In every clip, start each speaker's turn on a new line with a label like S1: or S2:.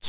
S1: It's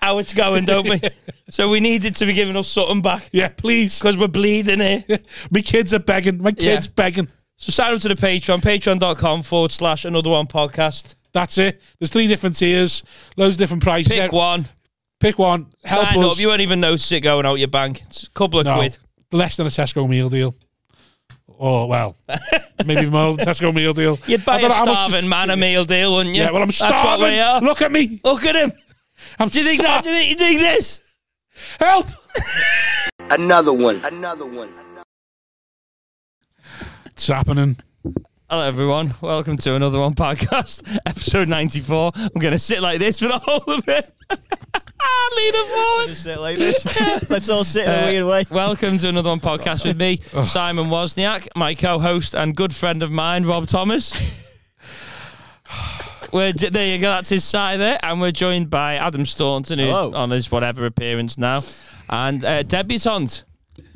S2: how it's going, don't we? so we needed to be giving us something back
S1: yeah, please.
S2: because we're bleeding here.
S1: My kids are begging. My kids
S2: Yeah.
S1: begging.
S2: So sign up to the Patreon, patreon.com forward slash another one podcast.
S1: That's it. There's three different tiers, loads of different prices.
S2: Pick one.
S1: Pick one. Help
S2: Sign
S1: us.
S2: up. You won't even notice it going out your bank. It's a couple of
S1: No,
S2: quid.
S1: less than a Tesco meal deal. Or well, maybe more than Tesco meal deal.
S2: You'd
S1: I
S2: buy
S1: don't
S2: a
S1: know how much
S2: starving
S1: this-
S2: man a meal deal, wouldn't you?
S1: Yeah, well, I'm
S2: That's what we are.
S1: starving. Look at me.
S2: Look at him.
S1: I'm
S2: Do you think that? Do
S1: starving.
S2: you think, you think this?
S1: Help.
S3: Another one. Another one.
S1: It's happening.
S2: Hello, everyone. Welcome to another one podcast, episode 94. I'm going to sit like this for the whole of it. Lean her forward. Uh,
S4: Just sit like this. Let's all sit in a weird way.
S2: Welcome to another one podcast with me,
S1: Oh.
S2: Simon Wozniak, my co-host and good friend of mine, Rob Thomas. we're, j- there you go, that's his side there, and we're joined by Adam Staunton, who's
S4: Hello.
S2: on his whatever appearance now, and uh, debutante,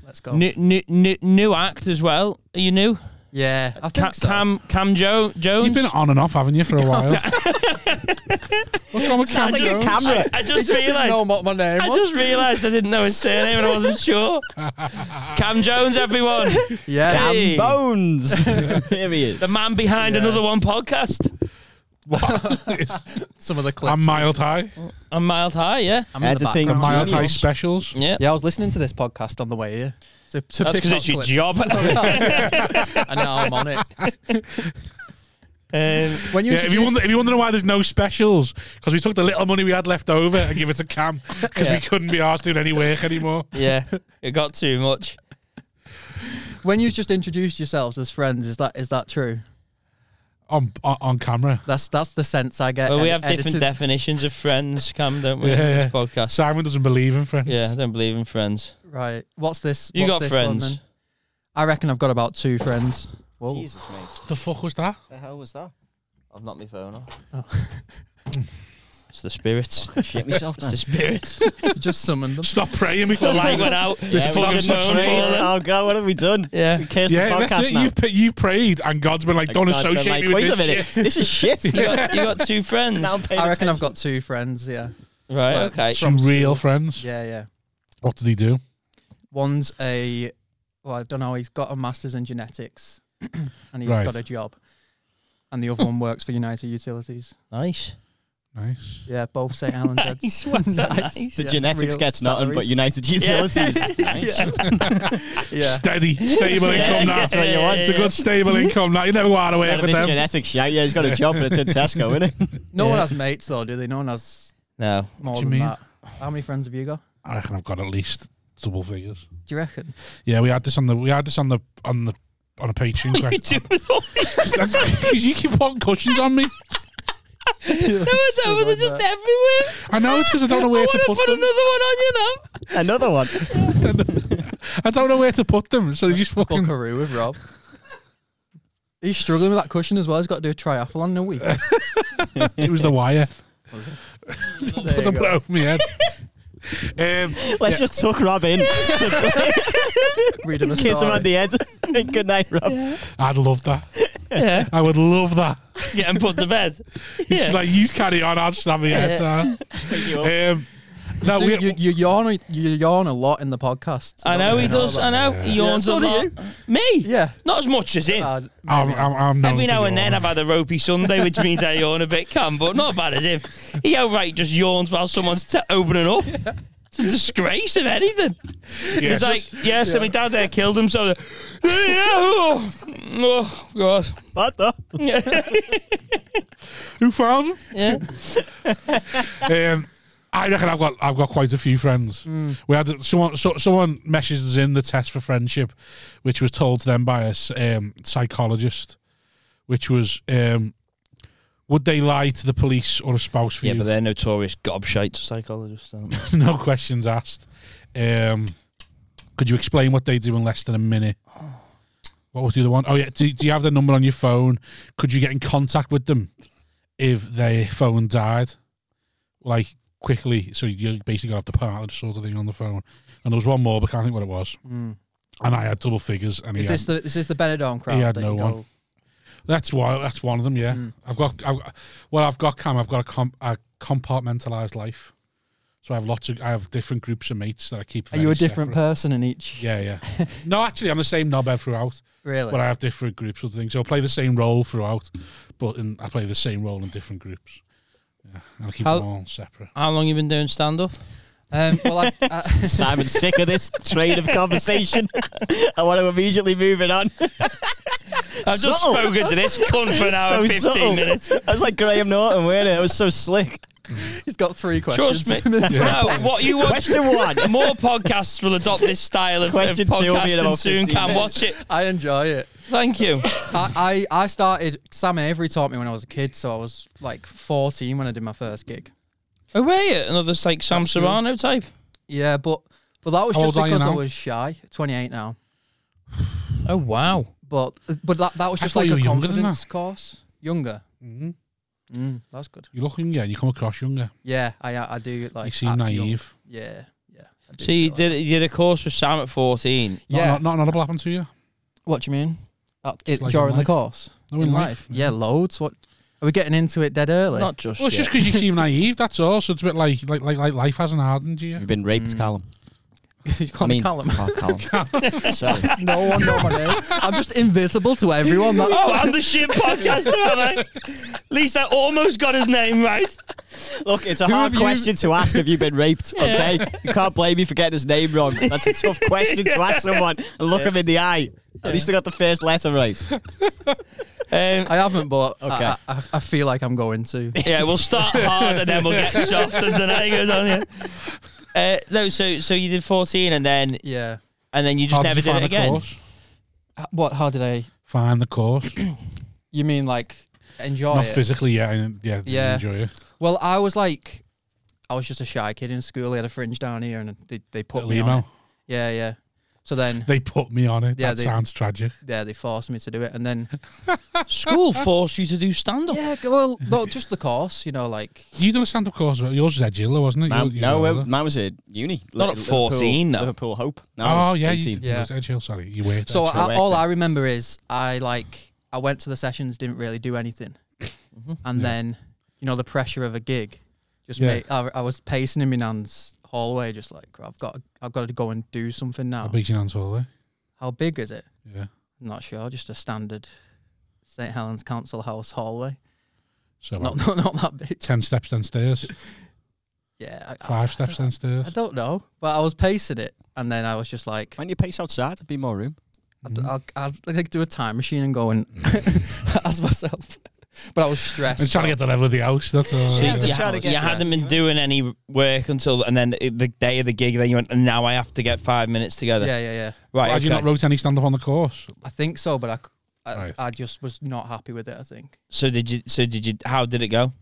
S5: Let's go.
S2: new, new, new, new act as well. Are you new?
S5: yeah, I
S2: Cam
S5: think so.
S2: Cam, Cam jo- Jones.
S1: You've been on and off, haven't you, for a while? What's wrong with Cam
S5: like
S1: Jones?
S5: a cam-
S2: I, I
S5: I
S2: just,
S5: just didn't know
S2: realised.
S5: what my name
S2: I
S5: was.
S2: just realised I didn't know his surname and I wasn't sure. Cam Jones, everyone.
S5: Yeah,
S2: Hey.
S4: Bones. Here he is.
S2: The man behind
S5: Yes.
S2: another one podcast.
S5: some of the clips.
S1: I'm mild high.
S2: I'm mild high, yeah.
S5: I'm in the
S4: Editing.
S5: background.
S1: Mild
S4: Genius.
S1: high specials.
S2: Yeah.
S5: Yeah, I was listening to this podcast on the way here. To, to
S2: That's
S5: pick
S2: because
S5: up
S2: it's your
S5: clips.
S2: job.
S5: And now I'm on it.
S2: um,
S5: When
S1: Yeah,
S5: you
S1: if you
S5: introduced-
S1: wonder, if you wonder why there's no specials, because we took the little money we had left over and give it to Cam because
S5: Yeah.
S1: we couldn't be asked doing any work anymore.
S2: yeah, it got too much.
S5: when you just introduced yourselves as friends, is that is that true?
S1: On on, on camera,
S5: That's that's the sense I get.
S2: But we
S5: edi-
S2: have different
S5: edited.
S2: definitions of friends, Cam, don't we?
S1: Yeah,
S2: in
S1: yeah.
S2: This podcast.
S1: Simon doesn't believe in friends.
S2: Yeah, I don't believe in friends.
S5: right. What's this?
S2: You
S5: what's
S2: got
S5: this
S2: friends?
S5: One, then? I reckon I've got about two friends. Whoa.
S2: Jesus, mate.
S1: The fuck was that?
S4: the hell was that?
S2: I've knocked my phone off.
S5: Oh.
S2: it's the spirits.
S4: Shit myself
S2: It's
S4: then.
S2: the spirits.
S5: You just summoned them.
S1: Stop praying. We
S2: the light went out.
S1: This
S2: we
S1: fucking
S2: should have known
S1: betrayed.
S2: better.
S4: Oh god, what have we done?
S2: Yeah.
S4: We cursed
S1: Yeah,
S4: the
S1: that's
S4: podcast
S1: it.
S4: now.
S1: You've, p- you've prayed, and God's been like, "Don't
S4: God's been
S1: associate
S4: like,
S1: me with
S4: Wait
S1: this
S4: a minute,
S1: shit."
S4: this is shit.
S2: You got, you got two friends.
S4: Now I'm paying
S5: I reckon I've
S4: attention.
S5: got two friends. Yeah.
S2: Right,
S5: Well,
S2: okay.
S1: Some real friends.
S5: Yeah. Yeah.
S1: What did he do?
S5: One's a, well, I don't know. He's got a master's in genetics, and he's
S1: Right.
S5: got a job. And the other one works for United Utilities.
S2: Nice.
S1: Nice.
S5: Yeah, both St. Helens. heads.
S2: Nice. What's that nice?
S4: The
S5: Yeah,
S4: genetics
S5: real
S4: gets nothing, but
S5: salaries.
S4: United Utilities. Nice.
S5: Yeah,
S1: Steady, stable income now.
S4: That's what you want.
S1: It's a good stable income now. You never want to
S4: Out
S1: away
S4: of
S1: with
S4: this
S1: them.
S4: genetics shit. Yeah, he's got a job, but it's in Tesco, isn't it?
S5: no one has mates though, do they? No one has
S2: No.
S5: more
S1: do you
S5: than
S1: mean?
S5: that. How many friends have you got?
S1: I reckon I've got at least double figures.
S5: Do you reckon?
S1: Yeah, we had this on the we had this on the on the on a Patreon.
S2: You
S1: question.
S2: do with all
S1: That's because you keep putting cushions on me.
S2: No, they're just everywhere.
S1: I know it's because I don't know
S2: I
S1: where
S2: want
S1: to
S2: to
S1: put
S2: put
S1: them.
S2: another one on you now.
S4: Another one.
S1: I don't know where to put them, so they just fucking.
S5: Buckaroo with Rob. He's struggling with that cushion as well. He's got to do a triathlon in a week. There
S1: It was the wire.
S5: you
S1: Put them
S5: go.
S1: over my head. Um,
S4: Let's just tuck Rob in.
S5: Read him a
S4: Kiss him
S5: story.
S4: on the head. Good night, Rob.
S1: I'd love that.
S2: Yeah.
S1: I would love that.
S2: Get him put to bed.
S1: It's
S2: Yeah.
S1: like you carry on, I'll stab my head down. Um, no,
S5: Dude,
S1: we,
S5: you, you yawn. a- You yawn a lot in the podcast.
S2: I know he
S5: don't you?
S2: does. I know he
S5: Yeah,
S2: yawns
S5: so
S2: a
S5: do
S2: lot.
S5: you.
S2: Me?
S5: Yeah.
S2: Not as much as him.
S5: Uh,
S1: I'm, I'm, I'm known
S2: Every
S1: for
S2: now and then
S1: yawning.
S2: I've had a ropey Sunday, which means I yawn a bit, Cam, but not bad as him. He outright just yawns while someone's t- opening up. It's a disgrace if anything.
S1: Yes.
S2: It's like, yeah, so my dad there killed himself. Yeah, yeah, Oh, oh God.
S4: What the?
S2: Yeah.
S1: Who found him?
S2: yeah.
S1: um, I reckon I've got I've got quite a few friends.
S2: Mm.
S1: We had someone so, someone messaged us in the test for friendship, which was told to them by a s- um, psychologist, which was um, would they lie to the police or a spouse for
S2: Yeah,
S1: you?
S2: but they're notorious gobshites psychologists, aren't they?
S1: no questions asked. Um, could you explain what they do in less than a minute? What was the other one? Oh yeah, do, do you have their number on your phone? Could you get in contact with them if their phone died, like quickly? So you basically got off the part sort of thing on the phone. And there was one more, but I can't think what it was. And I had double figures. And he
S5: Mm. Is
S1: had-
S5: this the is this the Benidorm crowd?
S1: He had
S5: that
S1: no
S5: you
S1: one.
S5: go-
S1: that's one. That's one of them. Yeah,
S5: Mm.
S1: I've got. I've, got- well, I've got Cam. I've got a, com, a compartmentalized life. So I have lots of. I have different groups of mates that I keep.
S5: Are you
S1: very
S5: a different
S1: separate.
S5: person in each?
S1: Yeah, yeah. no, actually, I'm the same knobhead throughout,
S5: Really?
S1: but I have different groups of things. So I play the same role throughout, but in, I play the same role in different groups. Yeah, I keep
S2: How-
S1: them all separate.
S2: How long you been doing stand up?
S5: um, well, I, I,
S4: Simon's sick of this train of conversation. I want to immediately move it on.
S2: I've just
S4: Subtle.
S2: spoken to this cunt for an hour and 15
S4: subtle.
S2: minutes.
S4: That's like Graham Norton, weren't it? It was so slick.
S5: he's got three questions.
S2: Trust me. Now, what you watch,
S4: Question one.
S2: more podcasts will adopt this style of, of
S4: Question two will be in
S2: podcasting
S4: about
S2: soon.
S4: 15
S2: Can
S4: minutes.
S2: watch it.
S5: I enjoy it.
S2: Thank you.
S5: I, I, I started. Sam Avery taught me when I was a kid, so I was like 14 when I did my first gig.
S2: Oh, were you? Another like Sam
S5: That's cool.
S2: Serrano type.
S5: Yeah, but but that was
S1: How
S5: just
S1: old are you
S5: because I
S1: now?
S5: was shy. 28 now,
S2: Oh, wow.
S5: but but that that was
S1: I
S5: just
S1: thought
S5: like
S1: you
S5: a
S1: were younger than
S5: confidence course. Younger.
S1: Mm-hmm.
S5: Mm, that's good.
S1: You look younger and you come across younger.
S5: Yeah, I I do like.
S1: you seem
S5: act young.
S1: naive.
S5: Yeah, yeah. I do
S2: So you
S5: feel that.
S2: did, you did a course with Sam at 14.
S5: Yeah.
S1: Not, not, not another happened to you?
S5: What do you mean? Uh, it,
S1: like in
S5: during the
S1: life.
S5: course
S1: No,
S5: in life. Yeah. loads. What are we getting into it dead early?
S2: Not just
S1: Well, it's
S2: yet.
S1: just because you seem naive, that's all. So it's a bit like like like, like life hasn't hardened you.
S4: You've been raped,
S2: Mm.
S4: Callum.
S5: you can't
S4: mean,
S5: call 'em.
S4: Oh, Callum. Sorry.
S5: No one knows my name. I'm just invisible to everyone. That's
S2: Oh, I'm the shit podcaster, am I? At least I almost got his name right.
S4: Look, it's a
S5: Who
S4: hard
S5: have you-
S4: question to ask if you've been raped, okay? You can't blame me for getting his name wrong. That's a tough question to ask someone and look him in the eye. At least I got the first letter right.
S2: Um,
S5: I haven't, but
S4: Okay.
S5: I, I, I feel like I'm going to.
S2: yeah, we'll start hard and then we'll get soft as the night goes on. Yeah. Uh, no, so so you did 14 and then
S5: Yeah.
S2: and then you just
S1: How
S2: never
S1: you
S2: did
S1: find
S2: it
S1: the
S2: again.
S1: Course?
S5: H- What? How did I?
S1: Find the course,
S5: You mean like enjoy
S1: not
S5: it?
S1: physically. Yeah, and- yeah, didn't
S5: Oh, Yeah.
S1: Enjoy it.
S5: well, I was like, I was just a shy kid in school. I had a fringe down here, and they they put
S1: Little
S5: me on.
S1: emo.
S5: It. Yeah, yeah. So then,
S1: They put me on it.
S5: Yeah,
S1: that
S5: they-
S1: sounds tragic.
S5: yeah, they forced me to do it, and then
S2: School forced you to do stand up.
S5: yeah, g- well, no, just the course, you know, like
S1: You done a stand up course, but yours was Edgilla, wasn't it?
S4: Man,
S1: You- you
S4: no,
S1: were
S4: uh,
S1: older.
S4: mine was at uni.
S2: Not at 14, though.
S4: Liverpool Hope. No, I
S1: Oh
S4: was
S1: yeah,
S4: 18.
S1: you,
S5: Yeah.
S1: yeah. Was Edge Hill, sorry, you were.
S5: So
S4: That's
S5: I,
S4: correct.
S5: all I remember is I like I went to the sessions, didn't really do anything, and
S1: Yeah.
S5: then you know the pressure of a gig, just
S1: Yeah.
S5: made, I, I was pacing in my nan's hallway, just like I've got I've got to go and do something now.
S1: a big in Hallway.
S5: How big is it?
S1: Yeah,
S5: I'm not sure. Just a standard St Helens Council House hallway.
S1: so
S5: Not
S1: about
S5: not, not that big.
S1: ten steps then stairs,
S5: Yeah, I- I-
S1: five
S5: I
S1: steps
S5: don't-
S1: then
S5: I
S1: stairs.
S5: don't know, but I was pacing it, and then I was just like,
S4: When you pace outside, there'd be more room.
S5: I'd,
S1: Mm-hmm.
S5: I'll, I'll, like do a time machine and go and ask myself. But I was stressed.
S1: I'm trying to get the level of the house. That's all.
S4: Yeah,
S1: yeah.
S4: just trying to get
S2: you
S4: dressed.
S2: hadn't been doing any work until and then the, the day of the gig. Then you went, and now I have to get five minutes together.
S5: Yeah, yeah, yeah.
S2: Right.
S1: Why do you
S2: okay.
S1: not wrote any stand up on the course?
S5: I think so, but I, c- I,
S1: Right.
S5: I just was not happy with it. I think
S2: so did you? So did you? How did it go?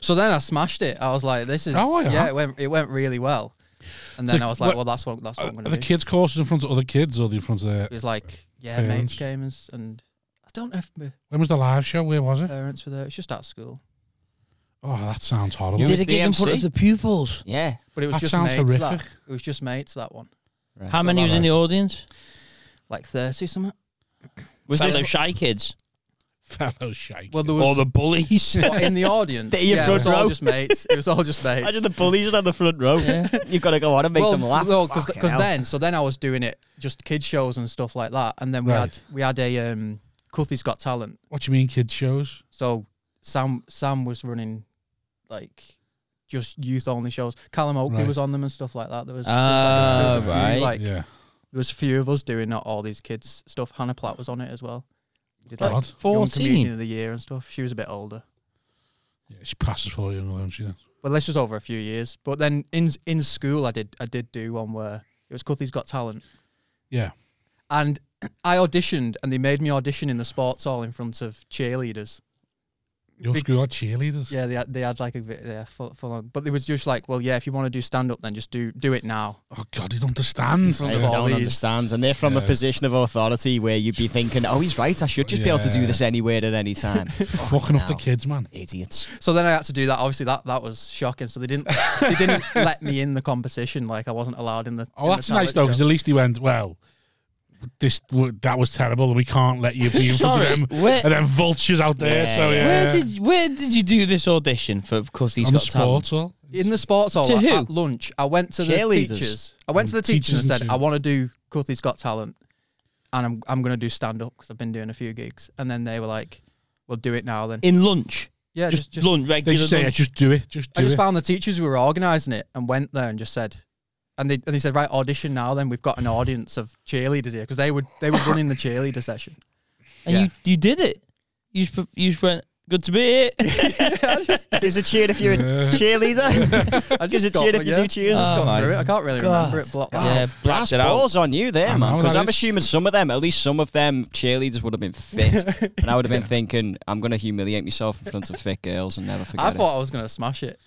S5: so. Then I smashed it. I was like, "This is
S1: Oh, yeah.
S5: yeah. It went it went really well." And then
S1: The-
S5: I was like,
S1: what-
S5: "Well, that's what that's what
S1: Are
S5: I'm gonna
S1: Uh, the
S5: do."
S1: kids' courses in front of other kids or the in front of
S5: It
S1: the?
S5: was like, yeah,
S1: Parents.
S5: mates came and, s- and I don't know if my
S1: When was the live show? Where was it?
S5: parents were there. It's just at school,
S1: Oh, that sounds horrible.
S4: You
S2: You
S4: was
S2: did a
S4: the
S2: gig in front of
S4: MC?
S2: the pupils.
S4: Yeah.
S5: but it was
S1: That
S5: just
S1: sounds
S5: mates. That
S1: horrific.
S5: it was just mates that one,
S2: How many was in the audience?
S5: like thirty something.
S4: Was
S2: Fellow
S4: this
S2: shy kids
S1: Fellow shite.
S5: Well, there
S2: or
S5: was
S2: the bullies?
S5: what, in the audience.
S4: They're your
S5: yeah, it was
S4: front
S5: all
S4: row.
S5: just mates. It was all just mates.
S4: Imagine the bullies are on the front row. You've got to go on and make them laugh. Fucking
S5: because
S4: hell.
S5: then, so then I was doing it just kids shows and stuff like that, and then we
S1: Right.
S5: had we had a um, Cuthie's Got Talent.
S1: what do you mean, kids shows?
S5: So Sam Sam was running like just youth only shows. Callum Oakley
S1: Right.
S5: was on them and stuff like that. There was,
S2: Ah,
S5: there was like a- there was a few,
S2: right.
S5: like
S1: yeah,
S5: There was a few of us doing not all these kids stuff. Hannah Platt was on it as well. Did
S1: God.
S5: like
S1: Young
S5: young
S2: 14.
S5: comedian of the year and stuff. She was a bit older,
S1: Yeah, she passes for young alone. She does.
S5: but this was over a few years. But then in in school, I did I did do one where it was Cuthie's Got Talent,
S1: Yeah,
S5: and I auditioned, and they made me audition in the sports hall in front of cheerleaders.
S1: your
S5: Big-
S1: school had cheerleaders.
S5: Yeah, they had, they had like a bit yeah, full, full on, but it was just like, well, yeah, if you want to do stand up, then just do do it now.
S1: Oh God, you don't understand.
S5: From
S4: I
S5: the
S1: Yeah.
S5: ball.
S4: don't
S5: these-
S4: understand. And they're from a
S1: Yeah.
S4: position of authority where you'd be thinking, oh, he's right. I should just be able to
S1: Yeah.
S4: do this anywhere at any time.
S1: Fucking up the
S4: hell.
S1: kids, man.
S4: Idiots.
S5: So then I had to do that. Obviously, that that was shocking. So they didn't they didn't let me in the competition. Like I wasn't allowed in the.
S1: Oh,
S5: in the
S1: that's nice
S5: talent
S1: though,
S5: show.
S1: because at least he went well. This w- that was terrible, and we can't let you be in front of
S2: Sorry,
S1: them.
S2: where-
S1: and then vultures out there.
S4: Yeah,
S1: so
S4: yeah.
S1: yeah,
S2: Where did where did you do this audition for? Because he's
S1: on the
S2: got talent.
S1: sports hall.
S5: In the sports hall
S2: To
S5: at,
S2: who?
S5: at lunch, I went to the
S4: Cheerleaders.
S5: teachers. I went to the
S1: Teachers
S5: teachers and
S1: and
S5: said, "I
S1: cheer-
S5: want to do Cuthie's Got Talent, and I'm I'm going to do stand up because I've been doing a few gigs." And then they were like, "We'll do it now then."
S2: in lunch.
S5: yeah,
S2: Just,
S5: just, just
S2: lunch, regular
S1: They just say, yeah,
S2: lunch.
S1: just do it, just do
S5: I just
S1: it.
S5: found the teachers who were organising it and went there and just said, and they and they said, "Right, audition now then. We've got an audience of cheerleaders here because they would they were running the cheerleader session."
S2: and
S5: yeah.
S2: you you did it. You just, put- you just went good to be here.
S4: There's a cheer if you're a cheerleader.
S5: I
S4: There's a
S5: got-
S4: cheer if you
S5: yeah.
S4: do cheers.
S5: just
S2: Oh
S5: got
S2: my
S5: through it. I can't really remember it. Block
S2: yeah,
S5: that.
S2: I've
S4: Last
S2: blacked it out.
S4: balls on you there,
S1: I
S4: man.
S1: know
S4: Because
S1: that
S4: I'm
S1: is.
S4: assuming some of them, at least some of them cheerleaders would have been fit. and I would have been thinking, I'm going to humiliate myself in front of fit girls and never forget
S5: I
S4: it.
S5: thought I was gonna smash it.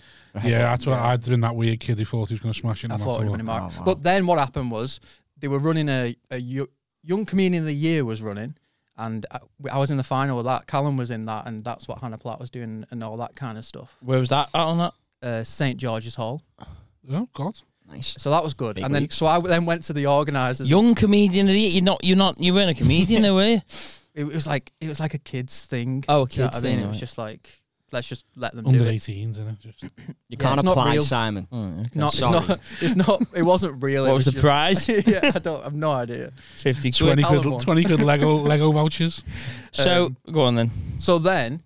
S1: yeah, that's what I'd been that weird kid who thought he was going to smash it. no
S5: I
S1: matter
S5: thought it would
S1: what.
S5: been a mark.
S4: Oh, wow.
S5: But then what happened was they were running a, a yo- young comedian of the year was running, and I, I was in the final of that. Callum was in that, and that's what Hannah Platt was doing and all that kind of stuff.
S2: Where was that? Out on that?
S5: Uh, St George's Hall.
S1: Oh God,
S4: Nice.
S5: So that was good.
S4: Big
S5: and then
S4: week.
S5: so I w- then went to the organisers.
S2: Young comedian of the year. You're not. You're not. You weren't a comedian, though, were you?
S5: It, was like it was like a kids thing.
S2: Oh, a
S5: You know what
S2: kids
S5: I mean?
S2: thing,
S5: It was
S2: right.
S5: just like let's just let them
S1: under
S5: do it.
S1: 18s, isn't it? Just
S4: You
S5: Yeah,
S4: can't
S5: it's not
S4: apply,
S5: real.
S4: Simon.
S2: Oh, okay.
S5: Not, it's
S4: Sorry.
S5: not. It's not. It wasn't real. it
S2: What was the
S5: just-
S2: prize?
S5: yeah, I don't. I've no idea.
S2: Fifty quid.
S1: twenty
S5: Alan
S1: quid,
S5: won.
S1: twenty quid Lego Lego vouchers.
S2: So
S5: Um,
S2: go on then.
S5: So then,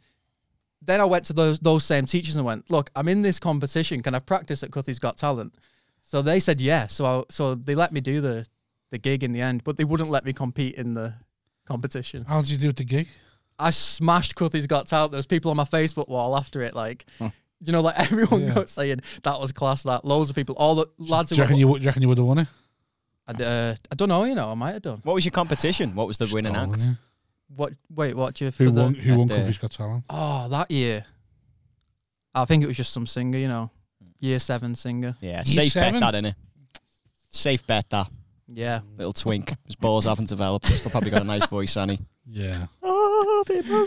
S5: then I went to those those same teachers and went, "Look, I'm in this competition. Can I practice at Cuthie's Got Talent?" So they said yes. So I, so they let me do the the gig in the end, but they wouldn't let me compete in the competition.
S1: How did you do at the gig?
S5: I smashed Cuthie's Got Talent. There was people on my Facebook wall after it, like. You know, like everyone
S1: Yeah.
S5: got saying that was class. That loads of people, all the lads.
S1: Do you
S5: Who were,
S1: reckon you, would- do you reckon you would have won it?
S5: I'd, uh, I don't know. You know, I might have done.
S4: What was your competition? What was the winning
S1: Oh,
S4: act?
S1: wouldn't
S5: What? Wait, what? Do you
S1: you?
S5: for
S1: Who
S5: the-
S1: won? Who won?
S4: at the-
S1: Covey's Got Talent.
S5: Oh, that year. I think it was just some singer, you know, year seven singer.
S4: Yeah,
S1: Year
S4: safe
S1: seven?
S4: bet that, innit? Safe bet that.
S5: Yeah.
S4: Little twink. His balls haven't developed. He's probably got a nice voice, Annie.
S1: Yeah,
S4: Ave Maria.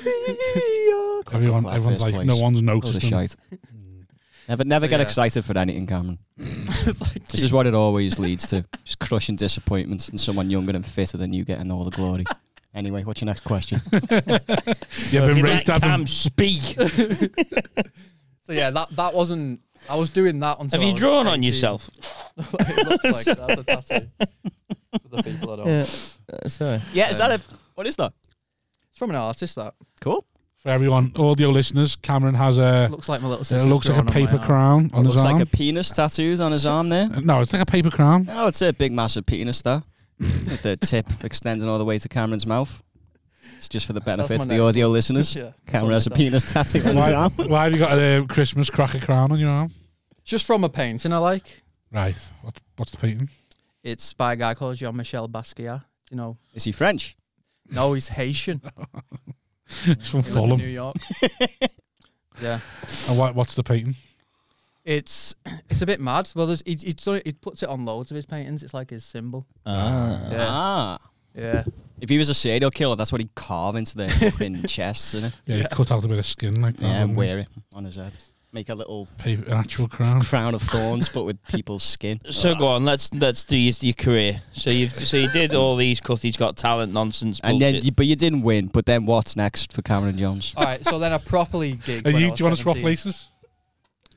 S1: everyone,
S4: Glad
S1: everyone's
S4: first
S1: like,
S4: place.
S1: no one's
S4: Load of
S1: noticed them.
S4: shite. Never, never
S5: But
S4: get
S5: Oh, yeah.
S4: excited for anything, Cameron.
S5: Thank
S4: This is what it always leads to. Just crushing disappointments and someone younger and fitter than you getting all the glory. Anyway, what's your next question?
S1: You've been
S2: Let
S1: raped, Adam.
S2: Cam speak.
S5: So yeah, that that wasn't. I was doing that until.
S2: Have you
S5: I was
S2: drawn on
S5: 18.
S2: yourself?
S5: it looks like that's a tattoo. For the people that don't.
S2: Sorry.
S4: Yeah, is that
S5: Um,
S4: a what is that?
S5: It's from an artist. That
S4: Cool.
S1: For everyone, audio listeners, Cameron has a.
S5: looks like my little sister.
S1: It looks like a paper crown on
S4: It looks
S1: his arm.
S4: like a penis tattooed on his arm there.
S1: no, it's like a paper crown.
S4: Oh, it's a big massive penis there. With the tip extending all the way to Cameron's mouth. It's just for the benefit
S5: my
S4: of the
S5: next
S4: audio listeners.
S5: Yeah, that's
S4: Cameron
S5: what
S4: has a
S5: they say.
S4: penis tattoo on his
S1: Why,
S4: arm.
S1: why have you got a Christmas cracker crown on your arm?
S5: Just from a painting I like.
S1: Right. What, what's the painting?
S5: It's by a guy called Jean Michel Basquiat. You know,
S4: Is he French?
S5: no, he's Haitian. He
S1: It's from
S5: lived in New
S1: Fulham.
S5: York. yeah.
S1: And what, what's the painting?
S5: It's it's a bit mad. Well, there's, he, he's done it, he puts it on loads of his paintings. It's like his symbol.
S2: Ah.
S5: Yeah.
S4: Ah.
S5: Yeah.
S4: If he was a serial killer, that's what he'd carve into their fucking chests, innit?
S2: Oh,
S1: Yeah, you cut out a bit of skin like that.
S4: Yeah, and
S1: wouldn't you?
S4: wear it on his head. Make a little
S1: Paper, an actual crown.
S4: crown of thorns, but with people's skin.
S2: So go on. Let's let's do your, your career. So you so you did all these Cuthie's Got Talent nonsense.
S4: And then,
S2: bullshit.
S4: you, but you didn't win. But then, what's next for Cameron Jones?
S5: All right. So then I properly gigged.
S1: Are
S5: when I
S1: you,
S5: was
S1: do you want to swap
S5: 17.
S1: places?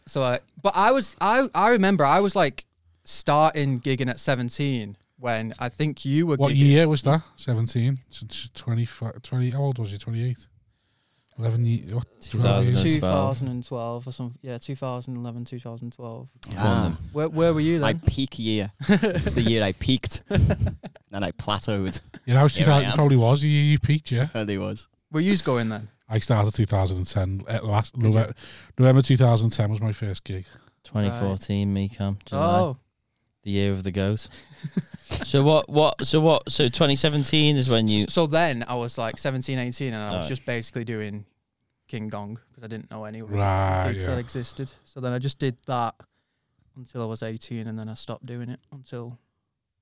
S5: So, I, but I was, I, I remember I was like starting gigging at 17 when I think you were
S1: What
S5: gigging.
S1: year was that? 17? S- s- 25, 20, how old was you? 28? Eleven years. What?
S2: 2000. 2012.
S5: 2012 or something. Yeah, 2011, 2012.
S4: Ah,
S5: Where, where were you
S4: my
S5: then?
S4: peak year. It's the year I peaked. and I plateaued.
S1: You know, she
S4: Here I
S1: died-
S4: am.
S1: probably was. You, you peaked, yeah.
S4: And he was.
S5: Were you going then?
S1: I started 2010. uh, Last November, November 2010 was my first gig.
S2: 2014, me Cam. July,
S5: Oh,
S2: the year of the goat. so what? What? So what? So 2017 is when you.
S5: so then I was like 17, 18, and I was
S2: Right.
S5: just basically doing King Gong because I didn't know any other
S1: Right.
S5: gigs that
S1: Yeah.
S5: existed. So then I just did that until I was 18, and then I stopped doing it until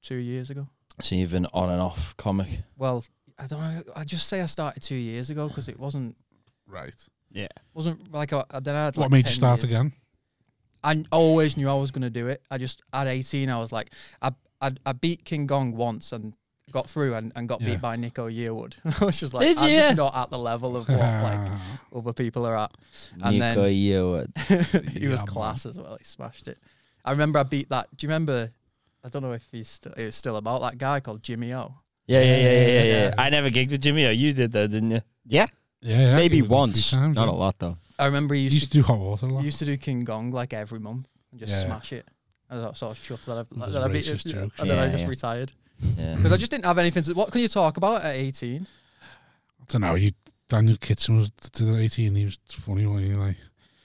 S5: two years ago.
S2: So you've been on and off comic.
S5: Well, I don't know. I just say I started two years ago because it wasn't
S1: Right.
S5: wasn't like I, then I had
S1: What
S5: like
S1: made you
S5: 10
S1: start
S5: years.
S1: again?
S5: I always knew I was going to do it. I just at 18, I was like, I I, I beat King Gong once and got through and, and got
S1: Yeah.
S5: beat by Nico Yearwood. I was just like,
S2: Did
S5: I'm
S2: you?
S5: just not at the level
S1: Uh,
S5: of what like
S4: uh,
S5: other people are at. And
S2: Nico
S5: then
S2: Yearwood.
S5: he was
S1: Yeah, man.
S5: class as well. He smashed it. I remember I beat that. Do you remember? I don't know if he's still, he's still about that guy called Jimmy O.
S2: Yeah, yeah, yeah, yeah, yeah,
S1: Yeah.
S2: yeah. I never gigged with Jimmy. Oh, you did though, didn't you?
S4: Yeah.
S1: yeah, yeah,
S4: Maybe
S1: you did a few
S4: once.
S1: times,
S4: Not
S1: yeah.
S4: a lot, though.
S5: I remember he
S1: You
S5: used,
S1: used to do hot water a
S5: to,
S1: lot.
S5: he used to do King Gong like every month and just
S1: Yeah.
S5: smash it. And I was sort of chuffed that I,
S1: Those
S5: that I beat it,
S1: racist
S5: yeah,
S1: jokes.
S5: and then I
S2: Yeah,
S5: just
S2: yeah.
S5: retired
S2: Yeah.
S5: because I just didn't have anything. to... What can you talk about at 18?
S1: I don't know. You, Daniel Kitson was to the 18. He was funny, wasn't he? Like,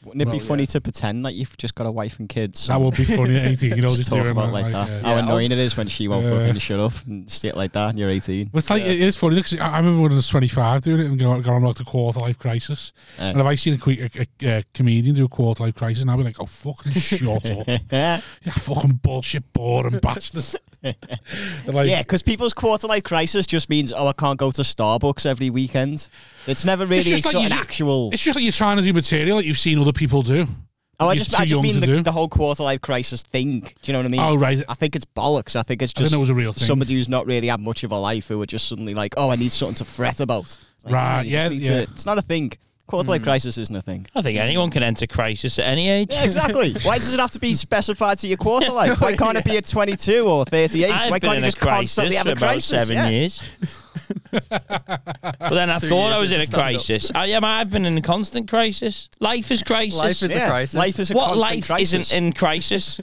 S4: Wouldn't it
S5: Well,
S4: be funny
S5: yeah.
S4: to pretend like you've just got a wife and kids?
S1: that would be funny at 18. You know,
S4: just
S1: just
S4: talk
S1: doing
S4: about
S1: that,
S4: like
S1: like,
S4: that.
S1: yeah.
S4: How
S5: Yeah.
S4: annoying it is when she won't
S1: Yeah.
S4: fucking shut up and shit like that. And you're 18.
S1: But it's like,
S5: Yeah.
S1: it is funny because I I remember when I was 25 doing it and going, going on like the quarter life crisis.
S4: Yeah.
S1: And if I seen a, que- a, a, a comedian do a quarter life crisis, and I'd be like, oh, fucking shut up.
S4: yeah,
S1: Yeah, fucking bullshit, boring bastards. And, like,
S4: because people's quarter life crisis just means, oh, I can't go to Starbucks every weekend. It's never really
S1: just like
S4: sort
S1: you
S4: of an
S1: ju-
S4: actual.
S1: It's just like you're trying to do material that you've seen other people do.
S4: Oh, I
S1: you're
S4: just,
S1: too
S4: I just
S1: young
S4: mean
S1: to do.
S4: the, the whole quarter life crisis thing. Do you know what I mean?
S1: Oh, right.
S4: I think it's bollocks. I think it's
S1: I didn't
S4: just
S1: know it was a real thing.
S4: somebody who's not really had much of a life who are just suddenly like, oh, I need something to fret about. It's like,
S1: Right,
S4: no, you just
S1: yeah,
S4: need
S1: yeah. Hmm.
S4: it's not a thing. Quarter life crisis isn't a thing.
S2: I think anyone can enter crisis at any age.
S4: Yeah, exactly. Why does it have to be specified to your quarter life? Why can't it be at 22 or 38?
S2: I've
S4: Why
S2: been
S4: can't
S2: in
S4: you just
S2: a crisis
S4: constantly have
S2: for
S4: a
S2: about
S4: crisis?
S2: seven
S4: yeah.
S2: years. but then I
S5: Two
S2: thought I
S5: years
S2: was in a
S5: is stand-up.
S2: crisis. I, yeah, I've been in a constant crisis. Life is crisis.
S5: Life is a
S4: Yeah.
S5: crisis.
S4: Life is a
S2: what
S4: constant
S2: life
S4: crisis.
S2: isn't in crisis?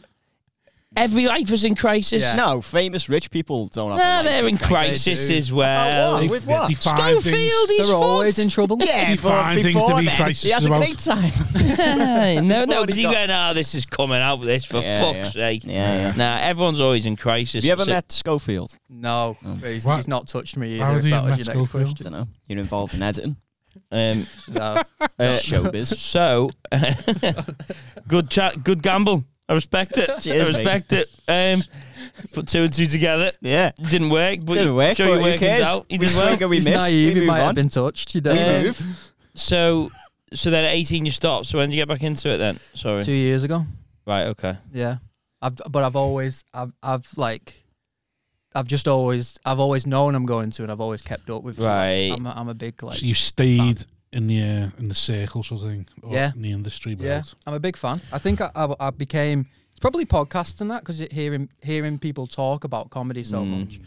S2: Every life is in crisis.
S5: Yeah.
S4: No, famous rich people don't have. a
S2: No,
S4: life.
S2: they're in
S5: They
S2: crisis
S5: do.
S2: as well.
S4: About
S1: They've
S4: With what?
S1: defined things.
S2: Schofield is
S5: They're always
S2: fucked.
S5: in trouble.
S4: Yeah, but
S1: Define things to
S4: before
S1: be
S4: then, he
S1: crisis
S4: has
S1: about.
S4: a great time.
S2: Aye, no, no,
S4: already
S2: because he
S4: got-
S2: went, oh, this is coming out, this, for
S4: Yeah,
S2: fuck's
S4: yeah.
S2: sake.
S4: Yeah, yeah.
S2: Nah, everyone's always in crisis.
S4: Have you ever
S2: So-
S4: met Schofield?
S5: No,
S4: Oh.
S5: he's,
S1: What?
S5: he's not touched me
S1: How
S5: either. If
S1: do you
S5: that was
S1: match
S5: your next
S1: Schofield?
S4: I
S5: question.
S4: don't know. You're involved in editing.
S2: Um,
S5: No.
S2: uh,
S4: Showbiz.
S2: So, good chat, good gamble. I respect it. I
S4: Cheers, mate.
S2: respect it. Um, put two and two together.
S4: Yeah.
S2: Didn't work, but
S4: Didn't work,
S2: Sure,
S4: but
S2: your
S4: who
S2: working's
S4: cares?
S2: out. He
S4: We
S2: did well.
S4: swing and we
S5: He's
S4: miss.
S5: naive.
S4: we
S5: He
S4: move
S5: might
S4: on.
S5: have been touched. You don't
S4: We
S5: know.
S4: move.
S2: So, so then at eighteen you stopped. So when did you get back into it then? Sorry.
S5: Two years ago.
S2: Right. Okay.
S5: Yeah. I've but I've always I've I've like I've just always I've always known I'm going to and I've always kept up with
S2: Right.
S5: I'm a, I'm a big like
S1: So you stayed in the uh, in the circle sort of thing, or
S5: Yeah.
S1: in the industry. Belt.
S5: yeah I'm a big fan. I think I I, I became it's probably podcasting that because hearing hearing people talk about comedy so
S1: Mm.
S5: much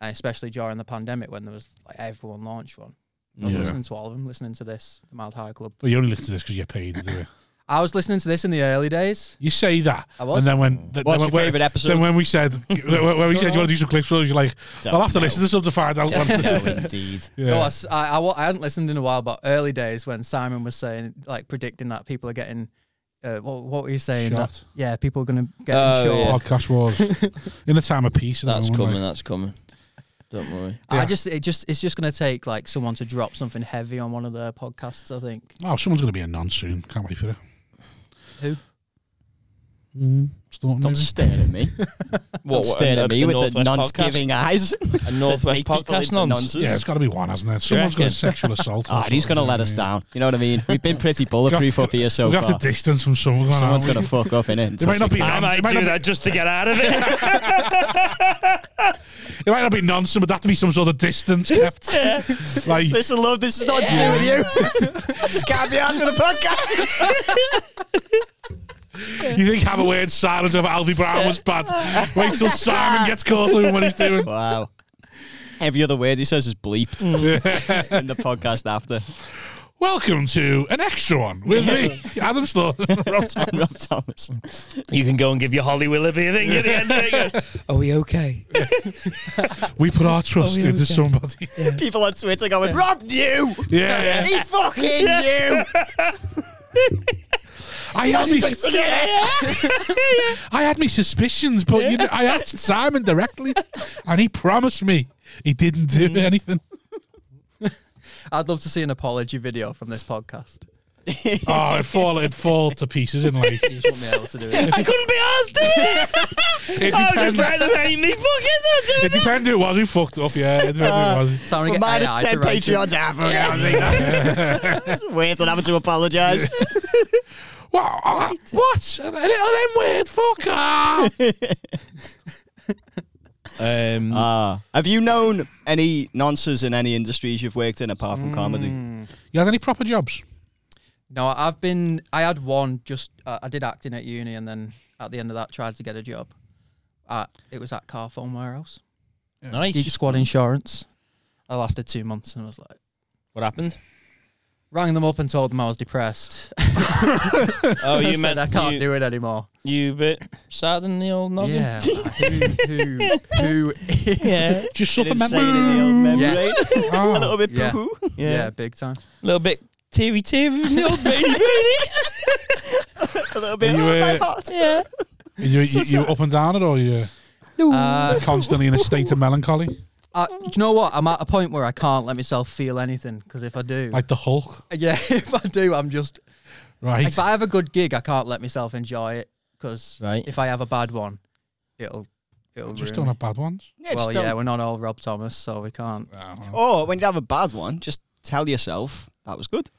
S5: and especially during the pandemic when there was like everyone launched one. I was
S1: Yeah.
S5: listening to all of them, listening to this, the Mild High Club.
S1: But you only listen to this because you're paid to do it.
S5: I was listening to this in the early days.
S1: You say that,
S5: I was.
S1: and then when th-
S4: What's
S1: then
S4: your
S1: when,
S4: favourite episode?
S1: Then when we said when, when we said you want to do some clips, for us, you're like,
S4: Don't
S1: I'll have to
S4: know.
S1: listen to some to find out. what-
S4: no, indeed.
S1: yeah.
S5: No, I, s- I- I wa- I hadn't listened in a while, but early days when Simon was saying, like, predicting that people are getting, uh, what, what were you saying? That-
S1: Shot.
S5: yeah, people are going to get
S2: Oh,
S5: insured.
S2: yeah.
S1: Podcast wars in the time of peace. at the
S2: That's
S1: moment,
S2: coming.
S1: like-
S2: That's coming. Don't worry.
S1: Yeah.
S5: I just, it just, it's just going to take like someone to drop something heavy on one of their podcasts. I think.
S1: Oh, someone's going to be a non soon. Can't wait for it.
S5: Who?
S1: Mm, Staunton,
S4: Don't
S1: maybe?
S4: stare at me.
S2: what,
S4: Don't stare
S2: a-
S4: at me
S2: a
S4: with the
S2: Northwest podcast?
S4: non-giving eyes.
S2: A Northwest
S4: Make people
S2: podcast
S4: into
S2: nonsense.
S4: nonsense.
S1: Yeah, it's got to be one, hasn't it? Someone's got a
S2: reckon?
S1: sexual assault.
S4: Ah, he's gonna let us down. You know what I mean? We've been pretty bulletproof up here so
S1: we have
S4: far.
S1: to distance from someone.
S4: Someone's
S1: aren't we?
S4: gonna fuck up in it.
S1: It might not be.
S2: I
S1: nonsense.
S2: might
S1: it, might
S2: do
S1: not
S2: that just to get out of
S1: be
S2: it.
S1: it might not be nonsense, but that to be some sort of distance kept. Like
S4: Listen, love, this is not to do with you. I just can't be asked for the podcast.
S1: you think have a word silence over Alfie Brown was bad. Wait till Simon gets caught doing what he's doing. Mm.
S4: Wow. Every other word he says is bleeped in the podcast after.
S1: Welcome to an extra one with me, Adam Storm. Rob Thomas.
S4: Rob Thomas.
S2: You can go and give your Holly Willoughby a thing at the end of it. Go, Are we okay?
S1: we put our trust
S2: Oh, yeah,
S1: into
S2: okay.
S1: somebody. Yeah,
S4: People on Twitter going, Rob knew!
S1: yeah.
S4: He fucking knew!
S1: I had me,
S4: Yeah.
S1: I had me suspicions, but you know, I asked Simon directly, and he promised me he didn't do
S4: Mm.
S1: anything.
S5: I'd love to see an apology video from this podcast.
S1: Oh, it'd fall, it'd fall to pieces in like.
S5: You just wouldn't be able to do it.
S2: I couldn't be asked doing it.
S1: It
S2: I was
S1: depends.
S2: just like, they hate me. Fuck it.
S1: It depends who it was who fucked up. Yeah, it depends
S4: Uh,
S1: who it was.
S5: Someone
S4: We're
S5: get
S4: minus
S5: AI to
S4: 10
S5: write it.
S4: Patreons Ah, half It's weird that having to apologise.
S1: What? Uh, what? A little M word fucker.
S2: Um,
S1: Uh,
S4: Ah. have you known any nonsense in any industries you've worked in apart from comedy?
S1: you had any proper jobs?
S5: No, I've been. I had one. Just uh, I did acting at uni, and then at the end of that, tried to get a job. At, it was at Carphone Warehouse. Geek
S2: nice.
S5: Squad Insurance. I lasted two months and was like,
S2: What happened?
S5: rang them up and told them I was depressed.
S2: Oh,
S5: I
S2: you
S5: said,
S2: meant
S5: I can't
S2: you,
S5: do it anymore.
S2: you bit sad in the old noggin.
S5: Yeah, who, who, who is?
S2: yeah.
S1: Just
S4: Bit
S1: suffer
S4: insane
S1: memory.
S4: in the old memory.
S5: Yeah.
S4: lane.
S1: Oh.
S4: A little bit
S5: Yeah.
S4: poo poo.
S5: Yeah.
S2: Yeah.
S5: big time.
S2: little bit teary teary in the old baby baby.
S4: A little bit.
S1: You,
S4: oh, my
S1: uh,
S4: heart.
S2: Yeah.
S1: You, you, you up and down it, or you
S5: Uh,
S1: constantly in a state of melancholy,
S5: I, do you know what? I'm at a point where I can't let myself feel anything because if I do,
S1: like the Hulk,
S5: yeah, if I do, I'm just.
S1: right?
S5: If I have a good gig, I can't let myself enjoy it because
S2: Right.
S5: if I have a bad one, it'll it'll
S1: Just
S5: ruin
S1: don't
S5: it.
S1: have bad ones.
S4: Yeah, just
S5: well,
S4: don't-
S5: yeah, we're not all Rob Thomas, so we can't.
S4: Or when you have a bad one, just tell yourself that was good.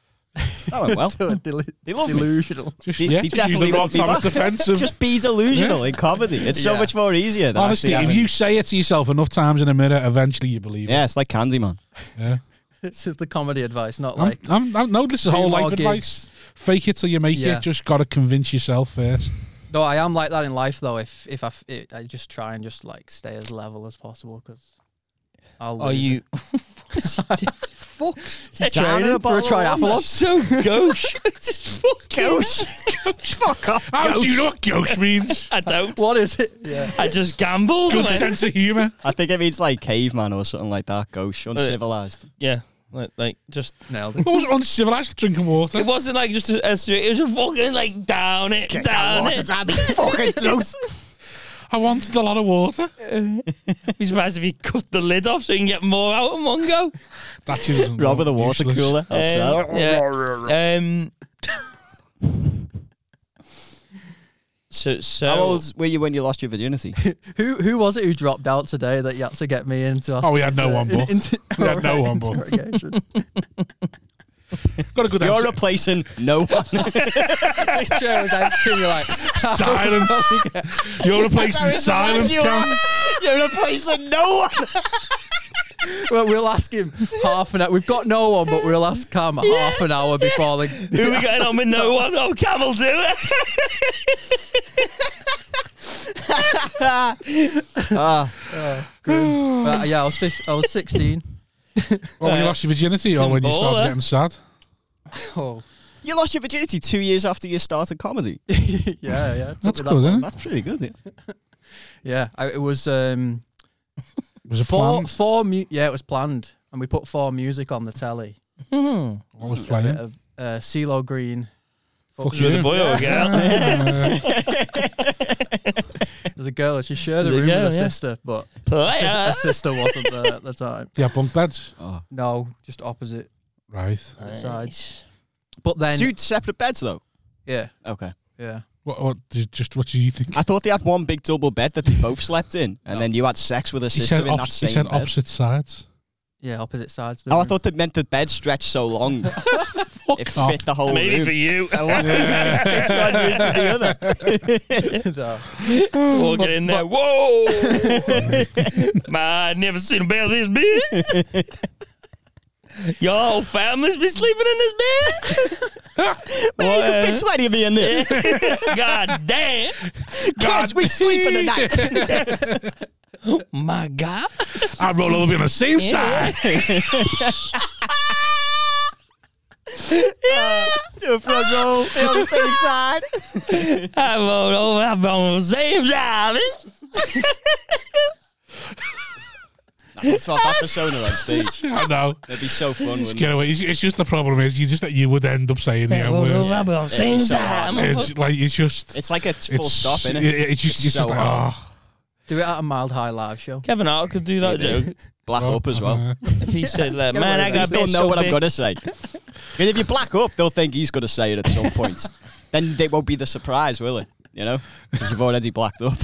S4: That went well.
S5: Do it delu-
S4: They love me.
S5: delusional.
S1: Just,
S4: They-
S1: yeah,
S4: they
S1: just use the
S4: definitely
S1: Rob
S4: won't be
S1: Thomas
S4: back.
S1: defensive.
S4: Just be delusional in comedy. It's so
S5: Yeah.
S4: much more easier than
S1: Honestly,
S4: actually
S1: if
S4: having-
S1: you say it to yourself enough times in a mirror, eventually you believe
S4: Yeah, it's like Candyman.
S1: it. Yeah.
S5: This is the comedy advice, not
S1: I'm,
S5: like
S1: I'm, I'm, no, this is
S5: do
S1: whole
S5: more
S1: life
S5: gigs.
S1: advice. Fake it till you make
S5: Yeah.
S1: it. Just got to convince yourself first.
S5: No, I am like that in life though. If if I, f- it, I just try and just like stay as level as possible because I'll.
S2: Are
S5: lose
S2: you
S5: it. training for a triathlon?
S2: So gauche. Just fuck gauche.
S4: Fuck off.
S1: How do you know what ghost means?
S2: I don't.
S5: What is it? Yeah.
S2: I just gambled.
S1: Good
S2: like-
S1: sense of humour.
S4: I think it means like caveman or something like that. Gauche, uncivilized.
S2: Yeah. Like, like just
S5: Nailed it.
S1: What was it, uncivilised for drinking water?
S2: it wasn't like just a, a straight- it was a fucking like down it down it.
S4: fucking throat.
S1: I wanted a lot of water.
S2: Be surprised if you cut the lid off so you can get more out in one go.
S1: That is
S4: Rob with a water
S1: useless.
S4: cooler.
S2: Um,
S4: outside.
S2: yeah. um So so
S4: How old were you when you lost your virginity?
S5: Who who was it who dropped out today that you had to get me into?
S1: Oh, we had no one booked. We had no one booked.
S5: booked.
S1: Got a good
S4: You're
S1: answer.
S4: replacing no one.
S5: this chair was empty. You're like
S1: Silence. You're replacing silence, Cam.
S4: You're replacing no one.
S5: well, we'll ask him half an hour. We've got no one, but we'll ask Cam half an hour before the.
S2: Who we getting on with no one? Oh, Cam will do it.
S5: Uh, yeah, I was fif- I was 16.
S1: Well, when you
S2: Uh,
S1: lost your virginity or when you
S2: ball,
S1: started
S2: eh?
S1: getting sad?
S5: Oh,
S4: You lost your virginity two years after you started comedy.
S5: yeah, yeah. it took
S1: That's
S5: me
S1: good,
S5: that long.
S1: isn't it?
S4: That's pretty good. Yeah.
S5: Yeah, I, it was um
S1: It was a
S5: four
S1: plan.
S5: four mu- yeah, it was planned, and we put four music on the telly.
S1: I was
S5: A bit
S1: playing.
S5: of uh, CeeLo Green.
S1: Fuck
S2: Is it a
S1: you.
S2: boy or a girl?
S1: Uh,
S5: There's a girl. She shared a
S2: There's a
S5: room with her
S2: girl, yeah.
S5: sister, but sis-
S2: Player.
S5: her sister wasn't there at the time.
S1: yeah, bunk beds.
S5: No, just opposite
S1: Right.
S5: sides. But then,
S4: Two separate beds though.
S5: yeah,
S4: Okay.
S5: yeah.
S1: What, what, do you- just what do you think?
S4: I thought they had one big double bed that they both slept in, and
S5: No.
S4: then you had sex with a
S1: He
S4: sister
S1: said,
S4: in
S1: op-
S4: that
S1: he
S4: same
S1: said
S4: bed.
S1: opposite sides.
S5: Yeah, opposite sides. of the
S4: Oh, I
S1: Mm.
S5: room.
S4: thought they meant the bed stretched so long it
S1: off.
S4: fit the whole
S2: Maybe
S4: room.
S2: for you.
S4: It's one room to the other.
S5: No.
S2: Walking in there. Whoa! Man, I never seen a bed this big. Your whole family's been sleeping in this bed.
S4: You can fit 20 of me in this.
S2: What? God damn!
S4: Kids, we sleeping tonight.
S2: My God!
S1: I roll over on the same side.
S4: the front row. They're on the same side.
S2: I'm on over. I'm on the same side.
S4: That's what that persona on stage.
S1: I know.
S4: That'd be so fun. Wouldn't
S1: You
S4: it?
S1: know, it's, it's just the problem is you just you would end up saying the N
S2: I'm
S1: word.
S2: on the same side.
S1: It's like it's just
S4: It's like a t- full
S1: it's
S4: stop,
S1: it,
S4: innit?
S1: it's just
S4: It's
S1: it's just
S4: so
S1: like,
S4: hard.
S1: oh,
S5: Do it at a mild high live show.
S2: Kevin Hart could do that joke.
S4: Black
S1: oh,
S4: up as well.
S1: uh,
S2: If he said that,
S5: Get
S2: man,
S5: away
S2: I
S5: with
S4: I
S2: got
S4: still
S2: bit
S4: know
S2: so
S4: what I'm
S2: big."
S4: gonna say. 'Cause if you black up, they'll think he's gonna say it at some point. then they won't be the surprise, will it? You know, because you've already blacked up.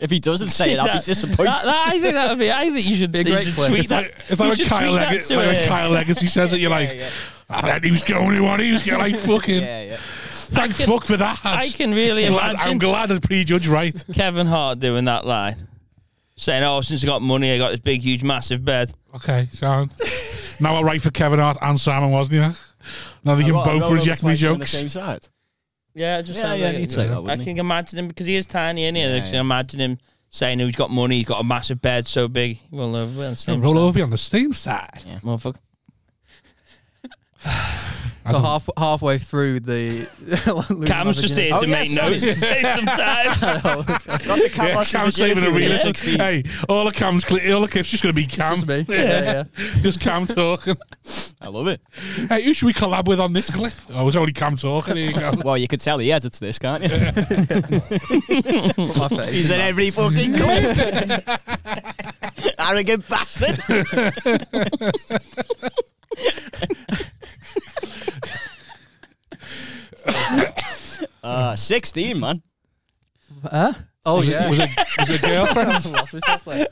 S4: if he doesn't say it, I'll be
S2: That-
S4: disappointed.
S2: that- that- I think that would be. I think you should,
S5: a
S2: you
S5: great
S2: should
S5: clip.
S2: tweet
S1: It's
S2: that.
S1: like, it's
S2: you
S1: like when
S2: should
S1: Kyle,
S2: tweet that
S1: Leg-
S2: to
S1: like when
S2: him.
S1: Kyle Legacy says it, you're like,
S4: yeah.
S1: I bet he was going on, he was getting like fucking,
S4: yeah, yeah.
S1: thank
S2: can-
S1: fuck for that.
S2: I can really
S1: glad, I'm
S2: imagine
S1: glad I prejudged right.
S2: Kevin Hart doing that line, saying, "Oh, since I got money, I got this big, huge, massive bed."
S1: Okay, sound. now I write for Kevin Hart and Simon Wozniak. Now they can
S4: Well,
S1: both
S4: roll over
S1: reject my
S4: twice, you're on the
S1: jokes.
S4: same side.
S2: Yeah, it just
S4: Yeah,
S2: sounds
S4: yeah,
S2: like
S4: he'd
S2: it.
S4: say that,
S2: I
S4: wouldn't he?
S2: can imagine him because he is tiny, and
S4: Yeah,
S2: I can
S4: yeah.
S2: imagine him saying, "Oh, he's got money, he's got a massive bed, so big." Well, uh, well, same
S1: Roll
S2: side.
S1: over on the same side.
S2: Yeah, motherfucker.
S5: So half halfway through the losing my
S2: Cam's just
S5: virginity.
S2: here to
S4: Oh,
S2: make
S4: yeah, sorry.
S2: notes, to save some
S4: Oh,
S2: time.
S5: Oh,
S4: Not the cat
S1: Yeah,
S4: lost his
S1: Cam's saving a
S4: virginity when he was
S1: reason.
S4: 16.
S1: Hey, all the Cam's, cle all the clips just going to be
S5: It's
S1: Cam.
S5: just me. Yeah, yeah.
S1: just Cam talking.
S4: I love it.
S1: Hey, who should we collab with on this clip? Oh, it was only Cam talking. Here you go.
S4: Well, you could tell he edits this, can't you?
S5: Put my face.
S4: He's
S5: in that.
S4: in every fucking clip. Arrogant bastard. uh, 16, man.
S5: Huh? Oh
S1: was, it,
S5: yeah.
S1: was, it, was it a girlfriend?
S5: That's lost myself there.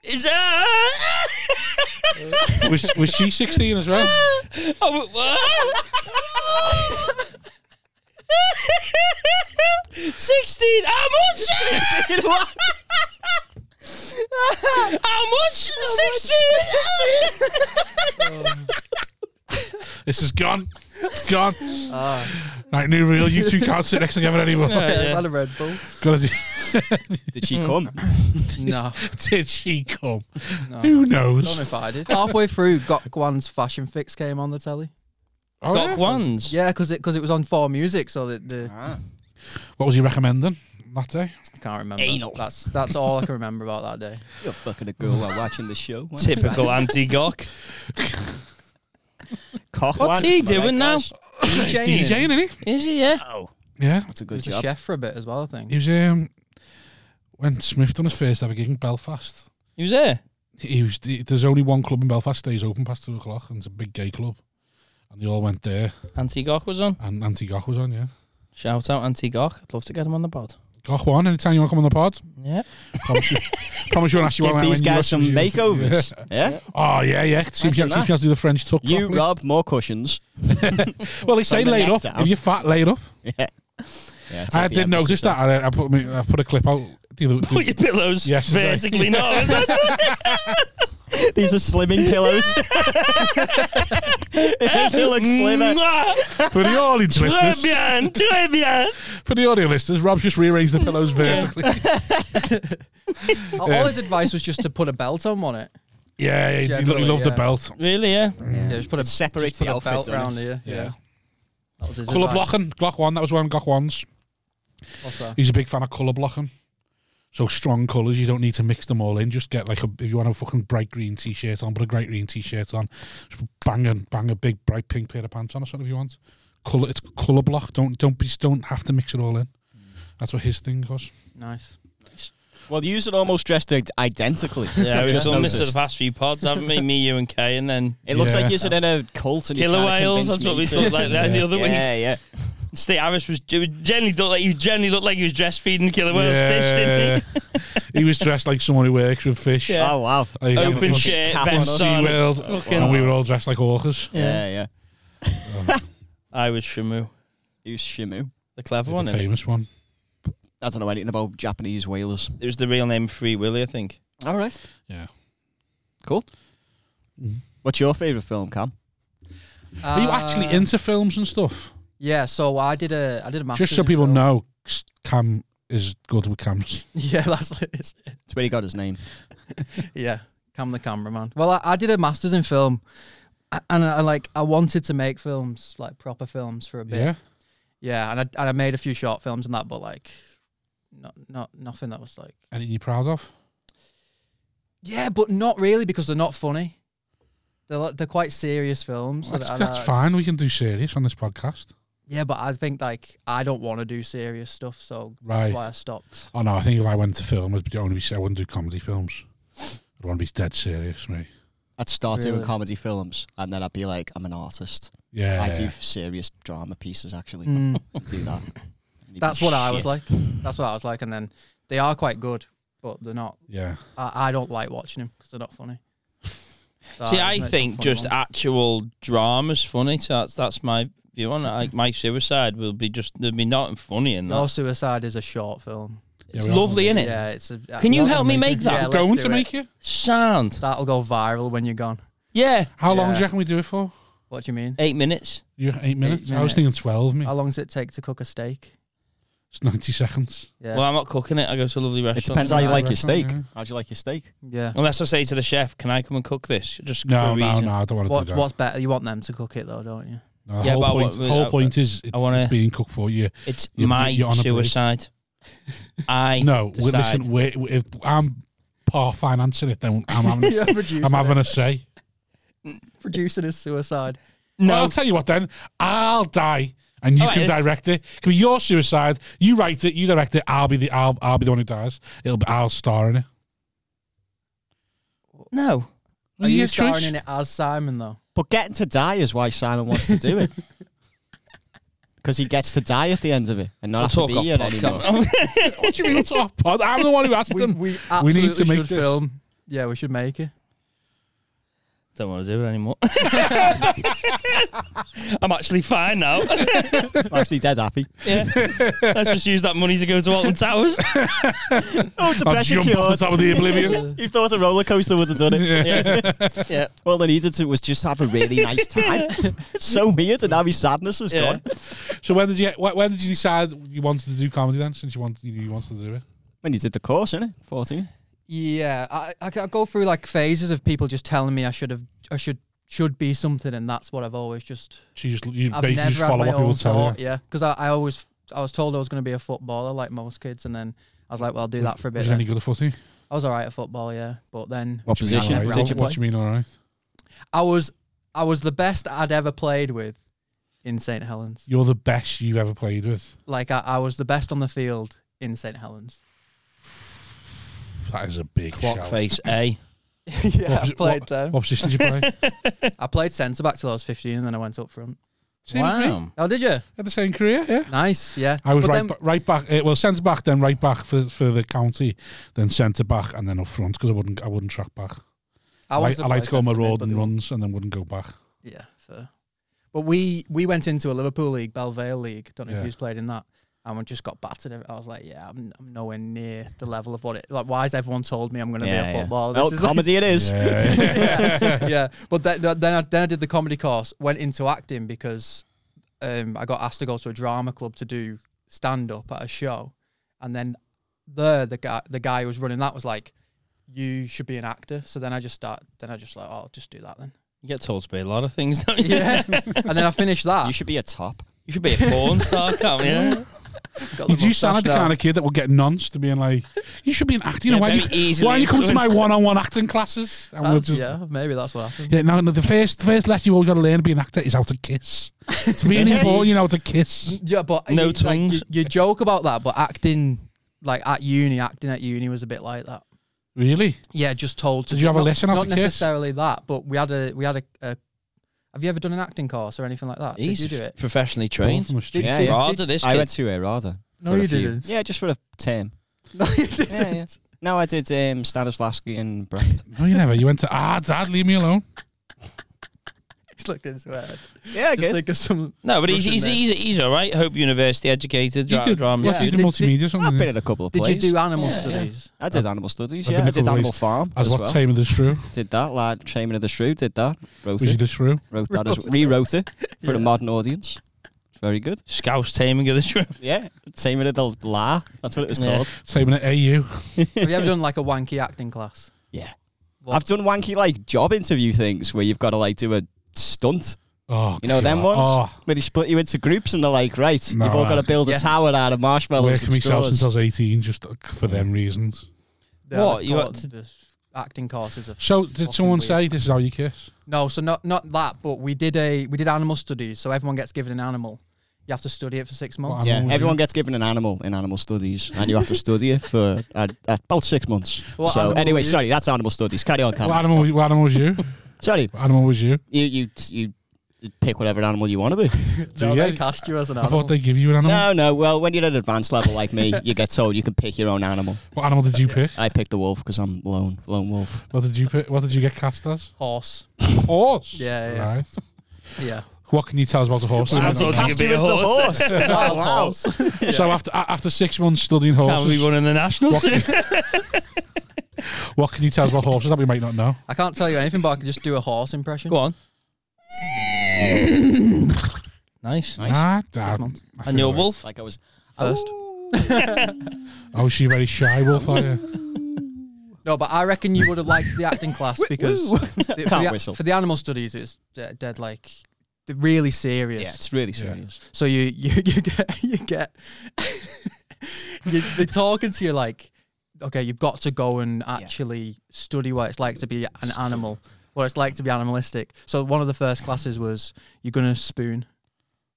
S2: Is that?
S1: was, was she 16 as well?
S2: Oh, what? Sixteen. How much? Sixteen. What? How much? Sixteen.
S1: This is gone. It's gone. Right, new reel. You two can't sit next to together anymore.
S5: Ah, Yeah, had a Red Bull.
S1: Gotta do-
S4: Did she come?
S5: No,
S1: Did she come?
S5: no.
S1: Who
S5: Don't know
S1: knows?
S5: if I did. Halfway through, Gokwan's fashion fix came on the telly.
S1: Oh, yeah.
S2: Got ones.
S5: Yeah, because it because it was on Four Music, so that the
S1: What was he recommending that day?
S5: I can't remember.
S4: Anal.
S5: That's that's all I can remember about that day.
S4: You're fucking a girl while watching the show.
S2: Typical anti-gok.
S4: Cock
S2: What's he doing now?
S1: He's DJing, isn't
S2: Is he? Yeah.
S4: Oh,
S1: he? Yeah.
S4: that's a
S5: He
S4: good
S5: was a
S4: job.
S5: chef for a bit as well, I think.
S1: He was um, when Smith done his first ever gig in Belfast.
S2: He was there.
S1: He was there's only one club in Belfast stays open past two o'clock, and it's a big gay club. And they all went there,
S2: Anti-gok was on.
S1: and Auntie Goch was on. Yeah,
S2: Shout out anti-gok. I'd love to get him on the pod.
S1: Goch won. Anytime you want to come on the pod,
S2: Yeah.
S1: promise you, promise you and Ashley.
S4: Give these guys some makeovers. Yeah?
S1: Oh yeah, yeah. Seems you
S4: Imagine
S1: seems you have to do the French tuck.
S4: You,
S1: properly.
S4: Rob, more cushions.
S1: well, they say
S4: from the
S1: laid
S4: neck
S1: up.
S4: down.
S1: If you're fat, laid up.
S4: Yeah. Yeah,
S1: I
S4: take the
S1: did notice
S4: emphasis
S1: that.
S4: off.
S1: I, I put me, I put a clip out. The other,
S4: Oh,
S2: Put your pillows
S1: Yes, that's right.
S2: vertically. No, is that?
S4: These are slimming pillows. they look slimmer.
S1: for the audience
S2: Très
S1: listeners,
S2: bien, très bien.
S1: for the audio listeners, Rob's just rearranged the pillows vertically.
S5: Oh, All his advice was just to put a belt on on it.
S1: Yeah, yeah he, lo- he
S5: Generally,
S1: loved the
S5: yeah.
S1: belt.
S2: Really, yeah.
S5: Yeah, just put a
S4: separates
S5: just put
S4: the
S5: a
S4: outfit,
S5: belt
S4: doesn't
S5: round here.
S1: Yeah.
S5: Yeah. That was his
S1: Colour
S5: advice.
S1: blocking, Glock one. That was when Glock ones.
S5: What's that?
S1: He's a big fan of colour blocking. So strong colours, you don't need to mix them all in. Just get like a if you want a fucking bright green t-shirt on, put a bright green t-shirt on. Just bang a bang a big bright pink pair of pants on or something if you want. Colour, it's colour block. Don't don't be don't have to mix it all in. That's what his thing was.
S5: Nice.
S4: Well, yous are almost dressed i- identically.
S2: Yeah,
S4: I've
S2: we've
S4: just
S2: done this for the
S4: noticed.
S2: past few pods, haven't we? Me, you, and Kay, and then
S4: It looks
S1: Yeah.
S4: like yous are in a cult and you're
S2: Killer
S4: trying to
S2: Whales.
S4: convince
S2: That's what
S4: me
S2: we
S4: to-
S2: thought like that the other week.
S4: Yeah, yeah.
S2: Steve Harris was it was generally looked like he generally looked like he was dress feeding Killer Whales fish, didn't he?
S1: he? was dressed like someone who works with fish.
S2: Yeah.
S4: Oh wow.
S1: Like,
S2: Open
S1: fucking
S2: shirt,
S4: cap on
S2: vest
S4: us.
S2: on.
S1: SeaWorld,
S2: Fucking-
S1: and we were all dressed like orcas.
S4: Yeah, yeah.
S2: I was Shamu,
S4: Who's Shimu?
S2: the clever one.
S1: The
S2: innit?
S1: famous one.
S4: I don't know anything about Japanese whalers.
S2: It was the real name of Free Willy, I think.
S4: All right.
S1: Yeah.
S4: Cool.
S1: Mhm.
S4: What's your favourite film, Cam?
S1: Are you
S5: Uh,
S1: actually into films and stuff?
S5: Yeah, so I did a I did a master's
S1: Just so
S5: in
S1: people
S5: film.
S1: know, Cam is good with cameras.
S5: Yeah, that's it's,
S4: It's where he got his name.
S5: yeah. I'm the cameraman. Well, I, I did a master's in film, a- and I like I wanted to make films, like proper films, for a bit.
S1: Yeah.
S5: Yeah, and I and I made a few short films and that, but like, not not nothing that was like.
S1: Anything you're proud of?
S5: Yeah, but not really because they're not funny. They're like- they're quite serious films. so
S1: That's,
S5: that- and
S1: that's
S5: I-
S1: fine. We can do serious on this podcast.
S5: Yeah, but I think like I don't want to do serious stuff, so
S1: Right.
S5: that's why I stopped.
S1: Oh no, I think if I went to film, I'd only be, I wouldn't do comedy films. I'd want to be dead serious, mate.
S4: I'd start doing
S5: Really?
S4: comedy films, and then I'd be like, I'm an artist.
S1: Yeah,
S4: I do serious drama pieces, actually.
S2: Mm. oh,
S4: do that. And you'd
S5: Mm, That's
S4: be,
S5: what I was
S4: "Shit."
S5: like. That's what I was like, and then they are quite good, but they're not.
S1: yeah.
S5: I, I don't like watching them because they're not funny. So
S2: See,
S5: just
S2: I
S5: make some
S2: think
S5: funny
S2: just
S5: ones.
S2: actual drama's funny. So that's that's my view on it. Like my suicide will be just there'll be nothing funny in
S5: No
S2: that.
S5: Suicide is a short film.
S1: yeah
S2: It's
S1: we all-
S2: lovely, innit?
S5: Yeah, it's a.
S2: Can you help me make that?
S5: Yeah,
S1: I'm
S5: let's
S1: going
S5: do
S1: to
S5: it.
S1: make you.
S2: Sound.
S5: That'll go viral when you're gone.
S2: Yeah.
S1: How long do you
S5: Yeah.
S1: reckon we do it for?
S5: What do you mean?
S2: Eight minutes.
S1: You eight minutes. I was
S5: minutes.
S1: thinking twelve. Me,
S5: How long does it take to cook a steak?
S1: it's ninety seconds.
S5: Yeah.
S2: Well, I'm not cooking it. I go to a lovely
S4: It
S2: restaurant.
S4: depends how you
S1: Yeah,
S4: like your
S1: restaurant,
S4: steak.
S1: yeah.
S4: How do you like your steak?
S5: yeah.
S2: Unless I say to the chef, "Can I come and cook this?" Just for
S1: No,
S2: a
S1: no,
S2: reason.
S1: no. I don't want to do
S5: What's
S1: that.
S5: what's better? You want them to cook it though, don't you?
S1: No, the
S2: Yeah,
S1: whole
S2: but
S1: point.
S2: what-
S1: the whole
S2: I-
S1: point is it's,
S2: wanna-
S1: it's being cooked for you.
S2: It's
S1: You're-
S2: my
S1: you're on a break.
S2: suicide. I
S1: No, we,
S2: decide.
S1: listen. We, we- if I'm part financing it, then I'm having.
S5: yeah, producing,
S1: I'm having a say.
S5: producing is suicide.
S1: No,
S2: No,
S1: I'll tell you what. Then I'll die, and you
S2: All right,
S1: can
S2: then.
S1: direct it. It Can be your suicide. You write it. You direct it. I'll be the. I'll, I'll be the one who dies. It'll. Be, I'll star in it.
S2: no.
S5: Are you
S1: Yeah,
S5: starring
S1: choice.
S5: in it as Simon though?
S4: But getting to die is why Simon wants to do it. Because he gets to die at the end of it and not have to be here anymore.
S1: What do you mean it's off pod? I'm the one who asked them.
S5: absolutely
S1: need to make
S5: should
S1: this.
S5: film. Yeah, we should make it.
S2: Don't want to do it anymore. I'm actually fine now.
S4: I'm actually dead happy.
S2: yeah. Let's just use that money to go to Alton Towers.
S4: Oh,
S1: I'll
S4: depression
S1: jump off the top of the oblivion.
S4: You thought a roller coaster would have done it.
S2: Yeah. yeah.
S4: All they needed to was just have a really nice time. it's so weird, and now his sadness is
S2: Yeah.
S4: gone.
S1: so when did you? wh- When did you decide you wanted to do comedy then? Since you wanted, you knew you wanted to do it.
S4: When you did the course, innit? 14.
S5: Yeah, I, I I go through like phases of people just telling me I should have, I should should be something, and that's what I've always just.
S1: So you just, you
S5: I've
S1: basically
S5: never
S1: just
S5: had
S1: follow
S5: my
S1: what people
S5: own
S1: tell
S5: thought.
S1: you.
S5: Yeah, because I, I always I was told I was going to be a footballer like most kids, and then I was like, well, I'll do that for a bit.
S1: Was it any
S5: Then.
S1: good at footy?
S5: I was all right at football, yeah, but then
S4: What
S1: Do you mean
S4: position
S1: all right?
S4: did you
S1: What do
S4: play?
S1: you mean, all right?
S5: I was I was the best I'd ever played with in St Helens.
S1: You're the best you've ever played with.
S5: Like I, I was the best on the field in St Helens.
S1: That is a big
S2: Clock
S1: shout.
S2: face A.
S5: yeah,
S1: posi-
S5: I played there.
S1: What position did you play?
S5: I played centre back till I was 15, and then I went up front.
S1: Same as me.
S5: Oh, did you?
S1: Had the same career, yeah.
S5: Nice, yeah.
S1: I was
S5: But
S1: right,
S5: then-
S1: ba- right back. Uh, well, centre back, then right back for, for the county, then centre back, and then up front because I wouldn't I wouldn't track back. I,
S5: wanted
S1: like, I like to go
S5: play
S1: on my
S5: centre mid,
S1: road
S5: but
S1: and
S5: they won't-
S1: runs, and then wouldn't go back.
S5: Yeah, fair. But we we went into a Liverpool league, Belvale league. Don't know
S1: Yeah.
S5: if you played in that. And we just got battered. I was like, yeah, I'm, I'm nowhere near the level of what it. Like, why has everyone told me I'm going to be a footballer?
S4: Well,
S5: This is like-
S4: Oh, comedy it is.
S1: Yeah.
S5: yeah, yeah. But then, then I then I did the comedy course. Went into acting because um, I got asked to go to a drama club to do stand up at a show, and then there the guy the guy who was running that was like, you should be an actor. So then I just start. Then I just like, oh, I'll just do that then.
S2: You get told to be a lot of things, don't you?
S5: Yeah. and then I finished that.
S4: You should be a top.
S2: You should be a porn star, can't you?
S5: Got the
S1: You do sound like
S5: mustache
S1: the
S5: now.
S1: kind of kid that will get nonced to being like, "You should be an actor." You know
S2: Yeah,
S1: why?
S2: very
S1: You,
S2: easily
S1: why you come to my
S2: influenced.
S1: one-on-one acting classes? And we'll
S5: That's-
S1: just, yeah.
S5: yeah, maybe that's what happened.
S1: no, no, the first first lesson you all got to learn to be an actor is how to kiss. It's really important, you know, how to kiss.
S5: Yeah, but
S2: No
S5: you, like,
S2: tongues.
S5: you, you joke about that, but acting like at uni, acting at uni was a bit like that.
S1: Really?
S5: Yeah, just told to.
S1: Did
S5: do-
S1: you have a
S5: not-
S1: lesson
S5: Not
S1: after kiss?
S5: necessarily that, but we had a we had a. a have you ever done an acting course or anything like that?
S2: He's
S5: Did you do it?
S2: professionally
S1: Born
S2: trained.
S1: from a street.
S4: Yeah,
S2: Did,
S4: yeah.
S2: Rather this
S4: I
S2: kid.
S4: went to a rather.
S5: No,
S4: for a
S5: you
S4: few-
S5: didn't.
S4: Yeah, just for a term.
S5: No, you didn't.
S4: Yeah, yeah. No, I did um, Stanislavski and Brecht.
S1: No, you never. You went to ah, dad, leave me alone.
S5: He's looked into it.
S4: yeah,
S5: Just
S4: good.
S5: think of some.
S2: No, but he's
S5: Russian
S2: he's,
S5: there.
S2: he's he's all right. Hope University educated.
S1: You
S2: dra-
S1: did,
S2: drama.
S1: what,
S5: yeah.
S1: you did
S5: Did-
S1: multimedia or something.
S4: I've been in a couple of
S5: Did
S4: plays.
S5: you do animal
S2: Yeah, yeah.
S5: studies?
S4: I did animal studies.
S1: I've
S4: Yeah,
S1: been
S4: I
S1: a
S4: did
S1: couple of
S4: animal
S1: ways.
S4: farm
S1: As
S4: as
S1: what
S4: well.
S1: time of the shrew?
S4: Did that, like Shaman of the Shrew. Did that. Wrote
S1: Was you
S4: it.
S1: the shrew?
S4: Wrote that as rewrote it for the modern audience. It's Very good.
S2: Scouse taming of the shrimp.
S4: Yeah, Shaman of the La. That's what it was
S2: Yeah.
S4: called.
S1: Same at AU.
S5: Have you ever done like a wanky acting class?
S4: Yeah.
S5: What?
S4: I've done wanky like job interview things where you've got to like do a stunt.
S1: Oh,
S4: You know them
S1: God.
S4: ones
S1: Oh,
S4: where they split you into groups and they're like, right,
S1: No,
S4: you've all got
S1: I-
S4: to build a
S5: Yeah.
S4: tower out of marshmallows.
S1: working
S4: And
S1: myself
S4: straws.
S1: since I was 18 just uh, for them reasons.
S5: They're
S2: What, you got
S5: called
S2: to-
S5: this acting courses of
S1: So did
S5: Fucking
S1: someone
S5: weird.
S1: say this is how you kiss?
S5: no, so not not that, but we did a we did animal studies, so everyone gets given an animal. You have to study it for six months.
S4: yeah,
S1: Animal
S4: everyone
S1: review.
S4: gets given an animal in animal studies, and you have to study it for uh, uh, about six months.
S5: What
S4: so
S5: animal
S4: anyway,
S5: were you?
S4: sorry, that's animal studies. Carry on, Callum.
S1: What animal? What animal was you?
S4: Sorry,
S1: What animal was you?
S4: you you you pick whatever animal you want to be.
S5: No,
S1: Yeah.
S5: they cast you as an
S1: I
S5: animal.
S1: thought they give you an animal.
S4: No, no. Well, when you're at an advanced level like me, you get told you can pick your own animal.
S1: What animal did you pick?
S4: I picked the wolf because I'm lone lone wolf.
S1: What did you pick? What did you get cast as?
S5: Horse.
S1: Horse.
S5: Yeah, yeah.
S1: Right.
S5: Yeah.
S1: What can you tell us about the horse?
S2: Well, I
S1: so
S2: thought you could be a
S4: Cast you as the
S2: horse.
S4: horse.
S5: Wild horse.
S1: after a- after six months studying
S2: Can't be
S1: horses,
S2: running the nationals.
S1: what can you tell us about horses that we might not know?
S5: I can't tell you anything, but I can just do a horse impression.
S2: Go on. nice.
S4: Nice.
S1: Ah, ah, I
S2: And your
S1: feel
S2: wolf?
S4: Like I was
S5: First.
S1: like- Oh, she very shy wolf, are you?
S5: No, but I reckon you would have liked the acting class because the- for,
S4: Can't
S5: the,
S4: whistle.
S5: for the animal studies, it's dead, dead like they're really serious.
S4: Yeah, it's really serious.
S5: So you you you get you get you, they're talking to you like, okay, you've got to go and actually study what it's like to be an animal, what it's like to be animalistic. So one of the first classes was you're gonna spoon,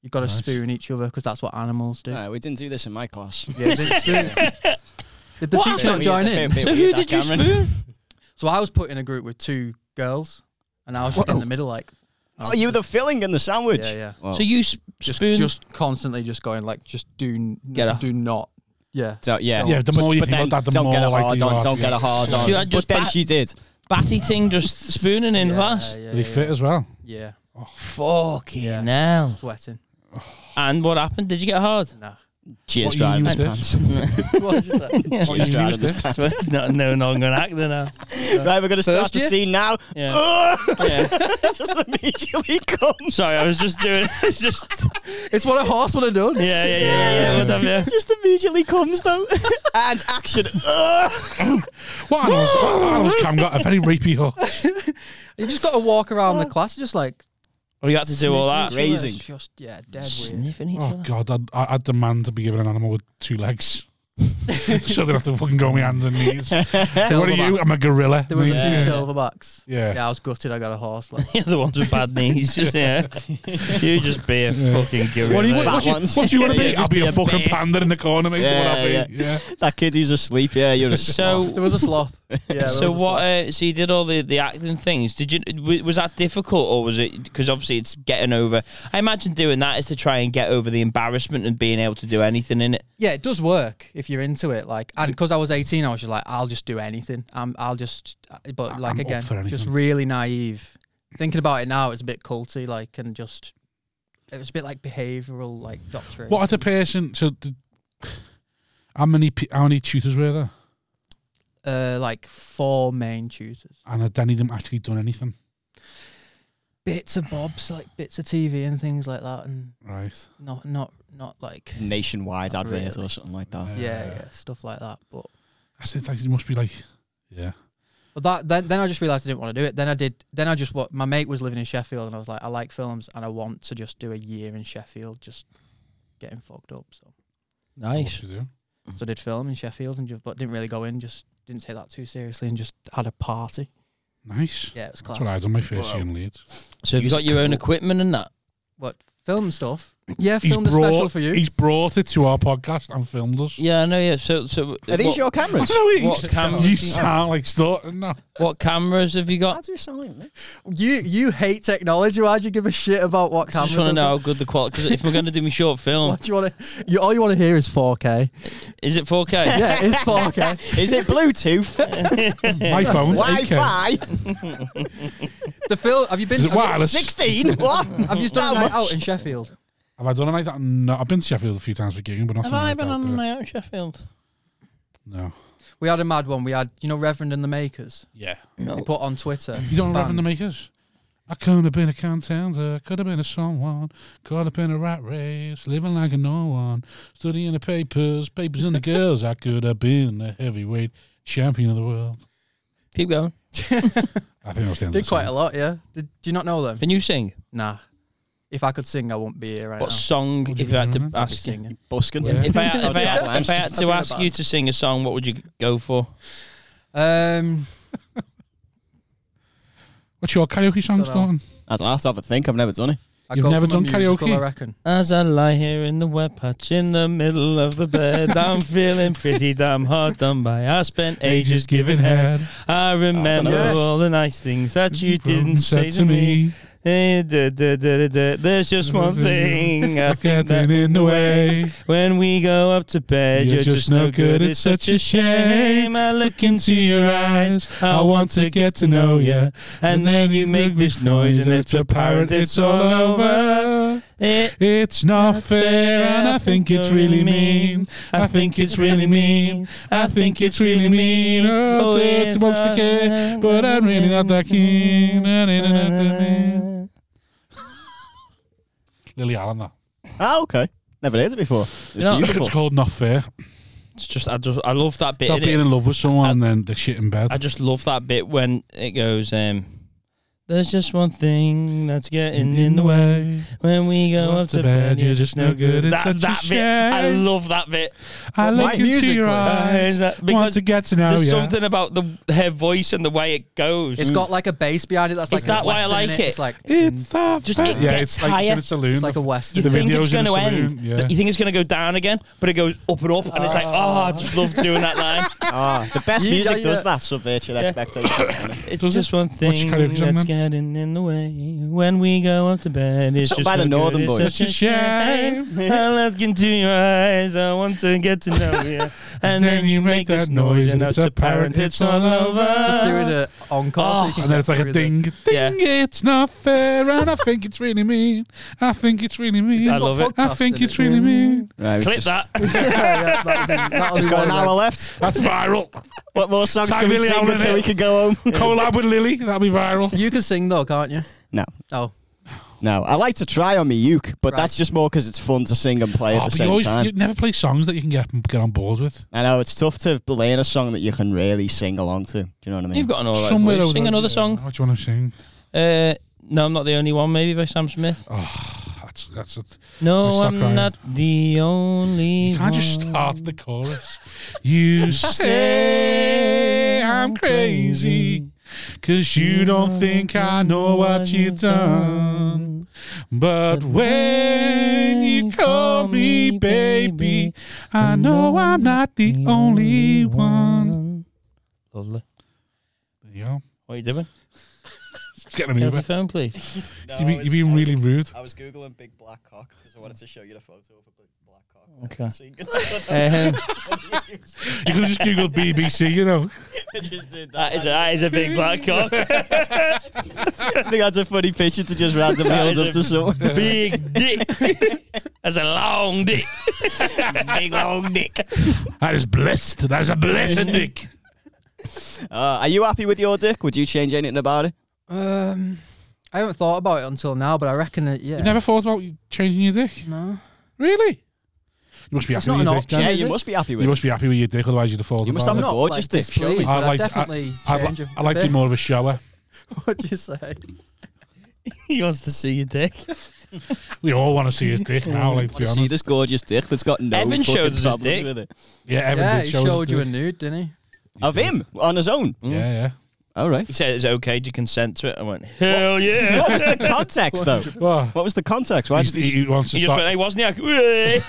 S5: you've got to
S1: Nice.
S5: spoon each other because that's what animals do.
S4: No, we didn't do this in my class.
S5: Yeah, they spoon. Did the
S2: What?
S5: teacher not join in?
S4: So who did you spoon?
S5: So I was put in a group with two girls, and I was just in the middle, like,
S4: Oh, you were the filling in the sandwich.
S5: yeah, yeah,
S4: Well,
S2: So you s-
S5: just
S2: spoon.
S5: just constantly just going like, just do n-
S2: Get up.
S5: do not, yeah.
S4: don't- yeah.
S1: Yeah, the more you
S4: But
S1: think
S4: then
S1: about that, the
S4: don't
S1: more
S4: get a
S1: likely
S4: hard
S1: you are
S4: on.
S1: to
S4: Don't get a hard
S2: Should I
S4: on. But
S2: just
S4: then
S2: bat-
S4: she did.
S2: batty ting just spooning in
S5: yeah,
S2: class.
S5: yeah,
S1: Were they
S5: yeah,
S1: fit as well?
S5: yeah,
S2: Fucking
S5: Yeah.
S2: hell.
S5: sweating.
S2: And what happened? Did you get hard?
S5: Nah,
S4: Cheers,
S1: What
S4: drying
S1: you
S4: his
S1: used
S4: pants.
S1: What
S4: Cheers,
S1: you
S4: drying
S1: used
S4: his
S1: it?
S4: pants.
S2: It's not, no, no, I'm going to act then. uh.
S4: Right, we're going to start
S5: First
S4: the
S5: year?
S4: scene now.
S2: Yeah. yeah.
S4: Just immediately comes.
S2: Sorry, I was just doing. I was just.
S5: it's what a horse would have done.
S2: Yeah, yeah, yeah, yeah. yeah. What have you?
S4: Just immediately comes though. and action.
S1: What animals? what animals? Cam got a very rapey hook.
S5: You just got to walk around the class, just like
S2: Oh, you had to do all that.
S4: Great. Grazing.
S5: It's Just yeah, dead weird.
S2: Sniffing each
S1: Oh
S2: other.
S1: God, I'd, I- I'd demand to be given an animal with two legs. so they'd have to fucking go on my hands and knees. So what are you? I'm a gorilla.
S5: There was
S1: Yeah.
S5: a few silverbacks.
S1: Yeah.
S5: yeah, I was gutted. I got a horse. Like,
S2: Yeah, the ones with bad knees. Just yeah. You just be a fucking gorilla.
S1: What do you,
S4: Fat
S1: what, do you,
S4: ones.
S1: what do you want to
S4: Yeah,
S1: be?
S4: just
S1: I'll be,
S2: be
S1: a,
S2: a
S1: fucking
S2: bear.
S1: panda in the corner, mate. Yeah, what I'll
S4: Yeah,
S1: be. yeah.
S4: that kid, he's asleep. Yeah, you're a
S5: there
S2: so.
S5: was a sloth. Yeah. there
S2: So what?
S5: was a sloth.
S2: Uh, so you did all the, the acting things. Did you? w- Was that difficult, or was it? Because obviously it's getting over. I imagine doing that is to try and get over the embarrassment and being able to do anything in it.
S5: Yeah, it does work if you're into it. Like, and because I was 18, I was just like, I'll just do anything. I'm, I'll just, but like
S1: I'm up
S5: again,
S1: for
S5: just
S1: anything.
S5: really naive. Thinking about it now, it's a bit culty, like, and just it was a bit like behavioural, like doctrine.
S1: What had a person? So, did, how many pe- how many tutors were there?
S5: Uh, like four main tutors,
S1: And had any of them actually done anything?
S5: bits of bobs, like bits of TV and things like that, and
S1: Right.
S5: not, not, not like, yeah,
S4: nationwide
S5: Not
S4: advert
S5: really.
S4: or something like that.
S5: yeah, stuff like that. But
S1: Uh, I said like, it must be like, yeah.
S5: But that then, then I just realized I didn't want to do it. Then I did. Then I just what my mate was living in Sheffield, and I was like, I like films, and I want to just do a year in Sheffield, just getting fucked up. So,
S1: What to do?
S5: so I did film in Sheffield, and just, but didn't really go in. Just didn't take that too seriously, and just had a party.
S1: Nice.
S5: Yeah, it was
S1: That's
S5: class.
S1: what I done my first
S4: Wow.
S1: year in Leeds.
S2: So have you
S4: Use
S2: got your own
S4: cool.
S2: equipment and that?
S5: What film stuff? Yeah,
S1: He's
S5: filmed a special for you.
S1: He's brought it to our podcast and filmed us.
S2: Yeah, I know. Yeah. So, so
S4: Are these
S2: what,
S4: your
S1: I
S4: cameras?
S1: know it.
S2: what
S1: You-
S2: cameras
S1: You
S2: do you
S1: sound like starting now.
S2: what cameras have you got?
S4: do you sound?
S5: You you hate technology. Why do you give a shit about what
S2: I
S5: cameras?
S2: just want to
S5: I've
S2: know how
S5: got?
S2: good the quality. Because if we're going to do my short film,
S5: What do you want to? You, all you want to hear is 4K.
S2: is it 4K?
S5: Yeah, it's 4K.
S4: Is it Bluetooth?
S1: My phone's 8K.
S4: Wi-Fi?
S5: the film. Have you been?
S1: Is it
S5: have you-
S1: wireless?
S4: Sixteen? What?
S5: Have you done a night out in Sheffield?
S1: Have I done a night out? No, I've been to Sheffield a few times for gigging, but not
S2: Have
S1: a
S2: I
S1: night
S2: been
S1: out
S2: on
S1: there.
S2: my own Sheffield?
S1: No.
S5: We had a mad one. We had, you know, Reverend and the Makers.
S1: Yeah.
S5: They put on Twitter.
S1: You don't remember
S5: band.
S1: the makers? I could have been a contender, could have been a someone, could have been a rat race, living like a no one, studying the papers, papers and the girls. I could have been a heavyweight champion of the world.
S2: Keep going.
S1: I think I was the end
S5: Did
S1: of the
S5: quite a lot, yeah. Did, do you not know them?
S2: Can you sing?
S5: Nah. If I could sing, I wouldn't be here right
S2: What
S5: now.
S2: song, if you had to ask you?
S5: Singing.
S4: Busking.
S2: If I, if I,
S4: Yeah.
S2: if I had to
S5: Nothing
S2: ask you
S5: about-
S2: to sing a song, what would you go for?
S5: Um,
S1: What's your karaoke song,
S5: Dunno.
S1: Staunton?
S4: I don't know, I have to have a think. I've never done it.
S5: I
S1: You've
S5: go
S1: never
S5: for my
S1: done
S5: musical,
S1: karaoke?
S5: I reckon.
S2: As I lie here in the web patch in the middle of the bed, I'm feeling pretty damn hard done by. I spent ages giving head. I remember
S4: know.
S2: all the nice things that you didn't say to me. Eh, da, da, da, da, da. There's just one thing I think
S1: Getting
S2: that
S1: in the way.
S2: When we go up to bed, you're, just, no good. It's such a shame. I look into your eyes. I want to get to know you. And then you make this noise, and it's apparent it's all over. It
S1: It's not fair, and I think it's really mean. I think it's really mean. I think it's really mean. Oh, it's supposed to care, but I'm really not that keen. Na, na, na, na, na, na. Lily Allen, that.
S4: Ah, okay. Never heard it before. It's
S2: You know-
S4: beautiful.
S1: It's called Not Fair.
S2: It's just I just I love that bit.
S1: Stop
S2: innit?
S1: being in love with someone and then the shit in bed.
S2: I just love that bit when it goes. um There's just one thing that's getting in the way. When we go up to bed, you're just no good.
S1: It's
S2: That,
S1: such a
S2: that bit, I
S1: shame.
S2: love that bit.
S1: I look
S5: Why
S1: into
S5: musically?
S1: your eyes.
S2: Is that-
S1: Want
S2: because
S1: to get to know
S2: there's
S1: you.
S2: something about the her voice and the way it goes.
S5: It's got like a bass behind it. That's like
S2: Is that
S5: a
S2: why I
S5: western,
S2: like
S5: innit?
S2: it?
S5: It's like mm,
S1: It's a
S2: Just
S1: fa-
S2: get-
S1: yeah,
S2: get
S1: it's like it's in
S2: higher.
S1: a saloon.
S5: it's like a western.
S2: you
S1: the
S2: think
S1: video's
S2: it's
S1: in
S2: going to
S1: the saloon,
S2: end.
S1: yeah.
S2: You think it's going to go down again, but it goes up and up, and it's like, oh, I just love doing that line.
S4: Ah, the best
S5: Yeah,
S4: music
S5: yeah.
S4: does that, subversion expectation.
S2: It's
S1: Does
S2: just one thing
S1: karaoke song
S2: that's
S1: then?
S2: getting in the way when we go up to bed. It's
S4: Sung
S2: just
S4: by the
S2: no
S4: Northern
S2: good.
S4: Boys.
S2: It's such a shame. I look into your eyes. I want to get to know you, and then you make this noise, and it's apparent it's all
S5: just doing
S2: over.
S5: it encore. so
S2: Oh,
S5: you can
S1: and then
S5: get
S1: it's like a
S5: through the-
S1: ding, ding.
S2: Yeah.
S1: It's not fair, and I think it's really mean. I think it's really mean.
S2: I love it.
S1: I think it's really mean.
S4: right, we've
S2: Clip
S4: just,
S2: that.
S5: yeah, yeah, that'll be- that'll
S4: Just
S5: be
S4: got
S5: one
S4: an
S5: of them.
S4: hour left.
S1: That's viral.
S4: What more songs
S1: Tag
S4: can we
S1: Lily
S4: sing
S1: Allen in
S4: until
S1: it.
S4: we can go home?
S1: Collab with Lily. That'll be viral.
S5: You can sing though, can't you?
S4: No,
S5: Oh,
S4: no. I like to try on my uke, but
S5: Right.
S4: that's just more because it's fun to sing and play
S1: Oh, but
S4: at the
S1: you
S4: same
S1: always
S4: time.
S1: you never play songs that you can get get on board with.
S4: I know it's tough to learn a song that you can really sing along to. Do you know what I mean?
S2: You've got an alright
S1: Somewhere
S2: voice.
S1: over
S2: Sing
S1: there.
S2: another song.
S1: What do you want to sing?
S2: Uh, no, I'm not the only one. Maybe by Sam Smith.
S1: That's that's. It.
S2: No,
S1: Stop
S2: I'm
S1: crying.
S2: Oh, not the only.
S1: You can't just
S2: one.
S1: start the chorus. You say I'm crazy because you don't think I know what you've done. But when you call me baby, I know I'm not the only one.
S2: Lovely.
S1: There you go.
S2: What are you doing?
S1: Get an
S2: Can I have
S1: Uber.
S2: your phone, please?
S1: You've been, you've been really rude.
S4: I was googling big black cock because I wanted to show you the photo of a big black cock.
S2: Okay.
S4: Um,
S1: You could have just Googled BBC, you know.
S4: just did that.
S2: That is, that is a big black cock.
S4: I think that's a funny picture to just randomly
S2: That
S4: hold
S2: is
S4: up
S2: a
S4: to someone.
S2: big dick. That's a long dick. big long dick.
S1: That is blessed. That is a blessed dick.
S4: Uh, are you happy with your dick? Would you change anything about it?
S5: um, I haven't thought about it until now, but I reckon it. Yeah,
S1: You never thought about changing your dick?
S5: No.
S1: Really? You must be
S5: It's
S1: happy with
S5: not
S1: your
S5: an
S1: dick.
S5: option.
S1: Dan.
S4: yeah,
S5: is
S4: you
S5: it?
S4: must be happy with
S1: You
S4: it.
S1: must be happy with your dick, otherwise you'd have thought
S4: You must
S1: about
S5: I'm
S4: have
S1: it.
S5: not
S4: gorgeous
S5: like
S4: dick, surely.
S5: displeased, but
S1: I'd
S5: I'd
S1: like to-
S5: definitely
S1: I'd, li-
S5: change it.
S1: I'd like to be more of a shower.
S5: What'd you say?
S2: He wants to see your dick.
S1: We all want to see his dick now, like, to be
S4: Want to see
S1: honest.
S4: this gorgeous dick that's got no
S2: Evan
S4: fucking
S2: showed us his
S4: problems
S2: dick.
S4: with it.
S1: Yeah, Evan
S5: yeah,
S1: did
S5: he
S1: show us his
S5: showed you a
S1: dick.
S5: nude, didn't he?
S4: Of him on his own.
S1: Yeah, yeah.
S4: All right.
S2: He said it's okay to consent to it. I went, hell yeah.
S4: What was the context though?
S1: Well,
S4: What was the context? Why
S1: Oh, he's-
S4: did he?
S1: he wants to
S2: He just
S1: start-
S2: went, hey, wasn't he? Like, "Whey."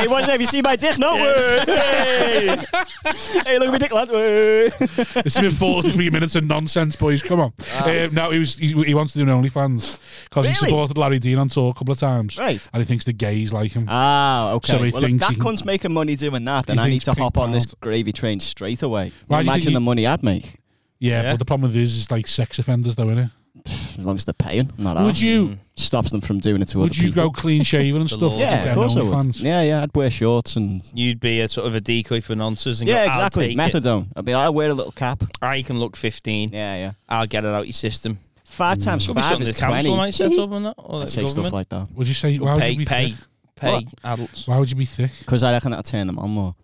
S4: Hey, what, have you seen my dick? No way. hey, look at my dick, lads. Way.
S1: It's been 43 minutes of nonsense, boys. Come on. Um, no, he was he, he wants to do an OnlyFans because he
S4: Really?
S1: supported Larry Dean on tour a couple of times.
S4: Right.
S1: And he thinks the gays like him.
S4: Ah, okay.
S1: So he
S4: well, if
S1: thinks
S4: that
S1: he can-
S4: cunt's making money doing that, then
S1: He
S4: I need
S1: thinks
S4: to
S1: pink
S4: hop on this
S1: pound.
S4: gravy train straight away.
S1: Why do you think
S4: Imagine
S1: he-
S4: the money I'd make
S1: yeah,
S2: Yeah.
S1: but the problem with this is like sex offenders, though, innit?
S4: as long as they're paying. I'm not
S1: Would
S4: arsed.
S1: you
S4: Stops them from doing it to
S1: would
S4: other
S1: you
S4: people.
S1: go clean shaven and
S2: The
S1: stuff? to
S2: law.
S4: Yeah,
S1: get
S4: of
S1: an
S4: course I would.
S1: OnlyFans?
S4: Yeah, yeah. I'd wear shorts and.
S2: You'd be a sort of a decoy for nonsense. And
S4: Yeah,
S2: go, "I'll
S4: exactly.
S2: take it.
S4: Methadone. I'd be like, I'll wear a little cap.
S2: I can look 15.
S4: Yeah, yeah.
S2: I'll get it out your system.
S1: Mm.
S4: Five times
S2: Could be
S4: five
S2: something
S4: is
S2: the council
S4: twenty.
S2: might set up on that. Or the
S4: I'd say stuff
S2: government.
S4: like that
S1: Would you say why would
S2: pay,
S1: you be
S2: pay,
S1: thick?
S2: pay
S4: What?
S2: adults.
S1: Why would you be thick?
S4: because I reckon that'd turn them on more.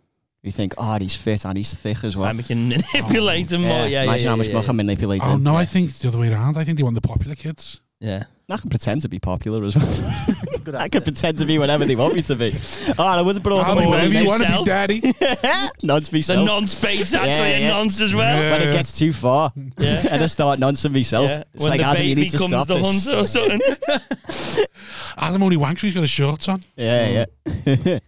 S4: You think, oh, and he's fit and he's thick as well. oh,
S2: And we can manipulate them more. Yeah, yeah,
S4: Imagine
S2: yeah,
S4: how much
S2: yeah,
S4: more I can manipulate
S1: Oh
S4: him.
S1: no, I think it's the other way around. I think they want the popular kids.
S2: yeah.
S4: I can pretend to be popular as well.
S5: Good
S4: I
S5: idea.
S4: can pretend to be whatever they want me to be. Oh, and I would have brought
S1: I'll be
S4: them
S2: more
S4: all
S1: whatever
S4: in.
S1: you want to be,
S2: yourself.
S1: daddy.
S4: Nonce
S2: The
S4: myself.
S2: non-space actually
S4: Yeah,
S2: a
S4: yeah.
S2: nonce as well.
S4: when it gets too far,
S2: Yeah.
S4: and I start noncing myself,
S2: Yeah.
S4: it's
S2: when
S4: like,
S2: the
S4: Adam,
S2: baby
S4: you need to
S2: comes
S4: stop
S2: the
S4: this.
S2: hunter or something.
S1: Adam only wanks when he's got his shorts on.
S4: Yeah, yeah.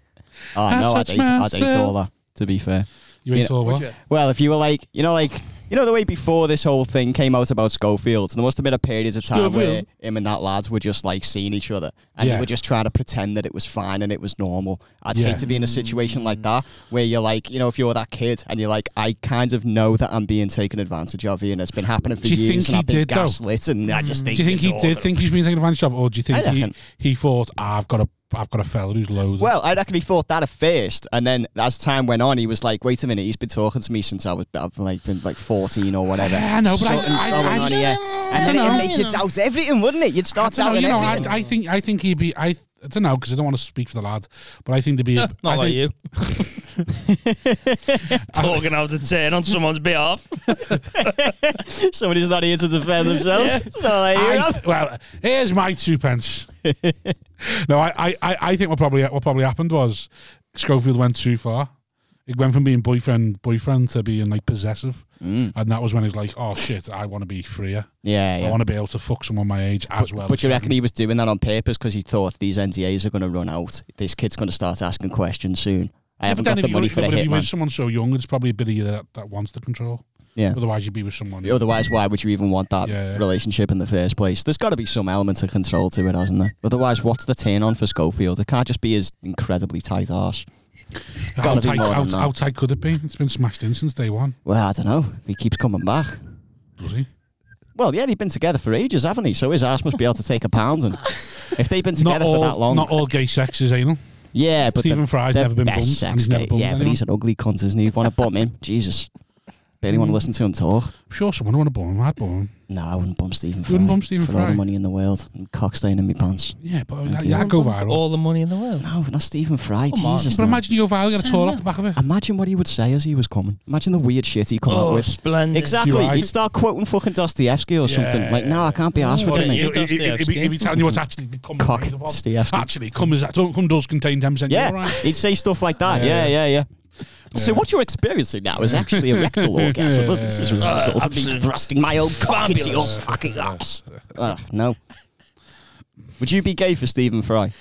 S4: oh,
S1: I
S4: no, I'd
S1: touch
S4: hate, I'd hate
S1: myself.
S4: all that, to be fair.
S1: You ain't
S4: Yeah.
S1: all
S5: Would
S1: well.
S5: you?
S4: Well, if you were like, you know, like, you know, the way before this whole thing came out about Schofield, there must have been a period of time where
S1: Schofield.
S4: him and that lad were just like seeing each other and
S1: Yeah.
S4: you were just trying to pretend that it was fine and it was normal. I'd
S1: Yeah.
S4: hate to be in a situation like that where you're like, you know, if you're that kid and you're like, I kind of know that I'm being taken advantage of here and it's been happening for
S1: Do you
S4: years
S1: think
S4: and
S1: he
S4: I've been
S1: did, though?
S4: gaslit and I just think
S1: Do you think
S4: it's
S1: he
S4: all
S1: did think he's been taken advantage of, or do you think
S4: I
S1: he,
S4: reckon.
S1: he thought "Ah, I've got a I've got a fella who's loaded?
S4: Well, I actually thought that at first, and then as time went on, he was like, "Wait a minute, he's been talking to me since I was I've like been like 14 or whatever."
S1: Yeah, I know, but I-
S4: Something's
S1: I-
S4: going
S1: I
S4: on
S1: just-
S4: here.
S1: I
S4: and then
S1: dunno.
S4: it'd make you doubt everything, wouldn't it? You'd
S1: I
S4: start
S1: don't know.
S4: doubting
S1: You know, I,
S4: everything.
S1: I think I think he'd be. I, I don't know because I don't want to speak for the lad, but I think there'd be. a-
S2: Not
S1: I
S2: like
S1: think,
S2: you. Talking out the turn on someone's behalf.
S4: Somebody's not here to defend themselves. It's not like you're
S1: I,
S4: up.
S1: well, here's my two pence. no, I, I, I I think what probably what probably happened was Schofield went too far. It went from being boyfriend boyfriend to being like possessive, and that was when he's like, "Oh shit, I want to be freer.
S4: mm. Yeah,
S1: I
S4: yeah.
S1: want to be able to fuck someone my age as well."
S4: But
S1: as
S4: you
S1: him."
S4: reckon he was doing that on purpose because he thought these NDAs are going to run out. This kid's going to start asking questions soon. I
S1: But
S4: haven't
S1: then
S4: got
S1: if
S4: the
S1: you-
S4: money for the
S1: but if you with
S4: hitman.
S1: someone so young, it's probably a bit of you that, that wants the control.
S4: Yeah.
S1: Otherwise, you'd be with someone.
S4: Otherwise, why would you even want that
S1: Yeah, yeah.
S4: relationship in the first place? There's got to be some element of control to it, hasn't there? Otherwise, what's the turn on for Schofield? It can't just be his incredibly tight arse.
S1: how,
S4: gotta be
S1: tight,
S4: more
S1: how,
S4: than that.
S1: how tight could it be? It's been smashed in since day one,
S4: Well, I don't know. If he keeps coming back.
S1: does he?
S4: Well, yeah, they've been together for ages, haven't they? So his arse must be able to take a pound. And if they've been together
S1: not all,
S4: for that long,
S1: Not all gay sex is anal.
S4: yeah, but
S1: Stephen
S4: the,
S1: Fry's
S4: the
S1: never been
S4: best
S1: bummed,
S4: sex
S1: and he's never
S4: gay-
S1: bummed
S4: Yeah, but
S1: anyone.
S4: he's an ugly cunt, isn't he? You want to bum him? Jesus, barely want to listen to him talk.
S1: I'm sure someone would want to bum him. I'd bum him.
S4: No, I wouldn't bum Stephen.
S1: You wouldn't
S4: Fry
S1: bum Stephen
S4: for all
S1: Fry?
S4: the money in the world and cock staying in my pants.
S1: Yeah, but that,
S4: you.
S1: that'd go viral.
S2: All the money in the world.
S4: No, not Stephen Fry.
S2: Come on.
S4: Jesus,
S1: But
S4: no.
S1: imagine you go viral, you get a tour off the back of it.
S4: Imagine what he would say as he was coming. Imagine the weird shit he come out
S2: Oh,
S4: with.
S2: splendid.
S4: Exactly.
S1: You're right.
S4: He'd start quoting fucking Dostoevsky or something. Like, no, I can't be arsed with
S2: Well,
S4: him,
S2: you-
S4: mate.
S1: If he's telling you what's actually come
S4: Cock
S1: out of it.
S4: Dostoevsky.
S1: Actually, cum is don't cum does contain ten percent.
S4: Yeah,
S1: Yeah, right.
S4: he'd say stuff like that.
S1: Yeah,
S4: Yeah, yeah, yeah. So
S1: Yeah.
S4: what you're experiencing now is actually a rectal orgasm. and This is a
S2: Yeah.
S4: result of me
S2: Absolutely
S4: thrusting my own cock into your
S2: fabulous.
S4: fucking ass. Ah, no. Would you be gay for Stephen Fry?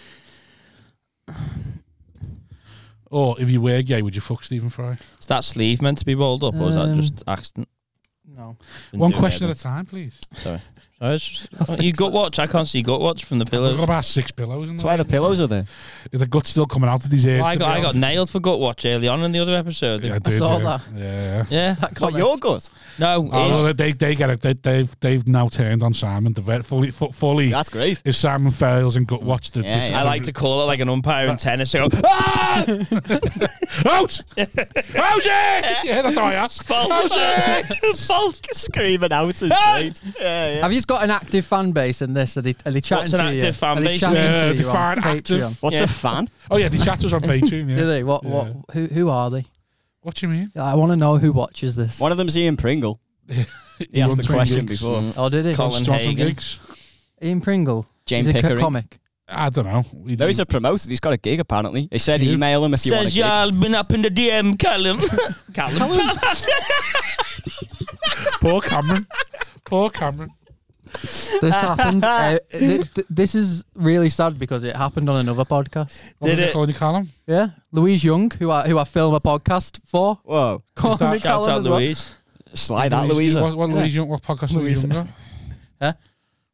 S1: Or if you were gay, would you fuck Stephen Fry?
S2: Is that sleeve meant to be rolled up, or is that
S5: Um,
S2: just accident?
S5: No.
S2: Been
S1: One
S2: doing
S1: question
S2: it.
S1: at a time, please.
S2: Oh, it's just- you gut watch. I can't see gut watch from the
S1: I've got
S2: pillows.
S1: about six pillows. In
S4: That's why the pillows are there.
S1: the gut's still coming out of these ears.
S2: Well, I
S1: to
S2: got
S1: be
S2: I got
S1: honest.
S2: nailed for gut watch early on in the other episode.
S1: Yeah,
S2: Yeah,
S1: I did,
S5: saw
S1: yeah.
S5: that.
S1: Yeah.
S4: What, your gut?
S2: no,
S1: Oh,
S2: his-
S1: they, they get it. They, they've they've now turned on Simon. The fully fu- fully.
S4: That's great.
S1: if Simon fails and gut watch the,
S4: Yeah,
S1: dis-
S4: yeah.
S2: I like to call it like an umpire in tennis. They go, ah,
S1: out. Rosie! Yeah, that's how I ask. Rosie!
S4: Fault screaming out is
S2: Ah!
S4: great. Yeah, yeah.
S5: Have you just got an active fan base in this? Are they, are they chatting
S2: an
S5: to you?
S2: active fan
S5: Are they
S2: base?
S5: chatting
S1: Yeah,
S5: to you
S1: define
S5: on
S1: active.
S5: Patreon?
S4: What's
S2: Yeah.
S4: a fan?
S1: Oh yeah, they chat us on Patreon. Yeah.
S5: Do they? What? What?
S1: Yeah.
S5: Who? Who are they?
S1: What do you mean?
S5: I want to know who watches this.
S4: One of them's Ian Pringle. He asked the
S1: Ian
S4: question
S1: Pringle.
S4: before.
S5: oh, did he?
S2: Colin
S1: Jonathan
S2: Hagen.
S1: Giggs?
S5: Ian Pringle.
S4: James
S5: He's a co-
S4: Pickering.
S5: comic.
S1: I don't know. We
S4: No, he's
S1: didn't-
S4: a promoter. He's got a gig apparently. They said
S1: You-
S4: email him if you want a
S2: says
S4: gig.
S2: y'all been up in the DM column. column.
S1: poor Cameron. poor Cameron.
S5: This happened. uh, th- th- this is really sad because it happened on another podcast.
S1: What
S2: Did
S1: was it
S2: it?
S1: called? You call him?
S5: Yeah, Louise Young, who I who I film a podcast for.
S4: Whoa,
S5: Call me
S2: Shout
S5: Callum
S2: out
S5: as well.
S2: Louise.
S4: slide that, Louisa.
S1: What, what
S5: Yeah.
S1: Louise Young? What podcast? Louise
S5: Louisa.
S1: Younger.
S5: Huh?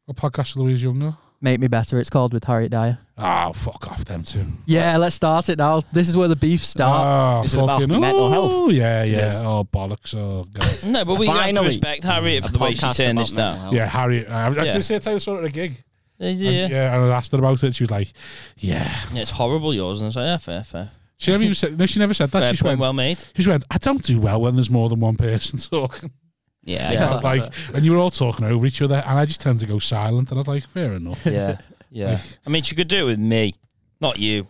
S1: What podcast? Louise Younger.
S5: Make me better. It's called with Harriet Dyer.
S1: Oh, fuck off them two.
S5: Yeah, let's start it now. This is where the beef starts.
S1: Oh,
S4: Is it about
S1: fucking-
S4: mental health?
S1: oh, Yeah, yeah.
S4: Yes.
S1: Oh, bollocks. Oh, God.
S2: No, but we have to
S4: Finally.
S2: respect Harriet for the way she
S4: Podcast
S2: turned
S4: about
S2: this down.
S4: mental
S1: yeah, Harriet. I, I
S2: Yeah.
S1: just said I saw her at a gig. And,
S2: Yeah.
S1: yeah. and I asked her about it. She was like, yeah.
S2: Yeah, it's horrible yours, and it's like, yeah, fair, fair.
S1: She never even said, no, she never said that.
S2: fair
S1: she, just
S2: point,
S1: went,
S2: well made.
S1: she just went, I don't do well when there's more than one person talking.
S4: Yeah,
S1: I
S2: Yeah.
S1: was like, and you were all talking over each other, and I just tend to go silent. And I was like, fair enough.
S2: Yeah, yeah. I mean, she could do it with me, not you.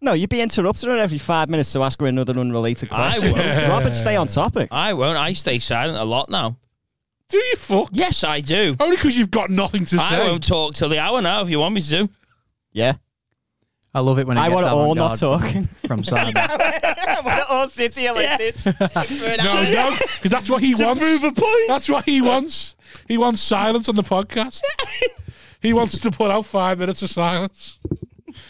S4: No, you'd be interrupting her every five minutes to ask her another unrelated
S2: I
S4: question.
S2: won't.
S4: Robert, stay on topic.
S2: I won't. I stay silent a lot now.
S1: Do you fuck?
S2: Yes, I do.
S1: Only because you've got nothing to
S2: I
S1: say.
S2: won't talk till the hour now if you want me to.
S4: Yeah.
S2: Ah.
S5: I love it when it
S4: I
S5: gets
S4: want it all not
S5: avant-garde
S4: talking.
S5: from Simon.
S4: I want it all sit here like this.
S1: No, no, because that's what he wants.
S2: prove a point.
S1: That's what he wants. He wants silence on the podcast. he wants to put out five minutes of silence.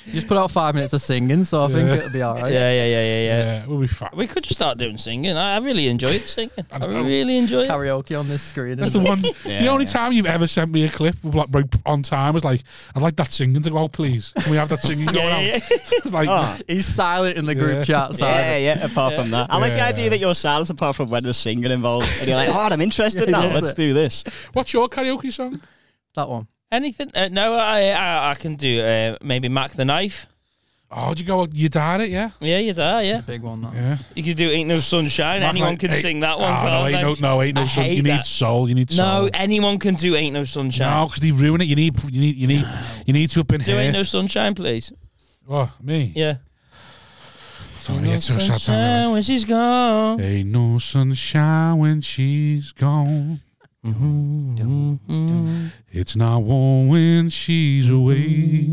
S5: just put out five minutes of singing, so I think it'll be all right.
S2: Yeah, yeah, yeah, yeah, yeah.
S1: Yeah, we'll be fine.
S2: We could just start doing singing. I I really enjoyed singing. I
S1: know.
S2: really enjoyed it.
S5: Karaoke on this screen.
S1: That's the
S5: isn't it?
S1: one. the
S4: Yeah,
S1: only
S4: yeah.
S1: time you've ever sent me a clip with like right on time was like, "I'd like that singing to go out, please. Can we have that singing going
S2: Yeah,
S1: out?"
S2: yeah,
S1: it's like,
S4: Oh,
S5: He's silent in the group
S1: Yeah.
S5: chat.
S4: Yeah,
S5: Simon.
S4: yeah, apart from that. I like the
S1: Yeah.
S4: idea that you're silent apart from when there's singing involved. And you're like, oh, I'm interested
S5: Yeah,
S4: now.
S5: yeah.
S4: Let's do this.
S1: "What's your karaoke song?"
S5: That one.
S2: Anything? Uh, no, I, I I can do uh, maybe Mac the Knife.
S1: Oh, did you go? You died it, yeah.
S2: Yeah, you there, yeah.
S5: Big one, that.
S1: Yeah.
S2: You could do Ain't No Sunshine.
S1: Mac
S2: anyone
S1: like-
S2: can
S1: hey-
S2: sing that one.
S1: Oh, no,
S2: can't
S1: ain't no,
S2: they?
S1: no, ain't no
S2: I
S1: soul.
S2: hate
S1: You need
S2: that.
S1: soul. You need soul.
S2: No, anyone can do Ain't No Sunshine.
S1: No, because they ruin it. You need, you need, you need, you need to up in
S2: Do
S1: here.
S2: Ain't No Sunshine, please.
S1: oh, me.
S2: Yeah.
S1: Don't wanna get to a sad time in my life.
S2: Sunshine when she's gone.
S1: Ain't no sunshine when she's gone.
S2: Mm.
S1: It's not warm when she's away.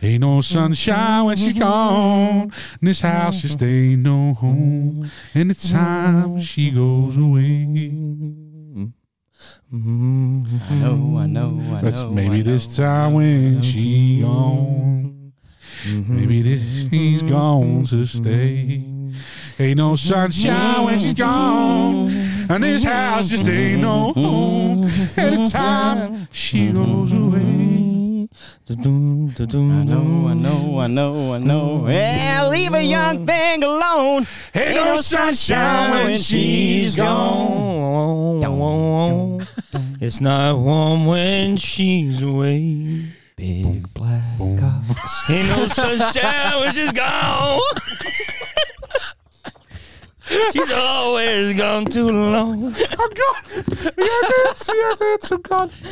S1: Ain't no sunshine when she's gone. And this house just ain't no home. And the time she goes away.
S4: I know, I know, I know.
S1: That's
S4: I
S1: maybe this
S4: know.
S1: time when she gone. Mm-hmm. Maybe this she's gone to stay. Ain't no sunshine when she's gone. And this house just ain't no home. And the time she goes away.
S4: I know, I know, I know, I know. Yeah, leave a young thing alone.
S1: Ain't
S2: oh,
S1: no sunshine when she's gone.
S2: It's not warm when she's away.
S4: Big black eyes.
S2: Ain't no sunshine when she's gone. she's always gone too long.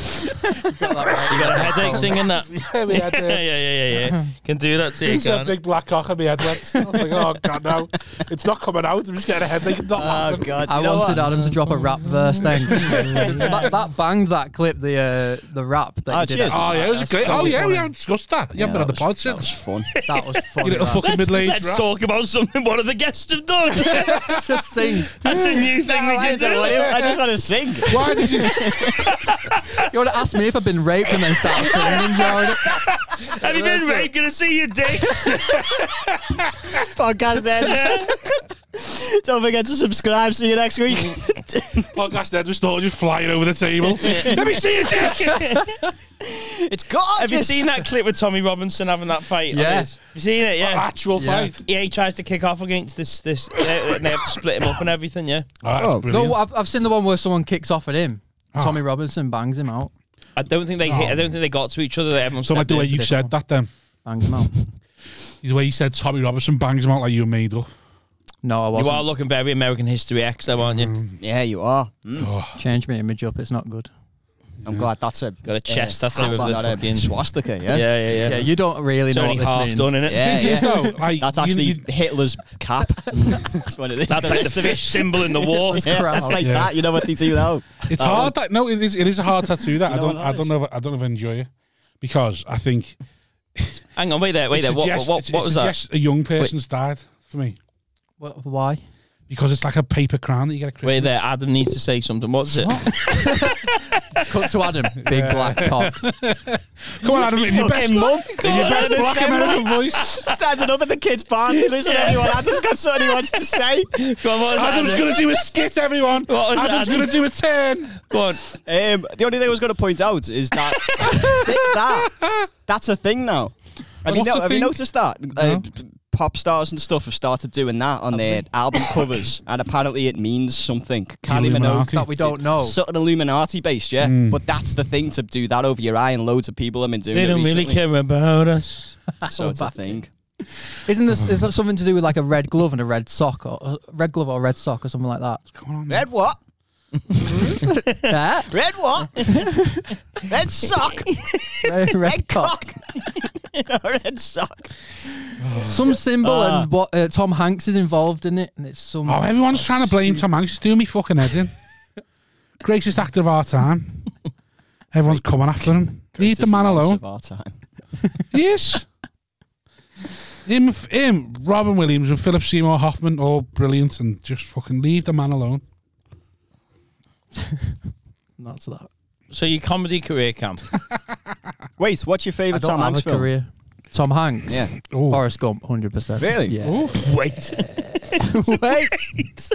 S2: You got a headache singing that.
S1: Yeah, we had
S2: yeah, yeah, yeah, yeah. Can do that too,
S1: He's a
S2: can't?
S1: big black cock in my head went. I was like, oh god, no, it's not coming out. I'm just getting a headache. It's not
S4: Oh,
S1: laughing.
S4: God.
S5: I
S4: you know
S5: wanted
S4: what?
S5: Adam to drop a rap verse then. that, that banged that clip, the uh, the rap that
S4: Oh,
S5: you did.
S4: cheers.
S1: Oh yeah, it was a
S5: That's
S1: great.
S5: so
S1: Oh yeah, we
S5: funny.
S1: haven't discussed that. You
S4: Yeah,
S1: haven't been on the
S4: that
S1: pod
S4: was- That was
S1: since.
S4: fun.
S5: That was funny.
S1: You little
S5: that.
S1: fucking
S2: Let's,
S1: middle-aged.
S2: let's
S1: rat.
S2: talk about something one of the guests have done.
S5: Just sing.
S2: That's a new thing we
S4: I
S2: can
S4: don't know
S2: do.
S4: what it- I just want to sing.
S1: Why did you?
S5: You want to ask me if I've been raped and then start singing? Jordan?
S2: Have you been
S5: Listen.
S2: raped? Gonna see your dick?
S4: Podcast ends. Don't forget to subscribe. See you next week.
S1: Podcast head was still just flying over the table. Let me see your dick.
S4: it's gorgeous.
S2: Have you seen that clip with Tommy Robinson having that fight?
S5: Yeah.
S2: Yes. You seen it? Yeah.
S1: Actual
S5: Yeah.
S1: fight.
S2: Yeah, he tries to kick off against this. This uh, and they have to split him up and everything. Yeah,
S1: Oh, that's
S4: Oh,
S1: brilliant.
S5: No, I've, I've seen the one where someone kicks off at him. Tommy Robinson bangs him out.
S2: I don't think they. hit, I don't think they got to each other. That everyone.
S1: so like
S2: stepped
S1: the way
S2: in.
S1: you said that, then
S5: Bangs him out.
S1: the way you said Tommy Robertson bangs him out like you were made up.
S5: No, I
S2: you
S5: wasn't.
S2: are looking very American History X, though, aren't you?
S4: Yeah, you are. Mm.
S1: Oh.
S5: Change my image up. It's not good.
S4: I'm glad that's a
S2: Got a chest
S4: uh,
S2: tattoo
S4: hat
S2: with
S4: on,
S2: the
S4: not a
S2: fucking-
S4: swastika.
S2: Yeah,
S4: Yeah,
S2: yeah, yeah.
S5: Yeah, you don't really
S2: it's
S5: know
S2: only
S5: what this
S2: half
S5: means.
S2: done, innit?
S4: yeah. yeah.
S1: No, like
S4: That's
S1: you-
S4: actually
S1: you-
S4: Hitler's cap. that's what it is.
S2: That's like the
S4: rest of it-
S2: fish symbol in the war.
S4: Yeah,
S5: crap.
S4: that's like
S1: Yeah.
S4: that. You know what they do now.
S1: It's hard. That, no, it is. It is a hard tattoo. That I
S4: You know
S1: don't.
S4: what
S1: I
S4: that
S1: don't
S4: is?
S1: know. If, I don't know if I enjoy it because I think.
S2: Hang on, wait there, wait
S1: it
S2: there. What,
S1: suggests-
S2: what, what,
S1: it
S2: what was that?
S1: suggests A young person's died for me
S5: Wh- Why?
S1: because it's like a paper crown that you get at
S2: Wait
S1: Christmas.
S2: there, Adam needs to say something. What's it?
S5: Cut to Adam. Big black cocks.
S1: Come on, Adam, in your best, in your
S4: mum.
S1: best black American voice.
S4: Standing up at the kids' party. Listen, everyone. Adam's got something he wants to say.
S2: Go on, what was
S1: Adam's
S2: that?
S1: gonna do a skit, everyone.
S2: What was
S1: Adam's
S2: that?
S1: gonna do a turn.
S2: Go on.
S4: Um, the only thing I was going to point out is that, that that's a thing now. Have, you,
S1: What's
S4: no,
S1: the
S4: have you
S1: thing?
S4: noticed that? Uh, p- pop stars and stuff have started doing that on their album covers, and apparently it means something. Kylie Minogue.
S1: Illuminati.
S5: that we don't know.
S4: Sort of Illuminati based, yeah. But that's the thing to do that over your eye, and loads of people have been doing
S2: They
S4: it
S2: don't really
S4: recently,
S2: care about us.
S4: So it's a thing.
S5: Isn't this is that something to do with like a red glove and a red sock or a red glove or a red sock or something like that?
S1: Come on,
S4: Red what?
S5: Yeah,
S4: Red what? Red sock.
S5: red, red
S4: Red
S5: cock.
S4: cock. in a red sock.
S5: Some symbol
S4: Ah.
S5: and what uh, Tom Hanks is involved in it, and it's some.
S1: Oh, everyone's trying to blame Tom Hanks. It's doing me fucking head in. Greatest actor of our time. Everyone's coming after him. Leave the
S4: Greatest
S1: man
S4: announcer
S1: alone.
S4: Of our time.
S1: Yes. Him, him, Robin Williams and Philip Seymour Hoffman, all brilliant, and just fucking leave the man alone.
S5: That's that.
S2: So your comedy career, Cam.
S4: Wait, what's your
S5: I
S4: favourite
S5: don't
S4: Tom
S5: have
S4: Hanks
S5: a
S4: film?
S5: career. Tom Hanks.
S4: Yeah.
S1: Ooh.
S5: Forrest Gump, 100%.
S4: Really?
S5: Yeah.
S2: Wait.
S5: Wait,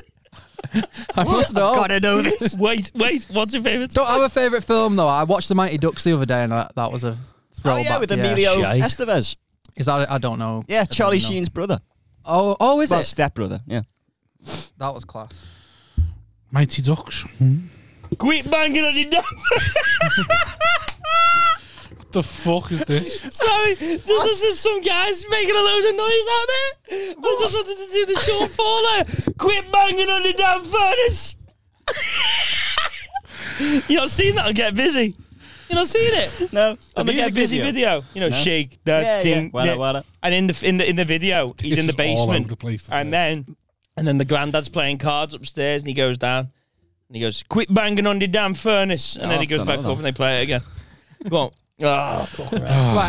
S5: I must know.
S4: Gotta know this.
S2: wait, wait. What's your favourite?
S5: Don't have a favourite film, though. I watched The Mighty Ducks the other day, and that, that was a
S4: Oh
S5: throwback.
S4: yeah, with Emilio
S5: shite.
S4: Estevez.
S5: Is that, I don't know. I
S4: Yeah,
S5: don't
S4: Charlie
S5: know.
S4: Sheen's brother.
S5: Oh, oh, is
S4: well,
S5: it?
S4: stepbrother. Yeah.
S5: That was class.
S1: Mighty Ducks. Hmm.
S2: Quit banging on your desk.
S1: What the fuck is this?
S2: Sorry, just listen to some guys making a load of noise out there. I just wanted to see the Sean Paul there. Quit banging on the damn furnace. you not seen that on Get Busy? You not seen it?
S4: No.
S2: On the Get Busy video, you know, shake that
S4: Yeah, yeah.
S2: ding,
S4: Wada,
S2: yeah.
S4: wada.
S2: and in the in the in the video, he's
S1: This
S2: in the
S1: is All over
S2: basement,
S1: the place. this
S2: and
S1: is.
S2: then and then the granddad's playing cards upstairs, and he goes down, and he goes, "Quit banging on the damn furnace," and
S4: Oh,
S2: then he
S4: I've
S2: goes
S4: done
S2: back
S4: all
S2: up
S4: that.
S2: and they play it again. Go on. Ah, fuck.
S5: Right,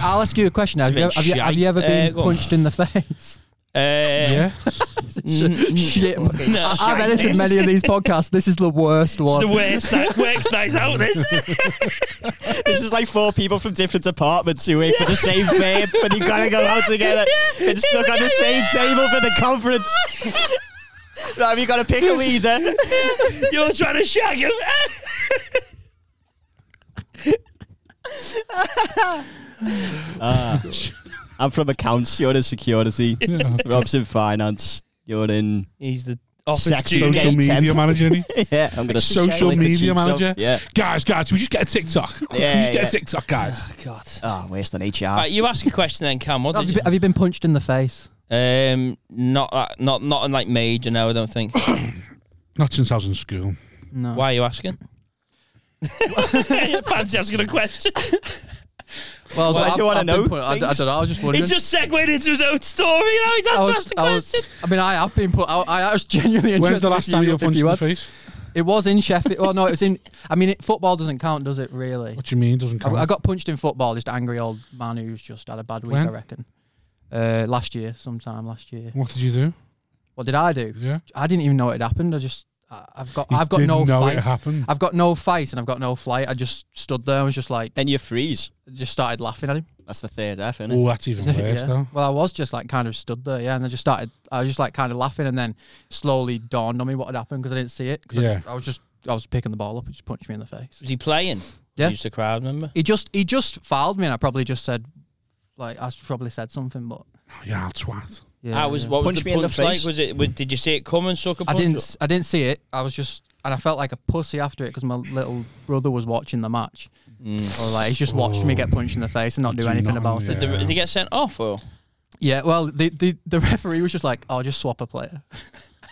S5: I'll ask you a question. Have
S2: It's a
S5: you,
S2: bit
S5: have, you, have you ever
S2: shite. Uh,
S5: been
S2: go on.
S5: punched in the face?
S2: Uh,
S1: yeah.
S2: Mm,
S5: Shit.
S2: No.
S5: I've edited many of these podcasts. This is the worst
S2: It's the
S5: one.
S2: worst night, worst night out. This
S4: This is like four people from different apartments who wait for the same fame, but you gotta go out together. and stuck on the same table for the conference. Now you gotta pick a leader.
S2: you're trying to shag him.
S4: I'm from accounts. You're in security.
S1: yeah.
S4: Rob's in finance. You're in.
S2: He's the office
S4: Sexy
S2: junior.
S4: gay
S1: Social media
S4: temp.
S1: manager. isn't he?
S4: Yeah, I'm gonna
S1: Social
S4: lick the
S1: media
S4: cheeks off.
S1: manager?
S4: Yeah.
S1: Guys, guys, can we just get a TikTok? Can we
S4: Yeah,
S1: just get
S4: yeah.
S1: a TikTok, guys.
S2: God.
S4: Oh, waste an HR.
S2: Right, you ask a question then, Cam. What
S5: Have
S2: did
S5: you,
S2: you?
S5: been- have you been punched in the face?
S2: Um, not that, not not in like major. No, I don't think.
S1: Not since I was in school.
S5: No.
S2: Why are you asking? Fancy asking a question.
S5: Well,
S4: Why do you wanna know
S5: I,
S4: things?
S5: don't know. I was just
S2: He
S5: wondering.
S2: just segued into his own story. Now he's had
S5: I
S2: to
S5: was,
S2: ask the
S5: I was-
S2: question.
S5: I mean, I have been put. I, I was genuinely interested.
S1: When's the
S5: if
S1: last time you were
S5: if
S1: punched in
S5: had-
S1: the face?
S5: It was in Sheffield. Well, no, it was in. I mean, it, football doesn't count, does it? Really?
S1: What do you mean? Doesn't
S5: I,
S1: count.
S5: I got punched in football. Just angry old man who's just had a bad week.
S1: When?
S5: I reckon. Uh, last year, sometime last year.
S1: what did you do?
S5: What did I do?
S1: Yeah.
S5: I didn't even know it had happened. I just, I, I've got,
S1: You
S5: I've got
S1: didn't
S5: no
S1: know
S5: fight.
S1: it happened.
S5: I've got no fight, and I've got no flight. I just stood there. I was just like,
S4: Then you freeze.
S5: just started laughing at him.
S4: That's the third F, isn't it?
S1: Oh, that's even worse,
S5: Yeah.
S1: though.
S5: Well, I was just like kind of stood there, yeah, and I just started. I was just like kind of laughing, and then slowly dawned on me what had happened because I didn't see it. Because
S1: Yeah.
S5: I, just- I was just, I was picking the ball up, and just punched me in the face.
S2: Was he playing?
S5: Yeah.
S2: He's just a crowd member.
S5: He just, he just fouled me, and I probably just said, like, I probably said something, but
S1: Oh, yeah, I'll twat.
S5: yeah,
S2: How was
S5: yeah.
S2: what was
S4: Punched
S2: the
S4: me in the
S2: punch like?
S4: face.
S2: Was it? Was, did you see it coming? Sucker
S5: I
S2: punch.
S5: didn't, s- I didn't see it. I was just, and I felt like a pussy after it because my little brother was watching the match.
S2: Mm.
S5: Or like he's just watched me get punched in the face and not Oh. do
S1: Do
S5: anything
S1: not-
S5: about
S1: yeah.
S5: it.
S2: Did, the, did he get sent off or?
S5: Yeah, well, the, the the referee was just like, "Oh, just swap a player."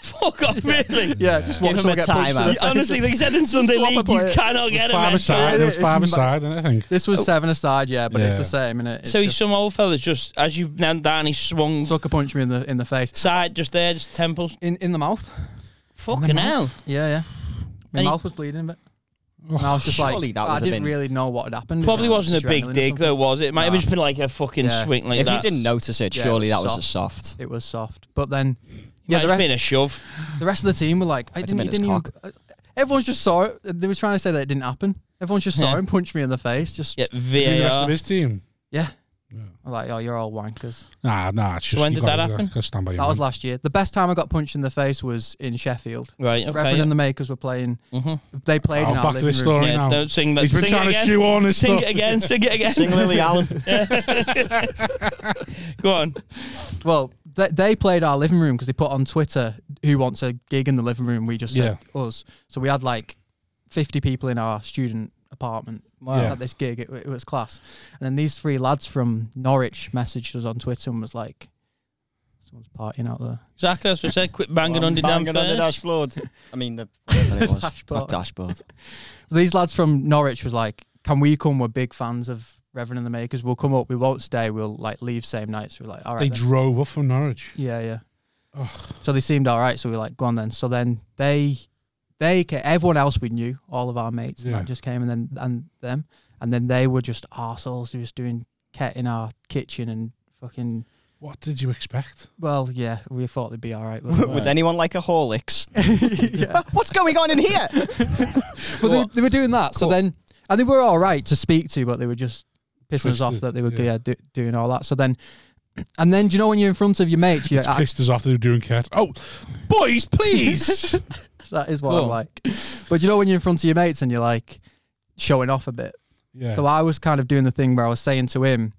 S2: Fuck off, really?
S5: Yeah, just
S4: Give
S5: watch
S4: him
S5: someone
S4: a
S5: get punched. in
S4: timeout.
S5: the
S2: You-
S5: face.
S2: Honestly, they said in Sunday
S5: Swap a
S2: League, you
S5: player.
S2: cannot
S1: It was
S2: get it.
S1: five
S2: man.
S1: aside. It was
S5: It's
S1: five
S5: ma-
S1: aside, and I think.
S5: This was seven aside, yeah, but it's
S1: Yeah.
S5: the same, innit? It's
S2: Oh. So he's
S5: just-
S2: some old fella that's just as you knelt down, he swung
S5: sucker punched me in the in the face,
S2: side just there, just temples.
S5: in in the mouth.
S2: Fucking hell.
S5: Yeah, yeah.
S2: And
S5: My
S2: Oh, you-
S5: mouth was bleeding a bit. And I was just like,
S4: Surely that
S5: I
S4: would have
S5: didn't
S4: been-
S5: really know what had happened. It
S2: Probably
S5: was
S2: wasn't a big
S5: adrenaline or
S2: dig
S5: something.
S2: though, was it? Might have
S5: Nah.
S2: just been like a fucking
S5: Yeah.
S2: swing like
S4: If
S2: that.
S4: you didn't notice it,
S5: Yeah, it
S4: surely
S5: was
S4: that was a soft.
S5: It was soft, but then
S2: yeah,
S5: yeah,
S2: might
S5: the,
S2: have
S5: re-
S2: just been a shove.
S5: the rest of the team were like, I
S4: That's a
S5: didn't, it
S4: bit
S5: didn't
S4: of
S5: even, uh, Everyone's just saw it. They were trying to say that it didn't happen. Everyone's just saw
S2: Yeah.
S5: him punch me in the face. Just yeah,
S2: Yeah,
S1: The rest of
S2: VAR.
S1: his team.
S5: I'm like, oh, you're all wankers.
S1: Nah, nah. It's just
S2: when
S1: you
S2: did
S1: gotta-
S2: that happen?
S1: gotta Stand by your
S5: That was
S1: man.
S5: last year. The best time I got punched in the face was in Sheffield.
S2: Right, okay.
S5: Reverend
S2: Yeah.
S5: and the Makers were playing.
S2: Mhm.
S5: They played
S1: Oh,
S5: in our
S1: back to
S5: living
S1: this
S5: room.
S1: story
S2: Yeah,
S1: now.
S2: don't sing that.
S1: He's been
S2: sing
S1: trying
S2: it
S1: to
S2: again.
S1: shoe on this
S2: Sing
S1: stuff.
S2: it again, sing it again.
S4: Sing Lily Allen.
S2: Go on.
S5: Well, they, they played our living room because they put on Twitter who wants a gig in the living room. We just said us. So we had like 50 people in our student apartment
S1: Yeah.
S5: at this gig. It, it was class. And then these three lads from Norwich messaged us on Twitter and was like, someone's partying out there.
S2: Exactly, that's what I said. Quit banging on the damn
S4: Banging on the
S2: fence.
S4: dashboard. I mean, the, whatever it was.
S5: Dashboard.
S4: Not dashboard.
S5: These lads from Norwich was like, can we come? We're big fans of Reverend and the Makers. We'll come up. We won't stay. We'll like leave same night. So we're like, all right.
S1: They
S5: then.
S1: drove up from Norwich.
S5: Yeah, yeah. So they seemed all right. So we were like, go on then. So then they, they, ca- everyone else we knew, all of our mates, and
S1: Yeah.
S5: that just came and then and them, and then they were just arseholes. They were just doing ket in our kitchen and fucking.
S1: What did you expect?
S5: Well, yeah, we thought they'd be all right. But,
S4: Would anyone like a Horlicks?
S5: yeah.
S4: What's going on in here?
S5: but they, they were doing that. So
S1: Cool.
S5: then, and they were all right to speak to, but they were just pissing us off
S1: Twisted,
S5: that they were
S1: yeah.
S5: yeah, do, doing all that. So then, and then do you know when you're in front of your mates, you're
S1: It's pissed us off that they were doing cat. Oh, boys, please.
S5: That is what
S1: Go
S5: I'm
S1: on.
S5: like. But you know when you're in front of your mates and you're like showing off a bit.
S1: yeah.
S5: So I was kind of doing the thing where I was saying to him,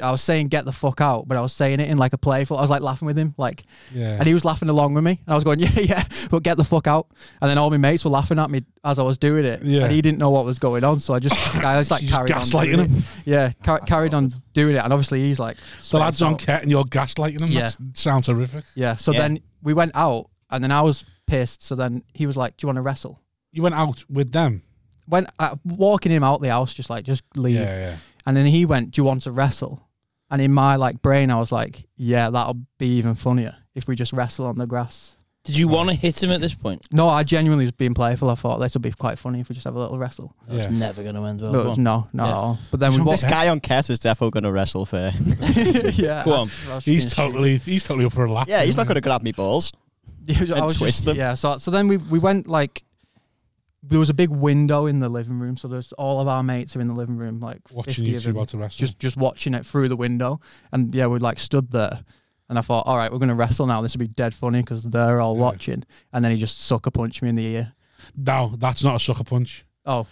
S5: I was saying get the fuck out, but I was saying it in like a playful. I was like laughing with him, like,
S1: yeah.
S5: and he was laughing along with me, and I was going yeah yeah, but get the fuck out. And then all my mates were laughing at me as I was doing it,
S1: Yeah.
S5: and he didn't know what was going on, so I just I just like
S1: She's
S5: carried on
S1: gaslighting
S5: doing
S1: him.
S5: It. Yeah, car- carried on doing it, and obviously he's like
S1: The lads
S5: spaced
S1: on
S5: out.
S1: cat and you're gaslighting them.
S5: Yeah.
S1: That sounds horrific.
S5: Yeah, so
S4: Yeah.
S5: then we went out, and then I was pissed. So then he was like, "Do you want to wrestle?"
S1: You went out with them.
S5: when uh, walking him out the house, just like just leave.
S1: Yeah, yeah.
S5: And then he went, "Do you want to wrestle?" And in my like brain, I was like, "Yeah, that'll be even funnier if we just wrestle on the grass."
S2: Did you want to hit him at this point?
S5: No, I genuinely was being playful. I thought this would be quite funny if we just have a little wrestle.
S1: yeah.
S2: It's never going to end well.
S5: But
S2: Go on.
S5: no, not at
S2: Yeah.
S5: all. But then we
S1: Some
S5: walked.
S4: this guy on cat is definitely going to wrestle fair.
S5: yeah,
S2: Go on.
S5: I was being
S1: He's
S5: stupid.
S1: totally, he's totally up for a lap.
S4: Yeah, he's
S1: isn't
S4: not going to grab me balls.
S5: I was
S4: and
S5: just-
S4: twist them.
S5: Yeah. So so then we we went like. There was a big window in the living room, so there's all of our mates are in the living room, like
S1: he? watching
S5: 50
S1: you
S5: of
S1: two
S5: them.
S1: about to wrestle.
S5: just just watching it through the window. And yeah, we like stood there, and I thought, all right, we're gonna wrestle now. This would be dead funny because they're all
S1: Yeah.
S5: watching. And then he just sucker punched me in the ear.
S1: no, that's not a sucker punch.
S5: Oh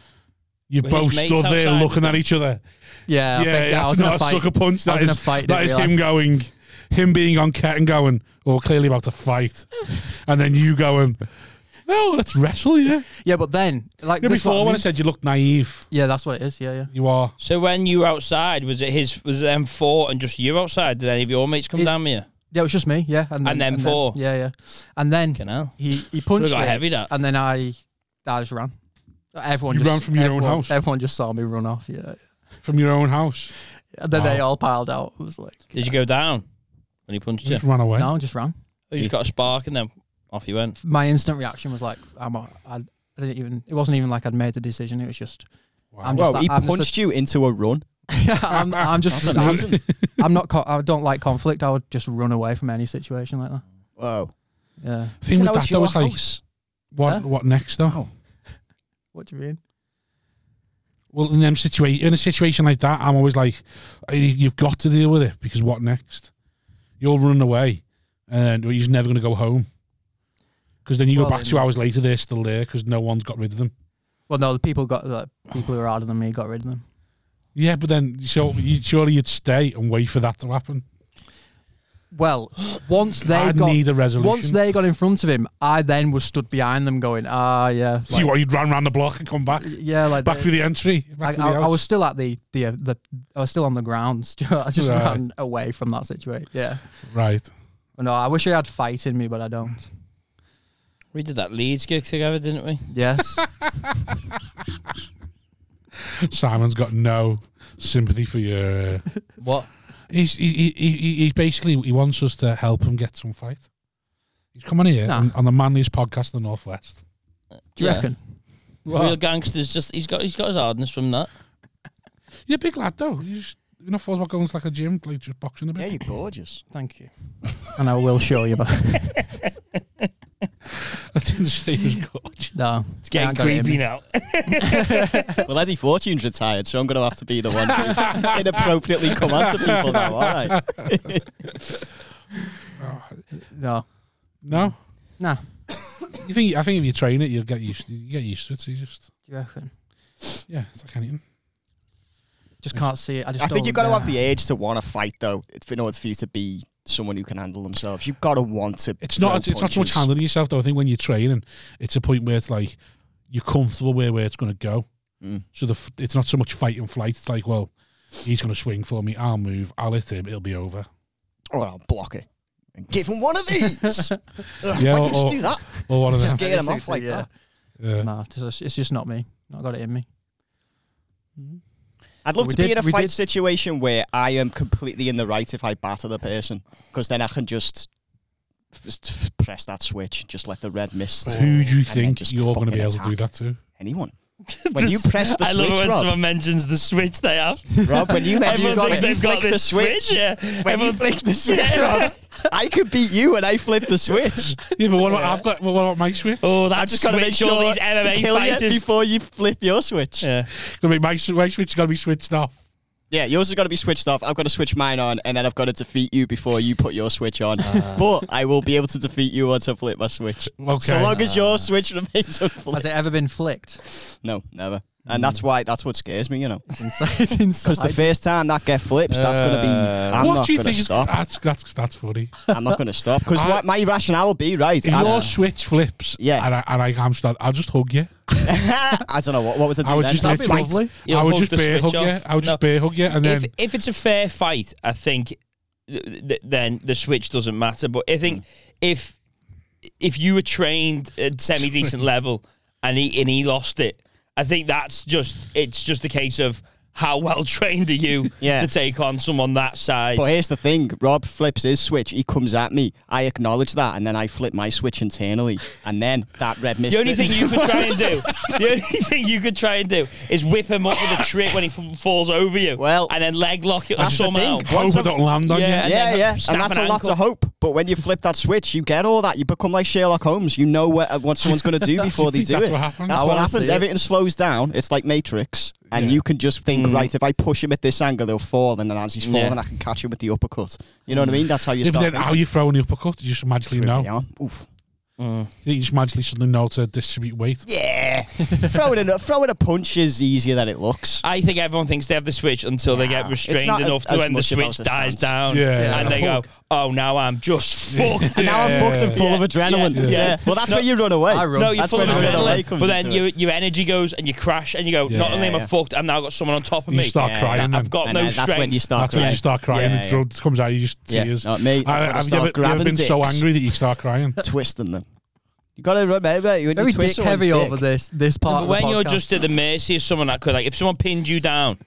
S1: You
S2: Were
S1: both
S2: his mates
S1: stood there
S2: outside
S1: looking at each other.
S5: yeah,
S1: yeah,
S5: I think, yeah. I
S1: that's
S5: was in
S1: not
S5: a
S1: a
S5: fight.
S1: sucker punch.
S5: I
S1: That
S5: was in a
S1: is,
S5: fight.
S1: that
S5: didn't
S1: is
S5: realise.
S1: him going, him being on cat and going, oh, clearly about to fight. and then you going, no, let's wrestle, yeah.
S5: Yeah, but then like
S1: You know,
S5: this is what I
S1: before when I
S5: mean.
S1: said you look naive,
S5: yeah, that's what it is. Yeah, yeah.
S1: you are.
S2: So when you were outside, was it his? Was it them four and just you outside? Did any of your mates come
S5: It-
S2: down with you?
S5: Yeah, it was just me. Yeah, and then,
S2: And then four.
S5: yeah, yeah, and then
S2: Fucking hell.
S5: he he
S2: Would've
S5: punched
S2: got
S5: me,
S2: heavy that.
S5: and then I I just ran. Everyone
S1: You
S5: just
S1: ran from your own
S5: everyone-
S1: house?
S5: Everyone just saw me run off. Yeah,
S1: From your own house.
S5: and then they
S1: Wow.
S5: all piled out. It was like
S2: Did you go down when he punched
S1: You
S2: you? Oh,
S1: just ran away.
S5: no, I just ran.
S2: You just got a spark and then off you went.
S5: my instant reaction was like, I'm a, I, am I didn't even. It wasn't even like I'd made the decision. It was just,
S1: Wow.
S5: I'm just.
S4: Bro, he
S5: I'm
S4: punched you into a run.
S5: Just, I'm, I'm just.
S4: That's
S5: I'm,
S4: amazing.
S5: I'm not. co- I don't like conflict. I would just run away from any situation like that.
S4: Whoa.
S5: Yeah.
S1: The thing with that, though, was like, what,
S5: Huh? Oh,
S1: what next, though?
S5: What do you mean?
S1: Well, in them situation, in a situation like that, I'm always like, "You- you've got to deal with it because what next? You'll run away, and you're never going to go home. Because then you
S5: Well,
S1: go back two
S5: then-
S1: hours later, they're still there because no one's got rid of them.
S5: Well, no, the people got the people who were harder than me got rid of them.
S1: Yeah, but then so you, surely you'd stay and wait for that to happen.
S5: Well, once they
S1: I
S5: got
S1: need a resolution.
S5: once they got in front of him, I then was stood behind them going, ah, yeah,
S1: See
S5: like,
S1: what you'd run round the block and come back,
S5: yeah, like
S1: back
S5: they-
S1: through the entry.
S5: I,
S1: Back through
S5: I,
S1: the
S5: I
S1: house.
S5: was still at the the, uh, the I was still on the grounds. I just
S1: Right.
S5: ran away from that situation. Yeah.
S1: right.
S5: No, I wish I had fight in me, but I don't.
S2: We did that Leeds gig together, didn't we?
S5: Yes.
S1: Simon's got no sympathy for your. uh,
S2: What?
S1: He's he, he, he, he basically he wants us to help him get some fight. He's coming here
S5: Nah.
S1: on, on the manliest podcast in the northwest.
S5: Do you
S2: Yeah.
S5: reckon?
S2: Real gangsters. Just he's got he's got his hardness from that.
S1: You're a big lad though. You just you're not fussed about going to like a gym, like just boxing a bit.
S4: you're gorgeous.
S5: Thank you. And I will show you, but
S1: I didn't say he was gorgeous.
S5: no.
S2: It's
S5: getting creepy
S2: now.
S4: Well, Eddie Fortune's retired, so I'm going to have to be the one to inappropriately come on to people now, aren't
S5: No.
S1: No,
S5: Nah. Do
S1: you think I think if you train it, you'll get used. You get used to it. So you just
S5: you reckon?
S1: yeah, it's like anything.
S5: Just can't see it. I just
S4: I? I think
S5: don't-
S4: you've got to
S5: yeah.
S4: have the age to want to fight, though, It's in order for you to be someone who can handle themselves. You've got to want to.
S1: It's not. It's,
S4: throw
S1: it's not so much
S4: punches.
S1: handling yourself though. I think when you're training, it's a point where it's like you're comfortable where where it's going to go.
S4: Mm.
S1: So the f- it's not so much fight and flight. It's like well, he's going to swing for me. I'll move. I'll hit him. It'll be over.
S4: Or I'll block it and give him one of these. Ugh,
S1: Yeah,
S4: why you just
S1: or-
S4: do that?
S1: Or one of them.
S4: Scare
S5: Yeah,
S4: him off like
S5: yeah.
S4: that.
S1: Yeah.
S5: Nah, it's just, it's just not me. Not got it in me.
S4: I'd love
S5: We
S4: to be
S5: did-
S4: in a
S5: we
S4: fight
S5: did-
S4: situation where I am completely in the right if I batter the person, because then I can just, just f- press that switch, just let the red mist.
S1: Who do you
S4: and then
S1: think
S4: just
S1: you're going to be
S4: fucking
S1: able to
S4: attack
S1: do that to?
S4: Anyone? When you press the
S2: I
S4: switch,
S2: love it when
S4: Rob,
S2: someone mentions the switch they have.
S4: Rob, when you when you
S2: Everyone
S4: got-
S2: thinks
S4: when you
S2: they've got
S4: flick the
S2: this switch.
S4: switch,
S2: Yeah.
S4: when you
S2: Everyone
S4: flick the switch, Rob, I could beat you and I flip the switch.
S1: Yeah, but what about I've got? Well, what about my switch?
S2: Oh,
S4: I
S2: that just
S4: just got to
S2: switch
S4: make sure
S2: all these
S4: to
S2: MMA
S4: kill you
S2: fighters.
S4: before you flip your switch.
S2: Yeah.
S1: Gonna make my, sw- my switch going to be switched off.
S4: Yeah, yours has got to be switched off. I've got to switch mine on, and then I've got to defeat you before you put your switch on. but I will be able to defeat you once I flip my switch.
S1: Uh. Okay. Uh.
S4: So long as your switch remains
S5: Has
S4: unflipped.
S5: it ever been flicked?
S4: No, never. And that's why that's what scares me, you know.
S5: Inside, inside.
S4: Because the first time that get flips, that's going to be. I'm
S1: Uh, what
S4: not
S1: do you
S4: going to
S1: think? Is,
S4: stop.
S1: that's that's that's funny.
S4: I'm not going to stop. Because
S1: I-
S4: what my rationale will be, right?
S1: If
S4: I,
S1: your switch flips,
S4: Yeah.
S1: and I and I am stand, I'll just hug you.
S4: I don't know what what was I do
S1: I would
S4: then?
S1: just
S5: That'd be
S1: literally-
S5: lovely.
S1: I
S2: You'll
S1: would
S2: hug
S1: just
S2: the
S1: bear hug
S2: switch
S1: you.
S2: off.
S1: I would
S2: No.
S1: just bear hug you, and then
S2: if if it's a fair fight, I think th- th- then the switch doesn't matter. But I think if if you were trained at semi decent level and he and he lost it, I think that's just it's just a case of how well trained are you
S4: Yeah.
S2: to take on someone that size.
S4: But here's the thing: Rob flips his switch. He comes at me. I acknowledge that, and then I flip my switch internally, and then that red mist.
S2: the only thing you could try and do, the only thing you could try and do, is whip him up with a trick when he f- falls over you,
S4: Well,
S2: and then leg lock it
S4: that's the
S2: somehow.
S4: thing.
S1: hope
S4: once
S1: I
S4: I've-
S1: don't land on
S2: Yeah.
S1: you.
S2: and
S4: yeah,
S2: then
S4: yeah,
S2: snap
S4: and that's
S2: an
S4: a lot
S2: ankle.
S4: to hope. But when you flip that switch, you get all that. You become like Sherlock Holmes. You know what, uh, what someone's going to do before they
S1: think
S4: do
S1: that's
S4: it.
S1: what happens?
S4: That's
S1: I
S4: what
S5: wanna
S4: happens.
S5: see it.
S4: Everything slows down. It's like Matrix, and you can just think, right, if I push him at this angle, he'll fall, and then as he's falling, I can catch him with the uppercut. You know what I mean? That's how you
S1: Yeah, but
S4: start.
S1: then how you throwing the uppercut? You just magically
S4: thinking,
S1: know.
S4: yeah, oof.
S1: You just magically suddenly know to distribute weight.
S4: Yeah, throwing a throwing a punch is easier than it looks.
S2: I think everyone thinks they have the switch until they
S4: Nah,
S2: get restrained
S4: it's not
S2: enough to
S4: as
S2: when the
S4: much
S2: switch
S4: about the
S2: dies
S4: stance.
S2: down.
S1: Yeah. Yeah.
S2: And they go, oh, now I'm just fucked.
S4: And now I'm fucked and full
S2: Uh, Yeah,
S4: of adrenaline.
S2: yeah, yeah.
S4: Well, that's
S2: No,
S4: where you run away.
S5: I run.
S2: No, you're
S4: That's
S2: full of
S4: when the adrenaline
S2: adrenaline,
S4: comes
S2: but then
S4: into
S2: your your energy goes and you crash and you go. Not only am
S4: yeah.
S2: I fucked, I've now got someone on top of
S1: You
S2: me.
S1: start crying
S2: I've
S1: then.
S2: got
S4: And
S2: no
S4: then
S2: strength.
S4: That's when you start.
S1: That's when you
S4: crying.
S1: start crying.
S4: Yeah,
S1: the
S4: yeah.
S1: drugs comes out. You just
S4: Yeah,
S1: tears.
S4: not me. That's when
S1: have
S4: I
S1: you
S4: start
S1: ever, you ever
S4: grabbing
S1: been so
S4: dicks.
S1: angry that you start crying?
S4: Twisting them. You got to remember you
S5: Very
S4: you twist
S5: dick heavy
S4: someone's
S5: over
S4: dick.
S5: this this part.
S2: But
S5: of
S2: when
S5: the
S2: you're
S5: podcast.
S2: just at the mercy of someone that could, like, if someone pinned you down,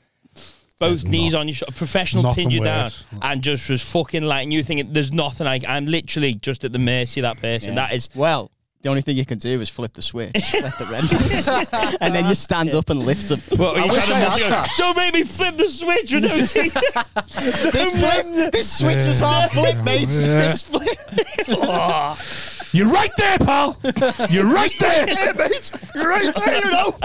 S2: both knees on your sh- a professional
S1: nothing
S2: pinned you down
S1: worse.
S2: and just was fucking like, you thinking, there's nothing. Like, I'm literally just at the mercy of that person. That is
S4: Well, the only thing you can do is flip the switch, let the red, and then you stand up and lift them.
S2: Well, you
S4: wish
S2: had a
S4: I
S2: month
S4: had
S2: ago,
S4: that.
S2: Don't make me flip the switch with no teeth.
S4: this flip, this switch is half flip, mate.
S1: Yeah.
S4: This flip.
S1: You're right there, pal. You're right there.
S4: mate. You're right there, you know.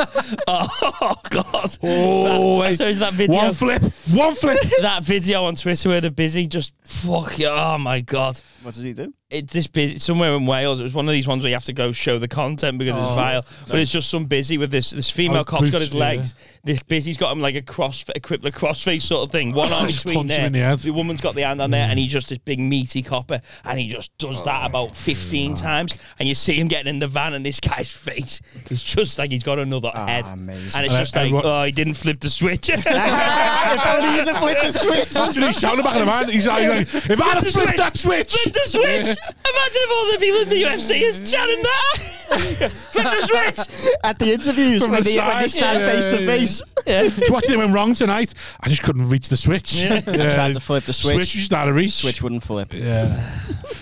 S2: oh God!
S1: Oh,
S2: I
S1: wait.
S2: saw that video.
S1: one flip, one flip.
S2: that video on Twitter where they're busy just fuck. Oh my God!
S4: What does he do?
S2: It's this busy somewhere in Wales. It was one of these ones where you have to go show the content because it's vile. But it's just some busy with this this female
S1: Oh,
S2: cop's got
S1: boots,
S2: his
S1: yeah.
S2: legs. This busy's got him like a cross a crippler crossface sort of thing. One arm
S1: Just
S2: between
S1: punch him
S2: there.
S1: in the head. Mm.
S2: woman's got the hand on there, and he just this big meaty copper, and he just does
S1: Oh,
S2: that about fifteen times. And you see him getting in the van, and this guy's face is just like he's got another
S1: Ah,
S2: head.
S4: amazing.
S2: And it's
S1: Uh,
S2: just like,
S1: everyone-
S2: oh, he didn't flip the switch.
S4: if only you'd have flipped the switch.
S1: That's what he's shouting back in the van. He's like, if I'd have flipped that switch.
S2: Flip the switch! Imagine if all the people in the UFC is chanting that! Flip the switch!
S4: At the interviews,
S1: From
S4: when,
S1: the
S4: they, when they
S1: side,
S4: stand
S1: yeah,
S4: face to
S1: yeah,
S4: face,
S1: It's what they went wrong tonight. I just couldn't reach the switch. Yeah.
S4: I tried to flip the switch.
S1: Switch, you just out of reach.
S4: switch wouldn't flip.
S1: Yeah.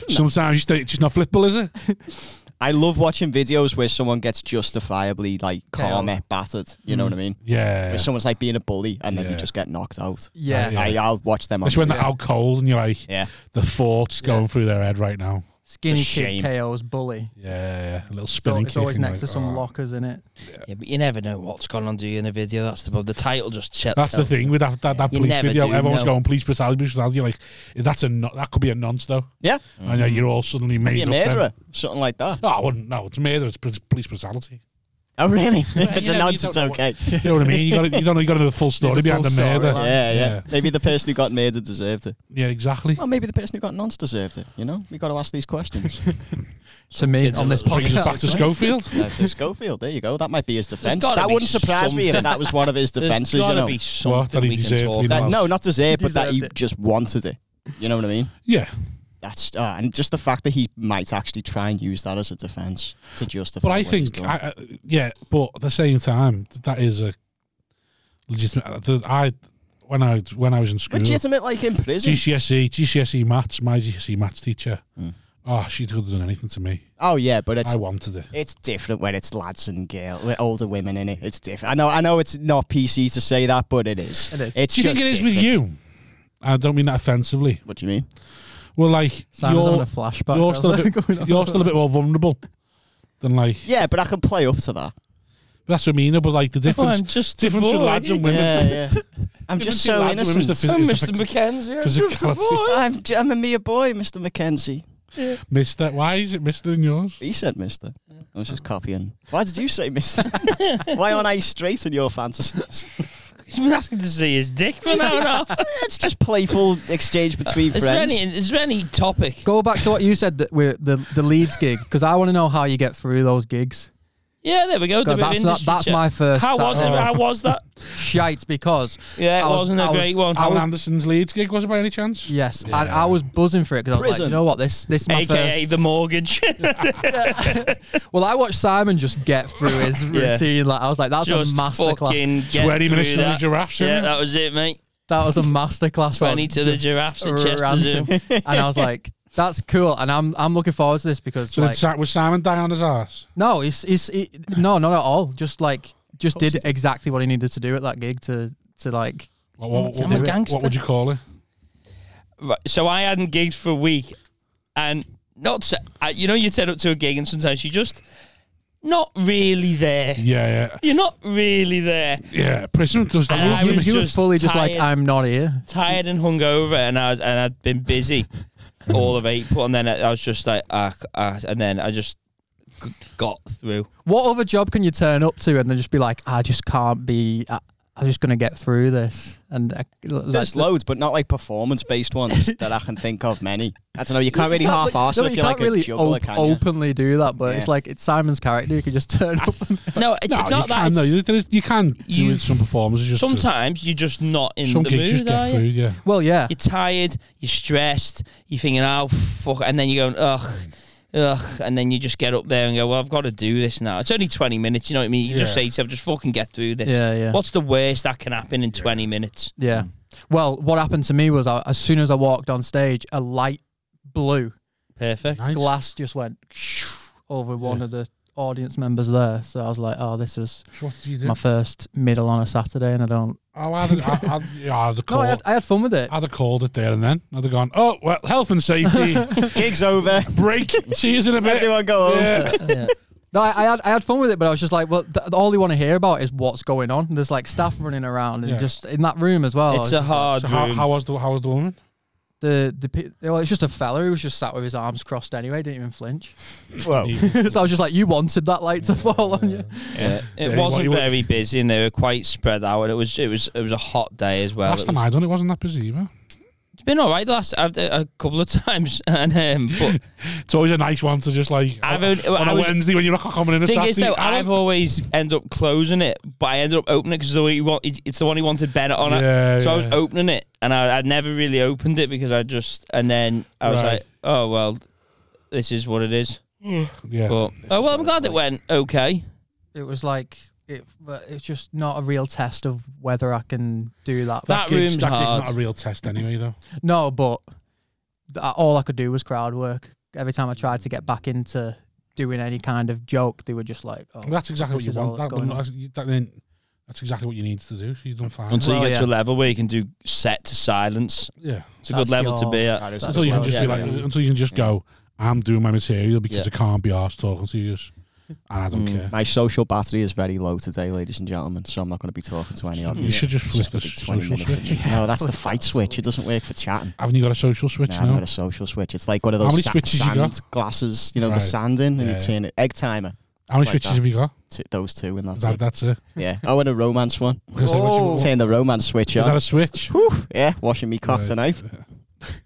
S1: Sometimes you stay, it's just not flippable, is it?
S4: I love watching videos where someone gets justifiably like calm
S5: Yeah.
S4: and battered. You know what I mean?
S1: Mm. Yeah.
S4: Where someone's like being a bully and then they
S1: Yeah.
S4: just get knocked out.
S5: yeah.
S1: Yeah.
S4: I, I'll watch them. On
S1: Especially when
S4: video.
S1: they're out cold and you're like,
S4: yeah,
S1: the thought's going through their head right now.
S5: skinny
S4: The
S5: kid
S4: shame.
S5: KO's bully.
S1: Yeah. A little
S5: So
S1: spinning
S5: it's always
S1: kick and
S5: next to
S1: you're like,
S5: some
S1: "Oh."
S5: lockers in it.
S2: Yeah, but you never know what's gone on, do you, in a video? That's the problem. The title just sets
S1: That's the thing with that, that, that
S2: You
S1: police
S2: never
S1: video.
S2: do
S1: Everyone's
S2: know.
S1: going police brutality, police brutality. You're like, that's a no, that could be a nonce though.
S4: yeah.
S1: I know you're all suddenly made
S4: Be a
S1: up. then.
S4: murderer, something like that.
S1: No, I wouldn't. No, it's murder. It's pr- police brutality.
S4: Oh, really? if it's
S1: you know, you
S4: announced,
S1: don't
S4: it's
S1: know what-
S4: okay.
S1: You know what I mean? You got to, you don't know. You got to know the full story
S5: the
S1: behind
S5: full
S1: the murder.
S5: storyline.
S4: Yeah, yeah,
S1: Yeah.
S4: Maybe the person who got murdered deserved it.
S1: Yeah, exactly.
S4: Well, maybe the person who got nonce deserved it. You know, we got to ask these questions.
S5: To me,
S2: kids
S5: on
S2: are
S5: this
S2: little
S1: Brings us
S5: podcast,
S1: back to Schofield.
S4: Uh, to Schofield, there you go. That might be his defence.
S2: gotta
S4: That
S2: be
S4: wouldn't surprise me if
S2: something.
S4: that was one of his defences.
S2: There's
S4: You
S2: gotta
S4: know,
S2: be
S1: What? That
S2: something
S1: he
S2: we can
S1: deserves to
S2: talk
S1: be
S4: That-
S2: about.
S4: no, not deserved,
S5: He
S4: but that he
S5: deserved it.
S4: just wanted it. You know what I mean?
S1: Yeah,
S4: That's uh, and just the fact that he might actually try and use that as a defense to justify.
S1: but I uh,
S4: what he's
S1: think,
S4: done.
S1: I, I- yeah, but at the same time, that is a legitimate. uh, the- I when I when I was in school,
S4: Legitimate, like in prison.
S1: GCSE GCSE E maths, my GCSE maths teacher. Oh, she could have done anything to me.
S4: Oh yeah, but it's
S1: I wanted it.
S4: it's different when it's lads and girls, with older women in it. It's different. I know, I know, it's not PC to say that, but it is.
S5: It is.
S4: It's
S1: Do you think it
S4: just
S1: is with
S4: different.
S1: you? I don't mean that offensively.
S4: What do you mean?
S1: Well, like
S5: Sam
S1: you're,
S5: having a flashback.
S1: you're still a
S5: Going on.
S1: bit, you're still a bit more vulnerable than like
S4: Yeah, but I can play up to that.
S1: that's what I mean. But like the difference,
S2: I'm just a
S1: difference with
S2: boy.
S1: lads and women.
S4: Yeah, yeah. I'm
S1: difference
S4: just
S1: with
S4: so
S1: lads and women is the
S4: innocent.
S1: phys-
S2: I'm
S1: is the
S2: Mr.
S1: phys-
S2: Mackenzie. I'm just a
S1: physicality.
S2: boy.
S4: I'm, j- I'm a mere boy, Mr. Mackenzie.
S1: Mister, why is it Mister in yours?
S4: He said Mister. I was just copying. Why did you say Mister? Why aren't I straight in your fantasies?
S2: He's been asking to see his dick for an hour and a half.
S4: it's just playful exchange between
S2: Is there,
S4: friends.
S2: any, is there any topic?
S5: Go back to what you said that we're the the Leeds gig because I want to know how you get through those gigs.
S2: Yeah, there we go.
S5: God,
S2: do a bit of
S5: that's not,
S2: industry
S5: that's
S2: chat.
S5: my first.
S2: How was it?
S5: Saturday.
S2: How was that?
S5: Shite because
S2: Yeah, it
S5: I was-
S2: wasn't a
S5: I was-
S2: great one.
S5: I
S1: Alan
S5: was-
S1: Anderson's Leeds gig was it by any chance?
S5: yes, and I was buzzing for it because I was like, "Do
S4: Prison.
S5: you know what, this this is my
S2: AKA
S5: first.
S2: the mortgage.
S5: Well, I watched Simon just get through his routine. Like I was like, that's
S2: Just
S5: a masterclass.
S2: fucking get
S1: 20 minutes
S2: through
S1: to the
S2: that.
S1: giraffes,
S2: Yeah,
S1: innit?
S2: that was it, mate.
S5: That was a masterclass. on
S2: 20 to the giraffes at Chester Zoo.
S5: ranting. and I was like, that's cool, and I'm I'm looking forward to this because
S1: So
S5: like,
S1: did Sa- was Simon dying on his ass?
S5: no, he's he's he, no, not at all. Just like
S1: Oh,
S5: just did exactly what he needed to do at that gig to to like.
S1: What, what,
S2: I'm
S1: what-
S2: a
S1: what
S2: gangster.
S1: would you call it?
S2: Right, so I hadn't gigged for a week, and not se- I- you know you turn up to a gig and sometimes you're just not really there.
S1: Yeah, yeah,
S2: You're not really there.
S1: yeah. Prison does that.
S2: I
S1: doesn't
S5: he
S1: it?
S5: was,
S2: was
S5: he was
S2: just
S5: fully just like
S2: tired.
S5: I'm not here.
S2: tired and hungover, and I was, and I'd been busy all of April, and then I, I was just like, ah, ah, and then I just g- got through.
S5: What other job can you turn up to and then just be like, I just can't be. I, I'm just gonna get through this. And uh, I,
S4: There's loads, but not like performance-based ones that I can think of. Many. I don't know. You can't really
S5: No, but-
S4: half-ass
S5: no,
S4: it
S5: but
S4: if
S5: you
S4: you're
S5: can't
S4: like
S5: really
S4: a juggler,
S5: op-
S4: can you?
S5: openly do that. But it's
S4: Yeah.
S5: like it's Simon's character. You could just turn up. And,
S2: No, it's,
S1: No,
S2: it's not
S1: you
S2: that.
S1: can, though.
S2: it's-
S1: You- there is- you can do
S2: you-
S1: it some performances. Just to-
S2: sometimes you're just not in
S1: some
S2: the
S1: gigs just
S2: mood.
S1: get
S2: Are
S1: through.
S2: you?
S1: Yeah,
S5: well, yeah.
S2: You're tired. You're stressed. You're thinking, oh fuck, and then you're going, ugh. Ugh, and then you just get up there and go. Well, I've got to do this now. It's only twenty minutes. You know what I mean? You just
S1: Yeah.
S2: say to yourself, just fucking get through this.
S5: Yeah, yeah.
S2: What's the worst that can happen in twenty minutes?
S5: Yeah. Well, what happened to me was I, as soon as I walked on stage, a light blue
S2: Perfect.
S1: Nice.
S5: glass just went over one of the audience members there. So I was like, oh, this was
S1: So what did you do?
S5: my first middle on a Saturday, and I don't.
S1: oh, I had, I, I, yeah, I had a
S5: No,
S4: Oh,
S1: call.
S5: I had, I had fun with it.
S1: I'd have called it there and then. I'd have gone, oh, well, health and safety,
S4: Gig's over.
S1: break, see you in a bit.
S4: Everyone go home.
S1: Yeah.
S5: No, I, I had I had fun with it, but I was just like, well, th- all they want to hear about is what's going on. There's like staff
S2: Mm.
S5: running around and
S1: Yeah.
S5: just in that room as well. I
S2: it's
S5: was
S2: a
S5: just Oh, like-
S2: hard
S1: So how,
S2: room.
S1: how, was the, how was the woman?
S5: the the pe- well, it's just a fella who was just sat with his arms crossed anyway, didn't even flinch.
S4: Whoa.
S5: so I was just like, you wanted that light to fall on you.
S2: Yeah, it
S1: Yeah,
S2: wasn't
S1: you wa-
S2: very busy, and they were quite spread out. It was it was it was a hot day as well.
S1: Last
S2: It
S1: time
S2: was-
S1: I done it wasn't that busy either.
S2: it's been all right the last I've, a couple of times, and um, but
S1: It's always a nice one to just like
S2: I've
S1: on,
S2: only- I
S1: a
S2: was-
S1: Wednesday when you're not coming in a
S2: thing
S1: Saturday.
S2: is though,
S1: I
S2: I've
S1: don't-
S2: always end up closing it, but I ended up opening it because the one he wa- it's it's the one he wanted Bennett on
S1: Yeah,
S2: it. So I was
S1: yeah.
S2: opening it, and I, I never really opened it because I just and then I was
S1: Right.
S2: like, oh well, this is what it is.
S1: yeah.
S2: But oh well, I'm glad it went okay.
S5: It was like it, but it's just not a real test of whether I can do that.
S2: That
S1: gig's-
S2: room's
S1: that gig's
S2: hard.
S1: not a real test anyway though.
S5: no, but th- all I could do was crowd work. Every time I tried to get back into doing any kind of joke, they were just like, "Oh,
S1: That's exactly what
S5: this
S1: you
S5: is all
S1: want. That,
S5: that's going
S1: wouldn't-
S5: on.
S1: that's, you- that then, that's exactly what you need to do. So you don't find
S2: Until
S5: Well,
S2: you get to
S5: yeah.
S2: a level where you can do set to silence.
S1: yeah.
S2: It's a
S5: That's
S2: good level to
S5: your-
S2: be at.
S4: That is
S5: that's
S1: Until you can
S5: what
S1: just
S5: I
S1: be
S5: was
S1: like,
S5: doing.
S1: until you can just go, I'm doing my material because
S2: Yeah.
S1: I can't be arsed talking to you, and I don't care.
S4: Mm. My social battery is very low today, ladies and gentlemen, so I'm not going to be talking to any of you.
S1: You should just flip
S4: Just
S1: the
S4: be 20
S1: social
S4: minutes.
S1: switch.
S4: No, that's the fight switch. It doesn't work for chatting.
S1: Haven't you got a social switch
S4: No, I've
S1: now?
S4: got a social switch. It's like one of
S1: How
S4: those
S1: many
S4: sa-
S1: switches you
S4: sand
S1: got?
S4: glasses, you know,
S1: Right.
S4: the sanding, and
S1: Yeah.
S4: you turn it. Egg timer.
S1: How many
S4: like
S1: switches
S4: that.
S1: have you got?
S4: T- those two, and that's
S1: That,
S4: it.
S1: that's it.
S4: Yeah. Oh, and a romance one.
S1: Because they-
S5: Oh.
S1: is
S4: Turn the romance switch
S1: that
S4: on.
S1: a switch?
S4: Yeah, washing me cock
S1: Right.
S4: tonight.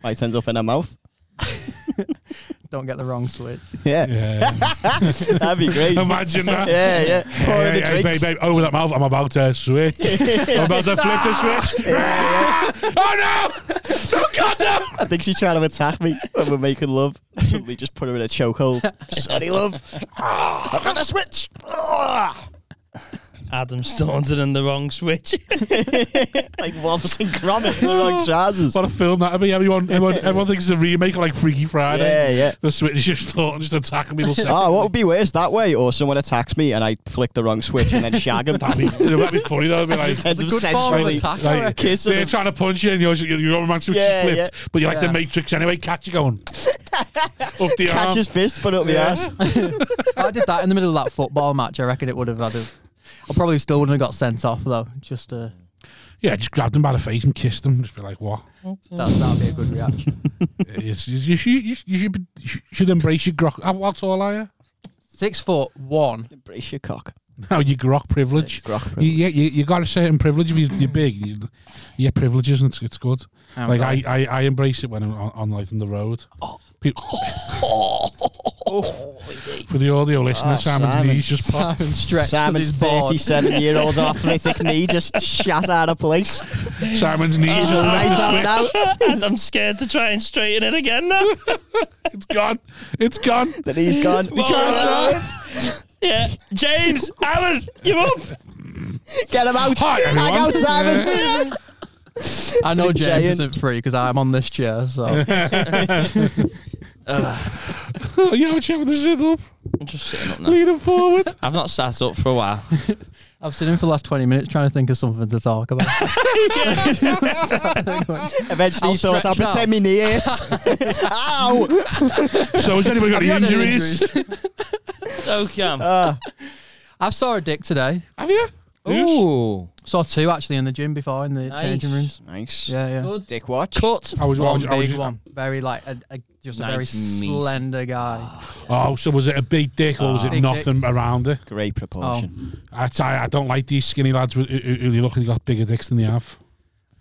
S4: Light ends up in her mouth.
S5: Don't get the wrong switch."
S4: Yeah,
S1: Yeah.
S4: that'd be great.
S1: Imagine that.
S4: Yeah, yeah. Pour in
S1: Hey,
S4: the
S1: hey, babe,
S4: drinks.
S1: babe, over that mouth. I'm about to switch. I'm about to flip the switch. oh no! Oh god no!
S4: I think she's trying to attack me when we're making love. Suddenly just put her in a chokehold. Sorry, love. Ah, I've got the switch. Ah.
S2: Adam Staunton and the wrong switch.
S4: like Wallace and Gromit in the wrong trousers.
S1: What a film that'd be. Everyone, everyone, everyone thinks it's a remake of like Freaky Friday.
S4: Yeah, yeah.
S1: The switch is just thought and just attacking people. second.
S4: Oh, what would be worse that way? Or someone attacks me and I flick the wrong switch and then shag him.
S1: that'd, be, that'd be funny though. It'd be like,
S5: It's
S4: Heads
S5: a
S4: him
S5: good form of
S4: sensually.
S5: attack, I
S1: Like,
S5: reckon.
S4: Kiss
S1: they're
S4: him.
S1: trying to punch you and you're, you're, you're on man switch
S4: Yeah,
S1: is flipped,
S4: yeah.
S1: but you're like
S5: Yeah.
S1: the Matrix anyway. Catch you going up the
S4: Catch
S1: arm.
S4: his fist, put it up the
S1: Yeah.
S4: ass.
S5: If I did that in the middle of that football match, I reckon it would have had a. I probably still wouldn't have got sent off though. Just uh,
S1: Yeah, just grabbed him by the face and kissed him. Just be like, what?
S5: that, that'd be a good reaction.
S1: It's, you, should, you, should, you, should, be- you should embrace your grok. How, how tall are you?
S5: Six foot one.
S4: Brace your cock.
S1: No, your grok privilege.
S4: Grok.
S1: You, yeah, you, you got a certain privilege. If you, you're big, you, your privilege isn't. It's good.
S5: Oh,
S1: like I,
S5: God.
S1: I, I embrace it when I'm on, on like on the road.
S4: Oh.
S1: People, for the audio listener,
S4: Ah,
S1: Simon's
S4: Simon.
S1: knees just popped.
S5: Simon stretched 'cause
S4: Simon's
S5: he's bored.
S4: 37 year old athletic knee just shot out of place.
S1: Simon's knees just
S4: Right
S1: off the
S4: up
S1: switch.
S4: now.
S2: I'm scared to try and straighten it again now.
S1: It's gone. It's gone.
S4: The knee's gone. We
S2: can't yeah, James, Alan, you're up.
S4: Get him out.
S1: Hi,
S4: Tag
S1: everyone.
S4: out Simon.
S5: I know James
S4: Giant.
S5: isn't free because I'm on this chair. So
S1: Oh, you have a chat with the sit up.
S2: I'm just sitting up now.
S1: Lean him forward.
S2: I've not sat up for a while.
S5: I've seen him for the last twenty minutes trying to think of something to talk about.
S4: Eventually, he
S5: I'll
S4: thought, I'll
S5: stretch
S4: pretend my knee hurts. Ow!
S1: So, has anybody got any
S5: Have you had any
S1: injuries?
S2: So Cam.
S4: Ah.
S5: I saw a dick today.
S1: Have you?
S2: Ooh.
S5: Saw two actually in the gym before in the
S2: Nice.
S5: changing rooms.
S4: nice.
S5: Yeah, yeah.
S2: Good.
S4: Dick watch.
S5: Cut.
S1: I was- I
S5: one
S1: was- I was-
S5: big one. Very like a, a just a very
S2: Nice meat.
S5: slender guy.
S1: Oh, so was it a Ah. big dick or was it
S5: Big dick.
S1: nothing around it?
S4: Great
S5: Oh,
S4: proportion.
S1: I, tell you, I don't like these skinny lads who, who, who look like they got bigger dicks than they have.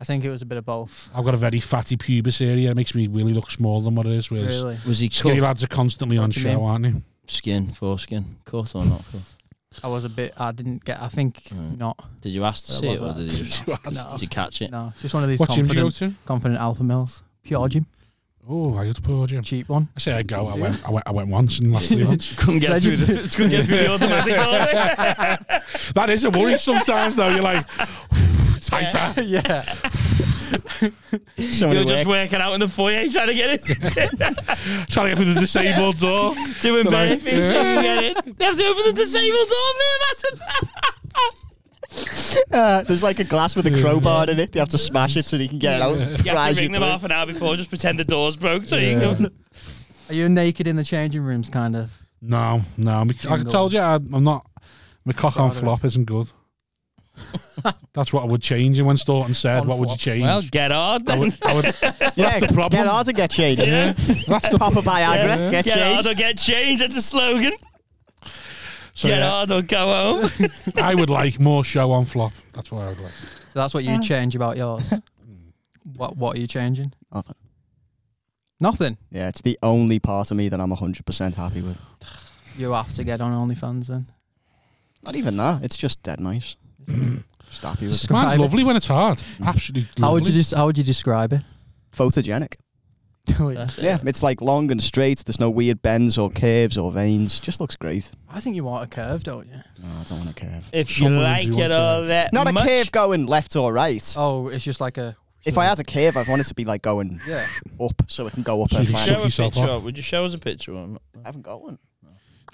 S5: I think it was a bit of both.
S1: I've got a very fatty pubis area. It makes me really look smaller than what it is. Whereas
S5: Really.
S2: Was he
S1: skinny
S2: cut?
S1: lads are constantly on
S5: do you
S1: show,
S5: mean?
S1: aren't they?
S2: Skin, foreskin, cut or not cut?
S5: I was a bit. I didn't get. I think
S1: Mm.
S2: Right.
S5: not.
S2: Did you ask to
S5: That
S2: see it or
S5: wasn't-
S2: did you just
S5: No.
S2: did you catch it?
S5: No, just one of these
S1: What gym do you go
S5: confident,
S1: to?
S5: confident alpha males.
S1: Mm.
S5: Pure gym,
S1: Oh, I go to poor gym.
S5: cheap one.
S1: I say I go. I went. I went. I went once in the last three months.
S2: Couldn't get
S5: Did
S2: through
S5: you-
S2: the couldn't get through the automatic order.
S1: That is a worry sometimes, though. You're like, tighter.
S5: yeah,
S4: Someone
S2: You're
S4: at
S2: just
S4: work-
S2: working out in the foyer trying to get it.
S1: Trying to get through the disabled door.
S2: Doing
S1: Like-
S2: benefits, you can get it. They have to open the disabled door
S4: Uh, there's like a glass with a crowbar in it. You have to smash it so you can get it out.
S2: for You have
S4: Prize
S2: to
S4: you
S2: ring them
S4: play.
S2: half an hour before, just pretend the door's broke so you can go.
S5: are you naked in the changing rooms? Kind of.
S1: No, no. Me, like I told you, I, I'm not. My cock on
S5: Father.
S1: flop isn't good. That's what I would change. And when Staunton said,
S5: On
S1: "What would you
S5: flop.
S1: change?"
S2: Well, get on
S1: I
S2: then.
S1: would, I would,
S4: Yeah,
S1: the problem.
S4: Get hard and get changed.
S2: Yeah.
S1: that's the
S4: Pop a
S1: Yeah.
S4: Viagra, get
S2: Get hard or
S4: changed.
S2: get changed. That's a slogan.
S1: so,
S2: get
S1: yeah,
S2: hard or go home.
S1: I would like more show on flop. That's what I would like.
S5: So that's what you change about yours. what What are you changing?
S4: Nothing.
S5: Nothing.
S4: Yeah, it's the only part of me that I'm 100% happy with.
S5: You have to get on OnlyFans then.
S4: Not even that. It's just dead nice. just happy with it.
S5: Describe
S1: Mine's
S5: it.
S1: lovely when it's Mm. hard. Absolutely.
S5: How would
S1: lovely.
S5: you des- How would you describe it? Uh,
S4: Photogenic. Yeah, it's like long and straight. There's no weird bends or curves or veins. Just looks great.
S5: I think you want a curve, don't you?
S4: No, I don't want a curve.
S2: If you
S1: Someone
S2: like
S1: you
S2: it
S1: want
S2: all that
S4: Not
S2: much,
S4: a curve going left or right.
S5: Oh, it's just like a.
S4: If I had a curve, I'd want it to be like going
S5: Yeah.
S4: up so it can go up
S1: So
S4: and
S1: you
S4: fine.
S1: show-
S2: show a
S1: yourself
S2: picture.
S1: off.
S2: Of, would you show us a picture? Or not?
S4: I haven't got one.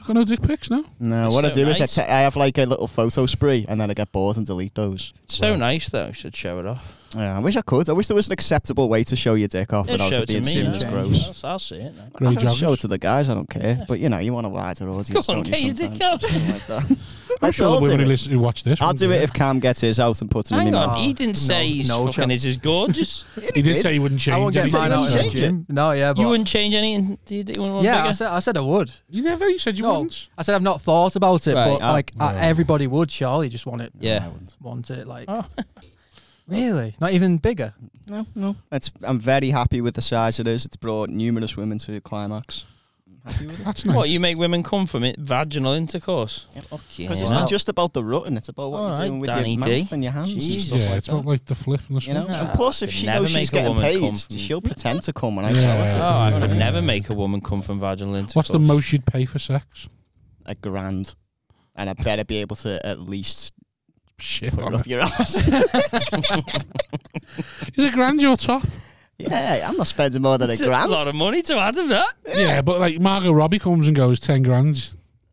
S1: I've got no dick pics now.
S4: No,
S2: It's
S4: what I
S2: so
S4: do
S2: nice.
S4: is I, ta- I have like a little photo spree and then I get bored and delete those.
S2: It's so nice though. You should show it off.
S4: Yeah, I wish I could. I wish there was an acceptable way to show your dick off
S2: Yeah,
S4: without
S2: show
S4: it
S2: it to
S4: being
S2: me.
S4: seen
S5: yeah.
S4: as
S5: Change.
S4: gross.
S2: I'll, I'll see it. Now.
S1: Grey
S4: I can show
S1: joggers.
S4: it to the guys, I don't care. But you know, you want a wider audience.
S2: Go on,
S4: don't you,
S2: get your dick
S4: sometimes?
S2: out.
S4: Something like that.
S1: I'm sure
S4: I'll
S1: the women
S4: do
S1: who
S4: it.
S1: listen who watch this.
S4: I'll
S1: won't
S4: do
S1: they?
S4: it if Cam gets his out and puts it in
S2: Hang
S4: my
S2: on,
S4: mouth.
S2: he didn't say
S5: no-
S2: he's
S5: no
S2: fucking.
S5: chance.
S2: Is his gorgeous?
S1: He did say he wouldn't change.
S5: I won't
S1: it.
S5: get
S1: He said
S5: mine
S1: he
S5: out
S1: wouldn't
S5: in the
S1: change it.
S5: gym. No, yeah, but
S2: you wouldn't change anything. Do you, do you want
S5: yeah, I
S2: bigger?
S5: said I said I would.
S1: You never. You said you
S5: No,
S1: wouldn't.
S5: I said I've not thought about it,
S2: Right,
S5: but
S4: oh.
S5: like uh, everybody would surely just want it.
S4: I
S2: yeah.
S4: wouldn't.
S5: Want it like
S2: Oh.
S5: really? Not even bigger.
S4: No, no. It's, I'm very happy with the size it is. It's brought numerous women to a climax. Happy with it.
S1: That's
S2: What
S1: nice.
S2: you make women come from it? Vaginal intercourse. Okay.
S4: Because it's
S2: Wow.
S4: not just about the rutting, it's about what
S2: All
S4: you're
S2: right,
S4: doing with
S2: Danny
S4: your
S2: D.
S4: mouth and your hands and
S2: Jeez.
S4: stuff
S1: Yeah,
S4: like
S1: it's
S4: that.
S1: not like the flip and the
S4: You know?
S1: snap.
S4: And plus, if
S2: Could
S4: she
S2: never
S4: knows she's
S2: make a
S4: getting
S2: woman come
S4: paid,
S2: from-
S4: she'll pretend to come when I
S1: Yeah.
S4: tell her
S2: Oh,
S4: to.
S2: I
S1: Yeah.
S2: would never make a woman come from vaginal intercourse.
S1: What's the most you'd pay for sex?
S4: A grand. And I better be able to at least
S1: shit on
S4: Up
S1: it.
S4: your ass.
S1: Is it grand your top?
S4: yeah, I'm not spending more than a
S2: It's
S4: grand.
S2: a lot of money to add to that.
S1: Yeah, but like Margot Robbie comes and goes ten grand.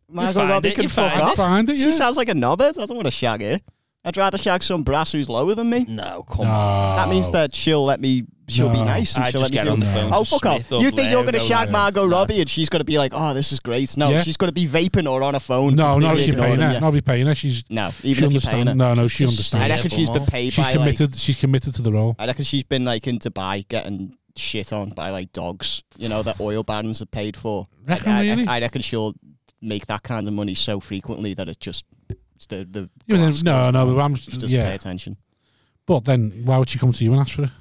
S4: Margot
S2: find
S4: Robbie
S2: it,
S4: can
S2: you
S4: fuck
S2: find
S1: I
S2: it.
S4: off.
S1: find it.
S4: She
S1: Yeah.
S4: sounds like a knobhead. I don't want to shag her. I'd rather shag some brass who's lower than me.
S2: No, come
S1: No.
S2: on.
S4: That means that she'll let me. She'll be
S1: No.
S4: nice and
S2: I
S4: she'll
S2: just
S4: let me
S2: get
S4: do.
S2: on the phone.
S4: Oh
S2: to
S4: fuck off!
S2: Smith up
S4: You think you're
S2: there,
S4: gonna
S2: go
S4: shag
S2: there.
S4: Margot
S2: Nah.
S4: Robbie and she's gonna be like, "Oh, this is great." No,
S1: Yeah.
S4: she's gonna be vaping or on a phone.
S1: No, not if
S4: completely
S1: you're paying
S4: ignoring
S1: her.
S4: you.
S1: Not if you're paying her. She's
S4: No,
S1: she
S4: even if you're paying
S1: understands.
S4: her.
S1: No, no, she
S4: I
S1: understands.
S4: reckon she's been paid
S1: She's
S4: by like.
S1: committed. She's committed to the role.
S4: I reckon she's been like in Dubai getting shit on by like dogs. You know that oil bans are paid for. Like,
S1: Reckon
S4: I,
S1: really?
S4: I, reckon she'll make that kind of money so frequently that it just it's the the.
S1: Yeah, but then-
S4: glass
S1: no,
S4: goes
S1: no,
S4: down.
S1: but I'm
S4: She doesn't pay
S1: yeah.
S4: attention.
S1: But then why would she come to you and ask for it?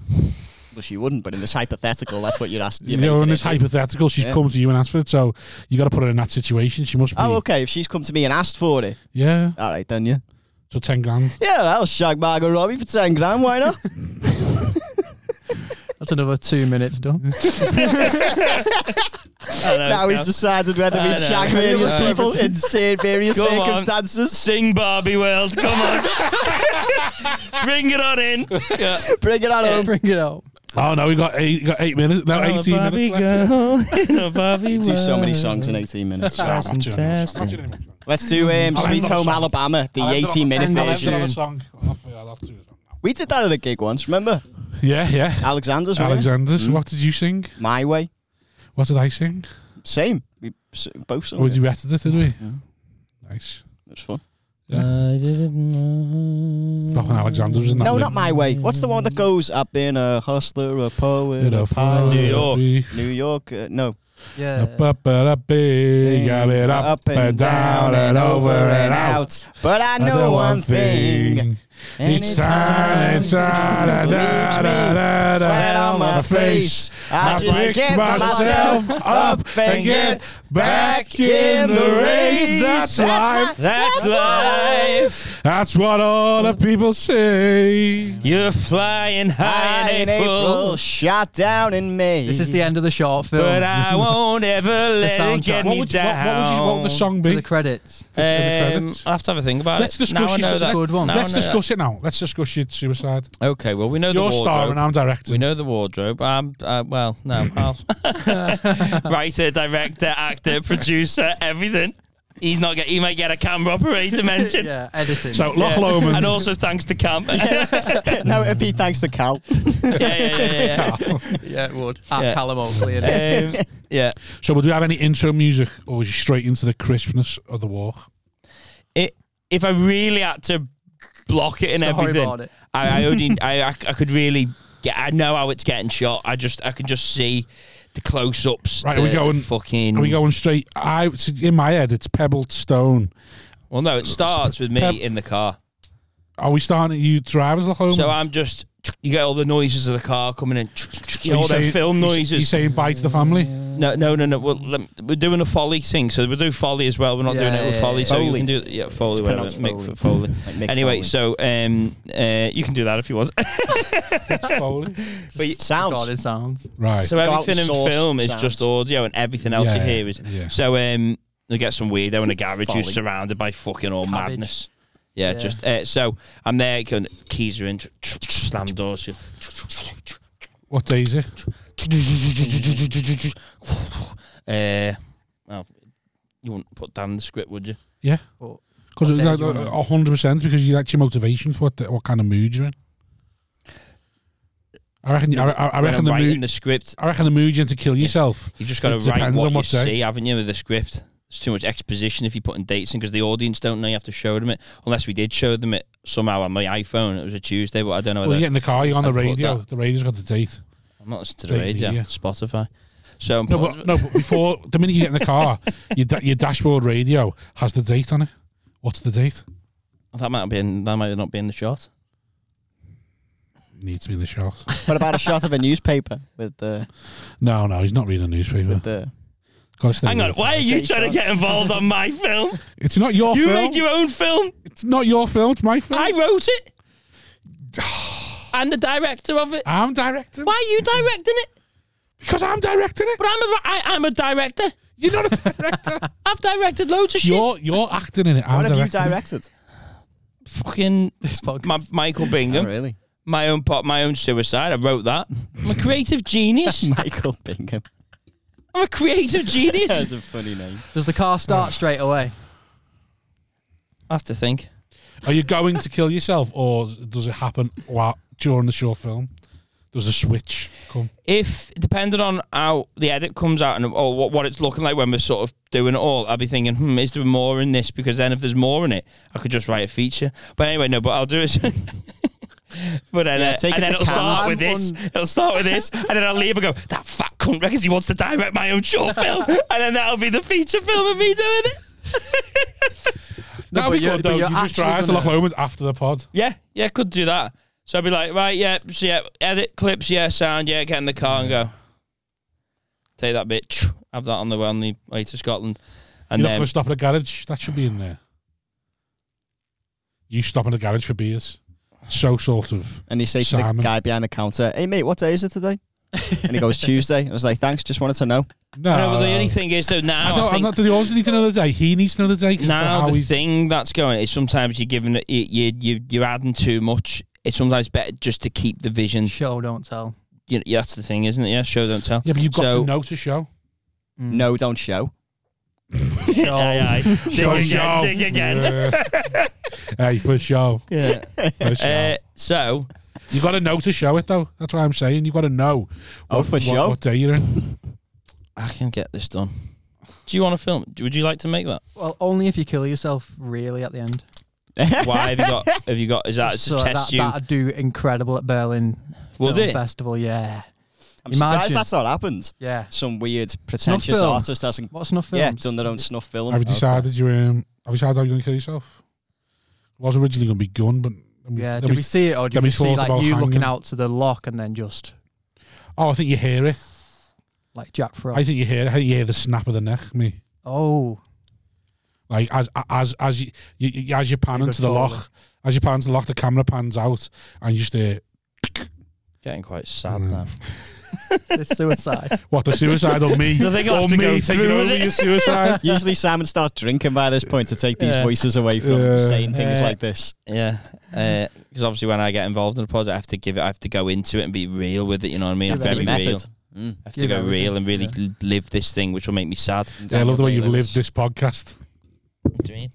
S4: Well, she wouldn't. But in this hypothetical, that's what you're asking.
S1: You know, in this hypothetical, she's
S4: Yeah.
S1: come to you and asked for it. So you got to put her in that situation. She must be.
S4: Oh, okay. If she's come to me and asked for it,
S1: Yeah.
S4: all right, then yeah.
S1: So ten grand.
S4: Yeah, I'll shag Margot Robbie for ten grand. Why not?
S5: That's another two minutes done.
S2: I know,
S4: now we've
S2: Gav.
S4: decided whether
S2: I
S4: we
S2: know.
S4: shag various
S5: Yeah.
S4: people in sa- various
S2: Go on.
S4: circumstances.
S2: Sing Barbie World, come on. Bring it on in. Yeah.
S4: Bring it on home.
S5: Bring it out.
S1: Oh no, we got eight. Got eight minutes. No,
S2: I'm a
S1: eighteen
S2: Barbie
S1: minutes left.
S2: Oh, girl in a Barbie
S4: Do so many
S2: world.
S4: songs in 18 minutes.
S1: No, I'm not doing it. I'm not doing it.
S4: Let's do um,
S1: I'll end
S4: Sweet
S1: on a
S4: Home
S1: song.
S4: Alabama, the 18 minute
S5: end on a-
S4: version.
S5: version.
S1: song. I'll have to- I'll have to do a song now.
S4: We did that at a gig once, remember?
S1: Yeah, yeah.
S4: Alexander's. wasn't it?
S1: Alexander's. What did you sing?
S4: My Way.
S1: What did I sing?
S4: Same. We s- both sung.
S1: Oh,
S4: it.
S1: did we edit it? Did we? Nice.
S4: It was fun.
S2: I didn't know.
S1: Fucking Alexander was in that.
S4: No,
S1: lip.
S4: not My Way. What's the one that goes, I've been a hustler, a poet,
S1: You know,
S4: a pioneer,
S2: New York.
S4: New York? Uh, no.
S5: Yeah.
S1: Up, up, and up, eh, yeah, it up, and down and over and out.
S4: But I
S1: I
S4: know one thing. and
S1: Each time, each time, da, da, da, da, da,
S4: flat on my face. I
S1: I
S4: just
S1: picked
S4: get
S1: myself up and get back in the race. That's life.
S2: That's life.
S1: That's what all the people say.
S2: You're flying high in April,
S4: shot down in May.
S5: This is the end of the short film.
S2: but uh, I won't ever let it
S5: soundtrack.
S2: get
S5: What
S1: What
S2: me
S1: would, you- what,
S2: down.
S1: what would you, what would the song
S5: to
S1: be?
S5: the credits.
S1: the
S2: Um,
S1: credits?
S2: I'll have to have a think about
S1: Let's
S2: it.
S1: discuss
S2: Now I
S1: this
S2: know
S1: as a
S2: that.
S5: good one.
S2: now I
S1: Let's
S2: know
S1: discuss it now. Let's discuss your suicide.
S2: that. Okay, well we know
S1: You're
S2: the
S1: star
S2: wardrobe.
S1: and I'm director.
S2: we know the wardrobe. Um, uh, well, no, I'll writer, director, actor, producer, everything. He's not. Get, he might get a camera operator mention.
S5: Yeah, editing.
S1: So Loch Lomond.
S2: And also thanks to Camp. yeah,
S4: no, it'd be thanks to Cal.
S2: yeah, yeah, yeah.
S5: yeah, it would. At
S2: Yeah.
S5: Callum Oakley. innit?
S2: yeah. Um, yeah.
S1: So, would we have any intro music, or was you straight into the crispness of the walk?
S2: it, if I really had to block it and
S5: Storyboard
S2: everything,
S5: it.
S2: I, I only I, I I could really get. I know how it's getting shot. I just I can just see the close ups.
S1: Right, are we going-
S2: Fucking.
S1: Are we going straight? I in my head, it's Pebbled Stone.
S2: Well, no, it starts with me
S1: Pep-
S2: in the car.
S1: Are we starting at you drivers at home?
S2: So I'm just. You get all the noises of the car coming in. You know, all the film
S1: You
S2: noises.
S1: saying bye to the family?
S2: No, no, no, no. Well, lem- we're doing a folly thing, so we'll do folly as well. We're not
S5: Yeah,
S2: doing it with
S5: yeah,
S2: folly,
S5: yeah.
S2: so you
S4: Foley.
S2: can do yeah, folly, whatever.
S4: pronounced
S2: Mick
S4: Foley.
S2: for foley.
S4: Like Mick
S2: anyway,
S4: Foley.
S2: so um, uh, you can do that if you want.
S5: Just
S2: but you-
S4: sounds.
S5: recorded sounds.
S1: right.
S2: So
S4: Go out
S2: everything in
S4: and source
S2: film is
S4: sounds.
S2: just audio, and everything else
S1: Yeah,
S2: you hear is.
S1: yeah.
S2: So um, you get some weirdo in a garage
S4: Folly.
S2: who's surrounded by fucking all
S5: Cabbage.
S2: madness. Yeah,
S5: Yeah.
S2: just uh, so I'm there. Going, keys are in. Slam doors.
S1: what day is it?
S2: Uh, well, you wouldn't put down the script, would you?
S1: Yeah,
S5: But
S1: because
S5: What day do you wanna know?
S1: uh, hundred percent because you that's your motivation for what, the- what kind of mood you're in. I reckon. I, I, I
S2: When I'm
S1: reckon the
S2: writing
S1: mood.
S2: the script,
S1: I reckon the mood you're in to kill yourself.
S2: you've just got
S1: It
S2: to write
S1: depends
S2: what
S1: on
S2: you
S1: what day.
S2: see, haven't you, with the script? It's too much exposition if you're putting dates in because the audience don't know. You have to show them it, unless we did show them it somehow on my iPhone. It was a Tuesday, but I don't know.
S1: Well,
S2: whether-
S1: you get in the car. You're on the
S2: I'd put
S1: radio.
S2: that.
S1: The radio's got the date.
S2: I'm not listening to the
S1: Big
S2: radio,
S1: media.
S2: Spotify. So um, I'm
S1: No,
S2: putting-
S1: but, no, but before the minute you get in the car, your da- your dashboard radio has the date on it. What's the date?
S2: that might be in, that might not be in the shot.
S1: Needs to be in the shot.
S4: What about a shot of a newspaper with uh, the
S1: No, no, he's not reading a newspaper.
S4: with the?
S1: Gotta stay
S2: Hang on,
S1: with it.
S2: why are you
S4: Take
S2: trying to
S4: shot.
S2: get involved on my film?
S1: It's not your
S2: You
S1: film.
S2: made your own film.
S1: it's not your film. It's my film.
S2: I wrote it. I'm the director of it.
S1: I'm directing.
S2: Why are you directing it?
S1: Because I'm directing it.
S2: But I'm a ri- I, I'm a director.
S1: You're not a director.
S2: I've directed loads of shit.
S1: you're you're acting in it. I'm
S4: What have you
S1: directing it.
S4: directed?
S2: fucking
S5: This podcast.
S2: my, Michael Bingham.
S4: really?
S2: My own pot, my own suicide. I wrote that. I'm a creative genius.
S4: Michael Bingham.
S2: I'm a creative genius.
S4: That's a funny name.
S5: Does the car start straight away?
S2: I have to think.
S1: Are you going to kill yourself, or does it happen while, during the short film? Does a switch come?
S2: If depending on how the edit comes out and or what, what it's looking like when we're sort of doing it all, I'll be thinking, hmm, is there more in this? Because then if there's more in it, I could just write a feature. But anyway, no, but I'll do it. but then,
S4: Yeah,
S2: uh,
S4: take
S2: and
S4: it
S2: then
S4: to
S2: it'll
S4: Cannes.
S2: start with this. It'll start with this, and then I'll leave and go. That fat cunt reckons he wants to direct my own short film, and then that'll be the feature film of me doing it.
S1: That'd
S5: No, but
S1: be
S5: you're-
S1: good
S5: but
S1: though. You
S5: you're
S1: just
S5: actually
S1: drive to
S5: gonna-
S1: Loch Lomond after the pod.
S2: Yeah, yeah, could do that. So I'd be like, right, yeah, so yeah, edit clips, yeah, sound, yeah, get in the car and go. Take that bit, have that on the way on the way to Scotland, and
S1: You're not
S2: then
S1: going to stop at a garage. That should be in there. You stop in a garage for beers. So sort of.
S4: And he says to the
S1: Simon.
S4: guy behind the counter, "Hey mate, what day is it today?" And he goes, "Tuesday." I was like, "Thanks, just wanted to know."
S1: No,
S2: I know, but the only thing is though now
S1: I
S2: I,
S1: don't, I am
S2: think
S1: not. Do the audience need to know the day? He needs to know the day. 'cause for
S2: now
S1: how
S2: the
S1: he's-
S2: thing that's going is sometimes you're giving it you you, you you're adding too much. It's sometimes better just to keep the vision.
S5: Show, don't tell.
S2: You know, that's the thing, isn't it? Yeah, show don't tell.
S1: Yeah, but you've got
S2: So-
S1: to know to show.
S4: No, don't show.
S5: Show.
S1: Show, show. Yeah. hey, for show.
S2: Yeah.
S1: For show.
S2: Uh, so
S1: you got to know to show it though. That's what I'm saying. You got to know.
S4: Oh,
S1: what-
S4: for
S1: what,
S4: show.
S1: What day you're in?
S2: I can get this done. Do you want to film? Would you like to make that?
S5: Well, only if you kill yourself, really, at the end.
S2: Why have you got? Have you got? Is that to
S5: so
S2: test
S5: that,
S2: you?
S5: that'd do incredible at Berlin
S2: Would
S5: Film
S2: it?
S5: Festival. Yeah,
S4: I'm surprised
S5: Imagine.
S4: that's not happened.
S5: yeah.
S4: Some weird pretentious
S5: film.
S4: artist hasn't.
S5: What's enough films?
S4: Yeah, done their own snuff film. Oh.
S1: Have you
S4: Okay.
S1: decided you um? Have you decided how you're going to kill yourself? Was originally going to be gun, but then we-
S5: Yeah,
S1: then
S5: do
S1: we-
S5: we see it or do
S1: then
S5: we
S1: we
S5: see
S1: thought
S5: like
S1: about
S5: you looking
S1: hanging.
S5: out to the lock and then just
S1: oh, I think you hear it.
S5: like Jack Frost?
S1: I think you hear. I think you hear the snap of the neck, me.
S5: oh,
S1: Like as as as you, you, you as you pan
S5: You
S1: into
S5: go
S1: the
S5: forward.
S1: lock, as you pan into the lock, the camera pans out, and you just hear
S2: Getting quite sad
S1: Mm.
S2: now.
S5: it's suicide.
S1: what the suicide on me
S2: I think I'll
S1: or
S2: have to
S1: me
S2: go
S1: taking
S2: through with
S1: over
S2: it.
S1: your suicide.
S4: Usually Simon starts drinking by this point to take these
S2: Yeah.
S4: voices away from
S1: Yeah.
S4: saying things
S2: Yeah.
S4: like this.
S2: Yeah, because obviously when I get involved in a project, I have to give it. I have to go into it and be real with it. You know what I mean?
S5: Yeah,
S2: I have to
S5: very
S2: be
S5: method.
S2: real.
S4: Mm.
S2: I have to
S5: Yeah,
S2: go
S5: very
S2: real
S5: good.
S2: and really l- live this thing, which will make me sad.
S1: Yeah, I love the way you've lived this podcast.
S2: What do you mean?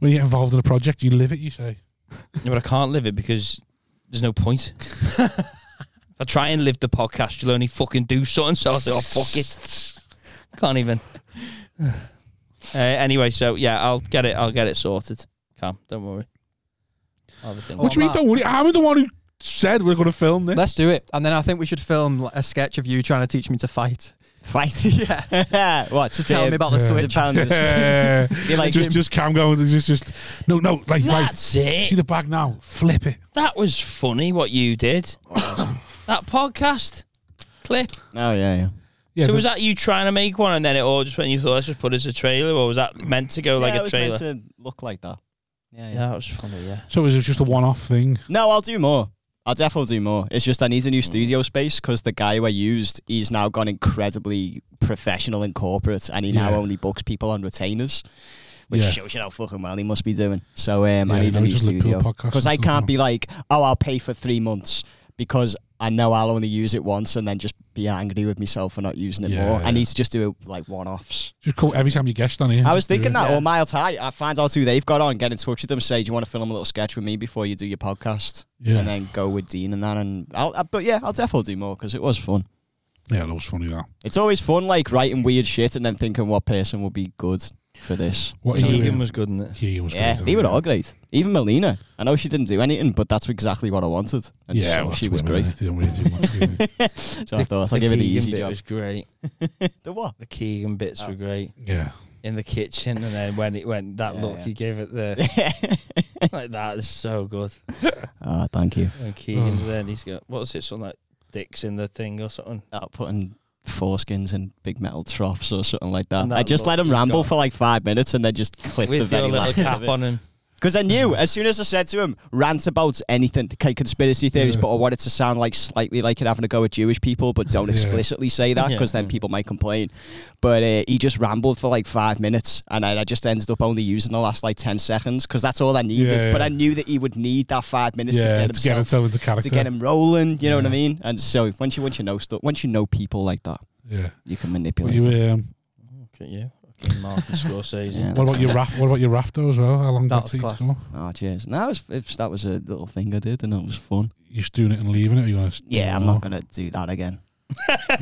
S1: When you get involved in a project, you live it. You say
S2: No, but I can't live it because there's no point. if I try and live the podcast, you'll only fucking do something. So I thought, oh, fuck it. Can't even. Uh, anyway, so yeah, I'll get it. I'll get it sorted. Calm, don't worry. I'll have a think.
S5: What
S1: What do you mean?
S5: about-
S1: Don't worry. I'm the one who said we're going to film this.
S5: Let's do it, and then I think we should film like, a sketch of you trying to teach me to fight.
S4: Fight.
S5: Yeah,
S4: what?
S5: to tell me about uh, the
S1: Yeah.
S4: the
S5: switch.
S4: pound.
S1: Yeah.
S4: You're like,
S1: just, just calm going. Just, just no, no. Like, right.
S2: That's it.
S1: See the bag now. Flip it.
S2: That was funny what you did. that podcast clip.
S4: oh yeah, yeah.
S1: Yeah,
S2: so
S1: the-
S2: was that you trying to make one and then it all just when you thought let's just put it as a trailer or was that meant to go like
S4: yeah, it
S2: a
S4: was
S2: trailer?
S4: meant to look like that. Yeah, yeah.
S2: yeah, that was funny, yeah.
S1: so it was just a one-off thing.
S4: No, I'll do more. I'll definitely do more. It's just I need a new studio space because the guy who I used, he's now gone incredibly professional and corporate, and he now
S1: Yeah.
S4: only books people on retainers, which
S1: Yeah.
S4: shows you how fucking well he must be doing. So um, I
S1: Yeah,
S4: need
S1: no,
S4: a new
S1: just Liverpool
S4: studio
S1: podcast
S4: because I
S1: and stuff
S4: can't
S1: now.
S4: be like, oh, I'll pay for three months because I know I'll only use it once and then just be angry with myself for not using it
S1: Yeah,
S4: more. I
S1: yeah.
S4: need to just do it like one-offs.
S1: Just call every time you guest on here.
S4: I
S1: just
S4: was
S1: do
S4: thinking
S1: it.
S4: that,
S5: Yeah.
S4: or Miles High. uh, I find out who they've got on, get in touch with them, say, do you want to film a little sketch with me before you do your podcast?
S1: Yeah.
S4: And then go with Dean and that. And I'll, I, but yeah, I'll definitely do more because it was fun.
S1: Yeah, that was funny. That.
S4: It's always fun, like writing weird shit and then thinking what person would be good for this.
S1: What are you
S2: Keegan
S1: doing?
S2: was good in it.
S1: Keegan was
S4: Yeah,
S1: great,
S4: they were
S1: wasn't
S4: all great. Even Melina. I know she didn't do anything, but that's exactly what I wanted. And
S1: Yeah,
S4: so
S1: well,
S4: she
S1: that's
S4: was
S1: women,
S4: great.
S1: They don't really do much. do they?
S4: So I thought I'll give it the
S2: Keegan
S4: easy
S2: bit
S4: job.
S2: was great.
S4: The what?
S2: The Keegan bits
S4: Oh.
S2: were great.
S1: yeah.
S2: In the kitchen and then when it went that
S4: Yeah,
S2: look
S4: yeah.
S2: you gave it the like that is so good.
S4: Ah, thank you.
S2: And Keegan's
S4: Oh.
S2: there and he's got what was it, something like dicks in the thing or something?
S4: out putting foreskins in big metal troughs or something like
S2: And
S4: that.
S2: that
S4: I just let
S2: look
S4: him
S2: you've
S4: ramble
S2: got.
S4: for like five minutes and then just clip the
S2: With your
S4: very
S2: little
S4: last bit
S2: cap
S4: of it.
S2: on him.
S4: Because I knew as soon as I said to him, rant about anything, okay, conspiracy theories, but I wanted to sound like slightly like it having a go at Jewish people, but don't explicitly say that
S2: Yeah,
S4: because then people might complain. But uh, he just rambled for like five minutes, and I, I just ended up only using the last like ten seconds because that's all I needed.
S1: Yeah,
S4: But
S1: yeah.
S4: I knew that he would need that five minutes
S1: Yeah,
S4: to
S1: to
S4: get
S1: get
S4: himself
S1: himself into character.
S4: to get him rolling. You know what I mean? And so once you once you know stuff, once you know people like that,
S1: Yeah.
S4: you can
S1: What,
S4: manipulate.
S1: you, um,
S2: Okay, yeah. Okay, Martin Scorsese.
S4: Yeah.
S1: what about your rap? What about your rap though as well? How long did
S5: That
S1: it
S5: was
S1: take
S5: class.
S1: to come up?
S4: Oh, cheers. No, it was, it's that was a little thing I did, and it was fun.
S1: You just doing it and leaving it? Or you gonna?
S4: Yeah, I'm not gonna do that again.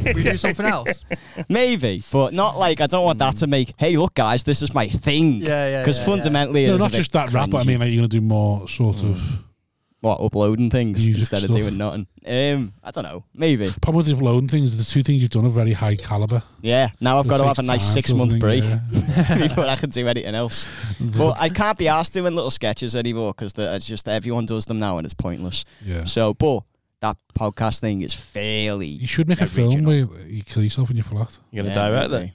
S5: We do something else.
S4: Maybe, but not like I don't want that
S1: Mm.
S4: to make. Hey, look, guys, this is my thing.
S5: Yeah, yeah,
S4: Because
S5: yeah, yeah.
S4: fundamentally,
S1: No,
S4: it's
S1: not just that rap. But I mean, like you're gonna do more sort of.
S4: Mm. what uploading things
S1: Music
S4: instead
S1: stuff.
S4: of doing nothing. Um, I don't know. Maybe.
S1: Problem with uploading things, the two things you've done are very high caliber.
S4: Yeah. Now I've
S1: It
S4: got to
S1: takes
S4: have a nice
S1: time,
S4: six month
S1: doesn't it?
S4: break
S1: Yeah.
S4: before I can do anything else. But I can't be asked doing little sketches anymore because it's just everyone does them now and it's pointless.
S1: Yeah.
S4: So, but that podcast thing is fairly.
S1: You should make a film where you kill yourself in your flat.
S2: You're going
S4: Yeah,
S2: to direct that?
S4: maybe.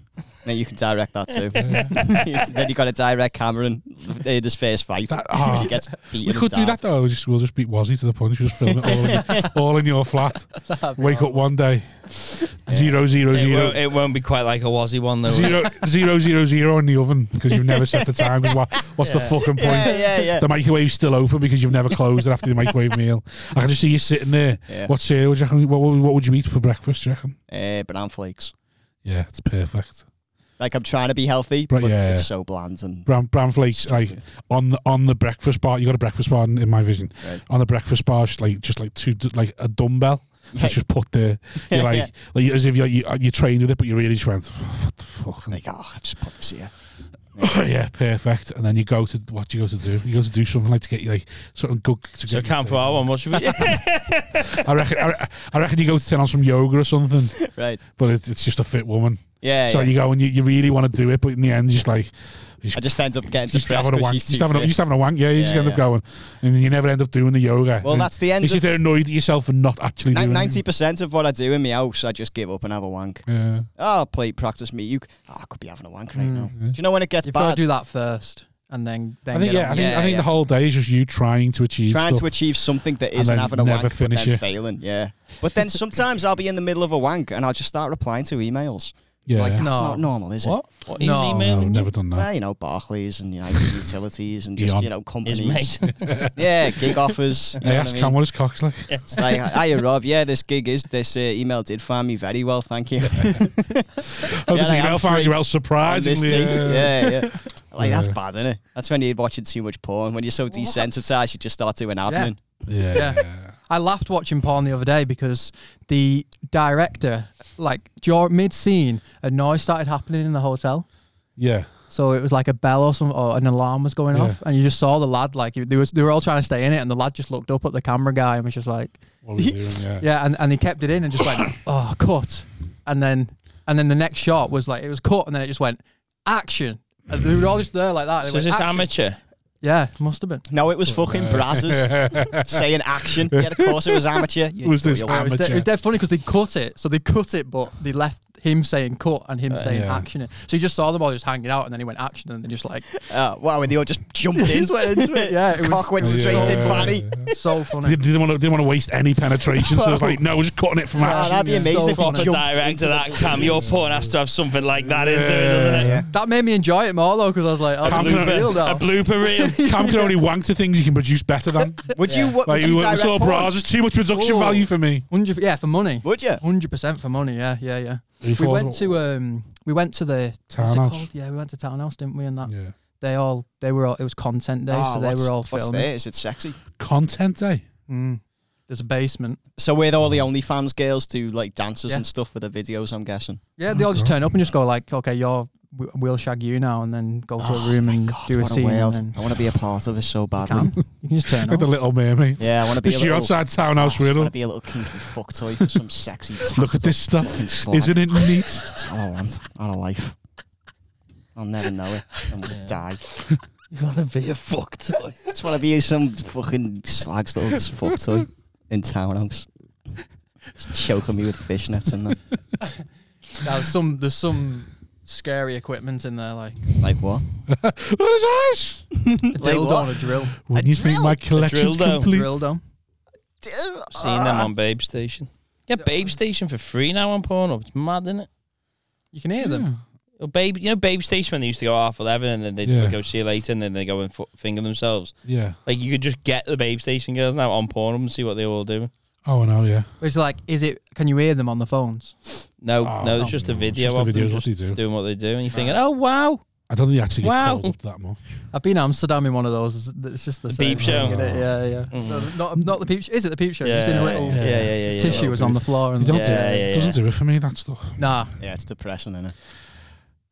S4: No, you can direct that too. then you got to direct Cameron in his first fight.
S1: That- ah.
S4: he gets
S1: We
S4: beaten.
S1: could do that though. We'll just, we'll just beat Wazzy to the punch. We'll just film it all in, all in your flat. Wake up one day, zero zero
S2: It
S1: zero
S2: won't, it won't be quite like a Wazzy one, though.
S1: zero zero zero zero in the oven because you've never set the time. 'cause What, what's the fucking point?
S4: Yeah, yeah, yeah.
S1: The microwave's still open because you've never closed it after the microwave meal. I can just see you sitting there.
S4: Yeah.
S1: What cereal? Do you reckon, what, what would you eat for breakfast? Do you reckon?
S4: Uh, banana flakes.
S1: Yeah, it's perfect.
S4: Like I'm trying to be healthy,
S1: Right,
S4: but
S1: yeah.
S4: it's so bland and
S1: Bran, bran flakes like on the on the breakfast bar. You got a breakfast bar in, in my vision.
S4: Right.
S1: On the breakfast bar, it's like just like two like a dumbbell. That's just put there. You're like, like as if you're, you you trained with it, but you really just went what the fuck.
S4: like oh, I just put this here.
S1: yeah, perfect. And then you go to what do you go to do? You go to do something like to get you like something good to
S2: So
S1: get. you
S2: camp for
S1: to-
S2: our one, what should we?
S1: I reckon. I, re- I reckon you go to turn on some yoga or something,
S4: Right.
S1: but it, it's just a fit woman.
S4: Yeah.
S1: so
S4: yeah.
S1: you go and you, you really want to do it, but in the end, you're just like. you
S4: I just end up getting
S1: just
S4: depressed
S1: having a
S4: because
S1: wank.
S4: she's
S1: Just
S4: too
S1: having a,
S4: fit.
S1: just having a wank. Yeah, you just
S4: Yeah,
S1: end up
S4: yeah.
S1: going, and then you never end up doing the yoga.
S4: Well,
S1: And
S4: that's the end
S1: You sit
S4: of-
S1: there annoyed at yourself for not actually doing
S4: Ninety
S1: it.
S4: percent of what I do in my house, I just give up and have a wank.
S1: Yeah,
S4: Oh, play practice me. You, oh, I could be having a wank
S1: Hmm.
S4: right now. Do you know when it gets
S5: You've got
S4: bad?
S5: to do that first, and then then
S1: I think.
S5: get
S1: Yeah, I
S5: on.
S1: think.
S4: Yeah,
S1: I think
S4: yeah.
S1: the whole day is just you trying to achieve.
S4: trying
S1: stuff.
S4: to achieve something that
S1: And
S4: isn't
S1: then
S4: having a
S1: never
S4: wank,
S1: finish
S4: but then
S1: it.
S4: failing. Yeah, but then sometimes I'll be in the middle of a wank and I'll just start replying to emails.
S1: Yeah.
S4: like that's
S5: No.
S4: not normal, is
S5: What?
S2: What, he's
S5: no.
S1: no,
S2: emailing you?
S1: never done
S4: it?
S1: that.
S4: Well, you know, Barclays and United Utilities and just
S1: Eon.
S4: you know
S2: His
S4: companies.
S2: mate.
S4: Yeah, gig offers. You
S1: I
S4: know
S1: asked
S4: what I
S1: Cam
S4: mean?
S1: what his cock's like.
S4: It's like, hiya Rob, yeah, this gig is this uh, email did find me very well, thank you.
S1: Oh, this
S4: like,
S1: email
S4: I'm
S1: finds
S4: free.
S1: you out
S4: On this
S1: surprisingly.
S4: date.
S1: yeah.
S4: Yeah, yeah. Like that's
S1: Yeah.
S4: bad, isn't it? That's when you're watching too much porn. When you're so desensitized, you just start doing admin.
S1: Yeah.
S5: Yeah. I laughed watching porn the other day because the director, like during mid scene, a noise started happening in the hotel.
S1: Yeah.
S5: So it was like a bell or some or an alarm was going
S1: Yeah.
S5: off, and you just saw the lad like he- they was they were all trying to stay in it, and the lad just looked up at the camera guy and was just like,
S1: What were we doing? Yeah.
S5: yeah, and, and he kept it in and just went, oh, cut, and then and then the next shot was like it was cut, and then it just went action. And they were all just there like that. and it
S2: So is
S5: went,
S2: this
S5: "Action."
S2: amateur?
S5: Yeah, must have been.
S4: No, it was fucking brazzers saying action. Yeah, of course it was amateur. You
S1: Was this
S4: you-
S5: Yeah, it, was dead,
S1: Amateur.
S5: it was dead funny because they cut it. So they cut it, but they left him saying cut and him saying
S1: Uh, yeah.
S5: action it. So you just saw them all just hanging out and then he went action and then just like,
S4: Uh, wow, and they all just jumped in.
S5: just went into it. Yeah, it was
S4: Cock went straight in, Fanny.
S5: so
S1: They
S5: funny.
S1: didn't want to didn't want to waste any penetration, so it's like, no, we're just cutting it from
S4: Oh, that'd
S1: action.
S4: be
S5: Yeah.
S4: amazing
S5: So
S4: if you
S5: funny.
S2: Proper
S4: jumped
S2: direct
S4: into
S2: to
S4: the-
S2: that cam. Your porn has to have something like that into it, doesn't it?
S5: That made me enjoy it more though because I was like, oh,
S1: Can't
S5: this is
S1: be-
S5: real
S2: A
S5: now.
S2: blooper reel.
S1: Cam can only wank to things you can produce better than.
S4: Would you? What,
S1: Like
S4: would you
S1: we
S4: direct
S1: saw
S4: porn?
S1: bras, there's too much production
S5: Ooh.
S1: value for me.
S5: 100, yeah, for money.
S4: Would you?
S5: 100% for money. Yeah, yeah, yeah.
S1: You
S5: We
S1: thought-
S5: went to um, we went to the what's it
S1: Townhouse.
S5: called? Yeah, we went to townhouse, didn't we? And that
S1: Yeah.
S5: they all they were all it was content day,
S4: Ah,
S5: so they
S4: what's-
S5: were all
S4: What's
S5: filming.
S4: there? Is it sexy?
S1: Content day.
S5: Mm. There's a basement.
S4: So we're all the OnlyFans girls do like dances
S5: Yeah.
S4: and stuff for the videos. I'm guessing.
S5: Yeah,
S2: Oh
S5: they all just turn up and just go like, okay, you're w- we'll shag you now, and then go to
S2: Oh
S5: a room and do a
S4: Oh what
S5: scene.
S4: a world!
S5: And
S4: I
S5: then
S4: want to be a part of it so badly.
S5: can. you can just turn
S1: Like the
S5: up.
S1: little mermaid.
S4: Yeah, I want to be.
S1: This
S4: a
S1: year
S4: little,
S1: outside
S4: I
S1: townhouse
S4: want
S1: riddle.
S4: to be a little kinky fuck toy for some sexy.
S1: Look at
S4: tatted
S1: this stuff.
S4: fucking slag.
S1: Isn't it neat?
S4: That's all I want out of life. I'll never know it. I'm gonna die.
S2: You want to be a fuck toy.
S4: Just want to be some fucking slag's little fuck toy in townhouse. Just choking me with fishnets and that.
S5: Now, there's some there's some scary equipment in there, like
S4: Like what?
S1: Look at his eyes.
S5: dildo and a drill.
S1: When you think my collection's
S2: Drill down.
S1: complete,
S5: Dildo.
S2: Seen them on er Babe Station. Get Babe Station for free now on Pornhub. It's mad, isn't it?
S5: You can hear them.
S2: Well, Babe, you know Babe Station when they used to go half eleven and then they'd
S1: Yeah.
S2: go see you later and then they go and f- finger themselves.
S1: yeah.
S2: Like you could just get the Babe Station girls now on Pornhub and see what they're all doing.
S1: Oh no, yeah.
S5: It's like, is it? Can you hear them on the phones?
S2: No,
S1: Oh,
S2: no,
S1: no,
S2: it's just a
S1: no, it's
S2: video
S1: just a
S2: of
S1: video,
S2: them
S1: what
S2: just
S1: they do.
S2: doing what they do, and you're thinking, "Oh wow,
S1: I don't think they actually get
S2: Wow.
S1: called up that much.
S5: I've been to Amsterdam in one of those. It's- It's just the, same
S2: peep
S5: thing,
S2: show. Mm.
S5: isn't it? Yeah, yeah. No, not not the peep. Show. Is it the peep show? just in a little.
S2: yeah, yeah, yeah,
S5: his
S2: yeah.
S5: tissue was on the floor
S1: They
S5: and
S1: don't do,
S2: Yeah,
S1: it
S2: yeah,
S1: doesn't
S2: yeah.
S1: do it for me. That stuff.
S5: nah.
S4: Yeah, it's depressing, isn't it?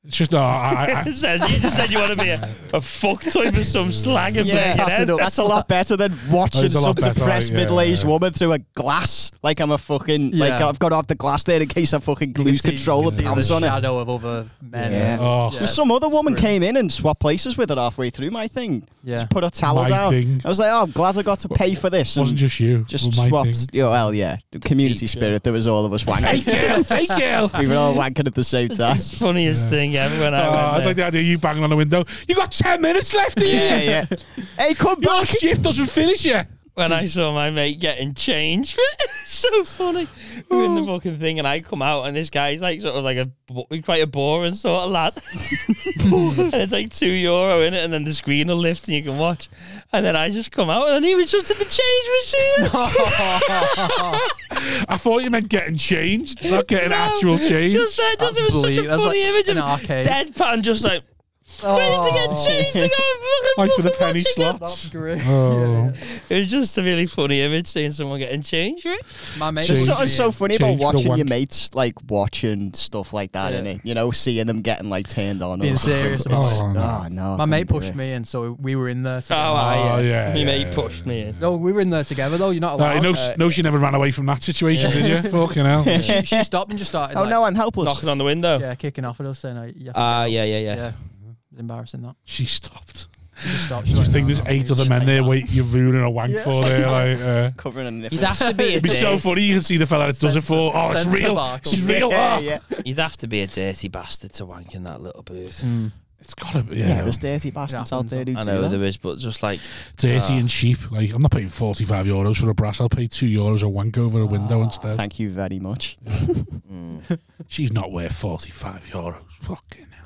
S1: It's just no. I, I,
S2: It says- you just said you want to be a, a fuck type of some slag and yeah, your head.
S4: that's a lot better than watching
S1: That's Oh, a
S4: some
S1: lot better,
S4: depressed
S1: yeah,
S4: middle-aged
S1: yeah.
S4: woman through a glass. Like I'm a fucking like
S5: Yeah.
S4: I've got to have the glass there in case I fucking lose control of
S5: the
S4: pounds on it.
S5: shadow of other men.
S4: Yeah.
S1: oh,
S5: Yeah.
S4: But some other woman came in and swapped places with her halfway through my thing.
S5: Yeah.
S4: Just put her towel
S1: My
S4: down.
S1: thing.
S4: I was like, oh, I'm glad I got to pay for this.
S1: it wasn't
S4: and
S1: just you.
S4: just
S1: it was my
S4: swapped.
S1: thing.
S4: Yeah, well, yeah, the
S2: Peak,
S4: community
S2: yeah.
S4: spirit. There was all of us wanking.
S1: Hey girl.
S4: we were all wanking at the same time.
S2: That's the funniest thing ever. When
S1: Oh,
S2: I
S1: I
S2: went
S1: like
S2: there.
S1: the idea of you banging on the window. You got ten minutes left here.
S4: yeah, yeah. Hey, come
S1: Your
S4: back.
S1: shift doesn't finish yet.
S2: when I saw my mate getting changed. so funny. We were in the
S5: Oh.
S2: fucking thing, and I come out, and this guy's like sort of like a bo- quite a boring sort of lad. and it's like two euro in it, and then the screen will lift, and you can watch. And then I just come out, and he was just in the change machine.
S1: I thought you meant getting changed, not getting
S2: No,
S1: actual change.
S2: Just there, just it was such
S5: bleak.
S2: a
S5: That's
S2: funny
S5: like
S2: image of
S5: an arcade.
S2: deadpan, just like.
S5: Oh,
S2: Ready to get changed to go and
S1: like
S2: fucking
S1: for the
S2: fucking
S1: penny
S2: watch again.
S1: slots.
S5: Great.
S1: Oh,
S2: It was just a really funny image seeing someone getting changed. Right?
S5: My mate.
S1: Just
S5: was
S1: sort
S4: It's so
S5: being-
S4: funny
S1: Change
S4: about
S1: for the
S4: watching your
S1: wank.
S4: mates like watching stuff like that,
S2: Yeah.
S4: and it? You know, seeing them getting like turned on.
S5: Being
S4: or
S5: serious about
S1: oh,
S5: it.
S1: no.
S4: Oh no!
S5: My mate pushed me in, so we were in there.
S2: Oh,
S5: Together.
S2: ah,
S1: yeah,
S2: yeah.
S1: yeah,
S2: Me mate
S1: yeah,
S2: pushed me in.
S5: No, we were in there together though. You're not
S1: No,
S5: allowed.
S1: you know,
S5: Uh,
S1: no, she never ran away from that situation, did you? Fucking hell.
S5: she, she stopped and just started.
S4: Oh
S5: like,
S4: no, I'm helpless.
S2: Knocking on the window.
S5: Yeah, kicking off at us saying, like, yeah,
S1: Uh,
S2: Ah, yeah, yeah, yeah.
S5: yeah. It's embarrassing that.
S1: She stopped.
S5: She just stopped.
S1: Just think there's eight other men there waiting. You're ruining a wank for there. Like, uh,
S4: Covering a nipple.
S2: You'd have to be a
S1: it'd be
S2: dirty,
S1: so funny. You can see the fella that does it for. Oh, it's
S5: Sense
S1: real.
S5: of
S1: It's real.
S4: Yeah,
S1: oh.
S4: yeah.
S2: You'd have to be a dirty bastard to wank in that little booth.
S5: Mm.
S1: It's gotta be. Yeah,
S4: Yeah, there's dirty bastards out
S5: happens,
S4: there who do
S2: I know
S4: that.
S2: there is, but just like
S1: dirty and cheap. Like, I'm not paying 45 euros for a brass. I'll pay two euros a wank over a window instead.
S4: Thank you very much.
S2: mm.
S1: She's not worth 45 euros. Fucking hell.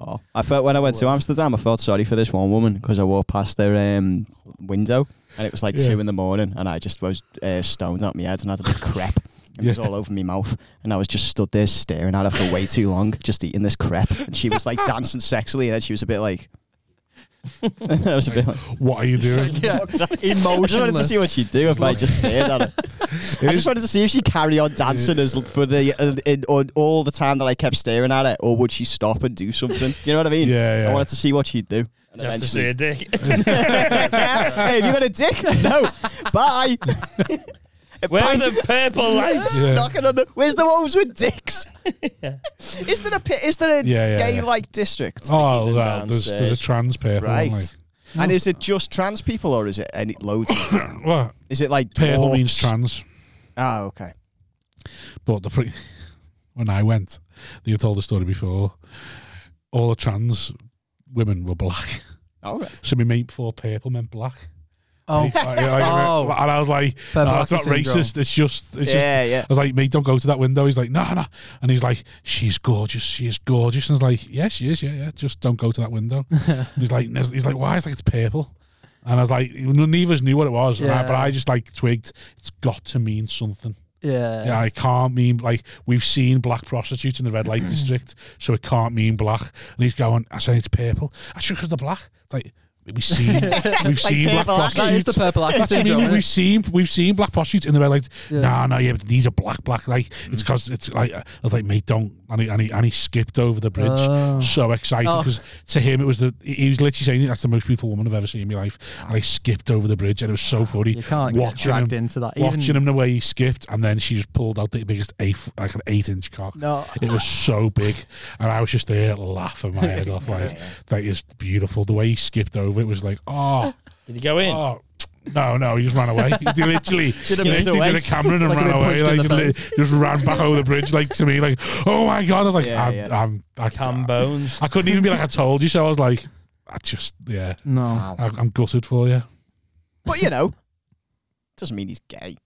S4: Oh, I felt when I went to Amsterdam, I felt sorry for this one woman because I walked past their um, window and it was like
S1: Yeah.
S4: two in the morning, and I just was uh, stoned out my head and had a bit of crep. and It was
S1: Yeah.
S4: all over my mouth, and I was just stood there staring at her for way too long, just eating this crep. And she was like dancing sexily, and then she was a bit like, I was a bit like,
S1: What are you doing?
S5: Yeah,
S4: I just wanted to
S5: emotionless.
S4: see what she'd do if I just stared at her. I
S1: is-
S4: just wanted to see if she'd carry on dancing as for the uh, in, on all the time that I kept staring at her, or would she stop and do something? You know what I mean?
S1: Yeah, yeah.
S4: I wanted to see what she'd do. And
S2: just to see
S4: eventually-
S2: a dick.
S4: hey, have you got a dick? no. Bye.
S2: Where are
S4: Bang.
S2: the purple lights?
S1: Yeah.
S4: Knocking on the. Where's the ones with dicks? Is there a pi- is there a
S1: Yeah, yeah,
S4: gay
S1: yeah.
S4: like district?
S1: Oh,
S2: Even
S1: well, there's, there's a
S2: downstairs.
S1: trans pair.
S4: Right.
S1: Right.
S4: And is it just trans people or is it any loads? of-
S1: What?
S4: is it like
S1: Purple
S4: dwarfs?
S1: means trans.
S4: Oh, okay.
S1: But the pre- when I went, you told the story before. All the trans women were black,
S4: All right.
S1: so my mate thought purple meant black.
S5: Oh,
S1: I- I-
S5: Oh.
S1: And I was like, "No, that's not
S5: Purple Lacky syndrome.
S1: racist. It's just, it's just."
S4: Yeah, yeah.
S1: I was like, "Mate, don't go to that window." He's like, "No, no," and he's like, "She's gorgeous. She is gorgeous." And I was like, "Yeah, she is. Yeah, yeah. Just don't go to that window." And he's like, "He's like, why?" It's like it's purple. And I was like, neither of us knew what it was, and I-
S5: Yeah.
S1: but I just like twigged. It's got to mean something.
S5: yeah.
S1: Yeah, it can't mean like we've seen black prostitutes in the red light district, so it can't mean black. And he's going, I say it's purple. I shook the black. It's like we've seen we've seen black
S4: purple Aki.
S5: That
S1: prostitutes.
S5: is the purple acne
S1: That's what I mean,
S5: syndrome.
S1: we've
S5: innit?
S1: seen we've seen black prostitutes in the red light.
S5: Yeah. Mm.
S1: No, no, yeah, but these are black, black. Like it's because it's like I was like, mate, don't. And he and he, and he skipped over the bridge,
S5: Oh.
S1: so excited
S5: Oh.
S1: because to him it was the he he was literally saying that's the most beautiful woman I've ever seen in my life, and I skipped over the bridge, and it was so funny.
S5: You can't get
S1: watching him
S5: dragged into that.
S1: watching
S5: Even,
S1: him the way he skipped, and then she just pulled out the biggest eight, like an eight-inch cock.
S5: no,
S1: It was so big, and I was just there laughing my head off. Like that is beautiful. The way he skipped over it was like, oh,
S2: Did he go in?
S1: oh, No, no, he just ran away. He literally,
S5: a
S1: he
S5: bit
S1: literally
S4: away.
S1: did a Cameron and
S5: Like
S1: ran
S5: he
S1: away.
S5: punched in
S1: Like
S5: the
S1: li- just ran back over the bridge. Like to me, like oh my god, I was like,
S4: Yeah,
S1: I,
S4: yeah.
S1: I'm, I,
S2: Tom
S1: I,
S2: Bones.
S1: couldn't even be like I told you so. I was like, I just yeah,
S5: No.
S2: Ah.
S1: I, I'm gutted for you.
S4: But you know, doesn't mean he's gay.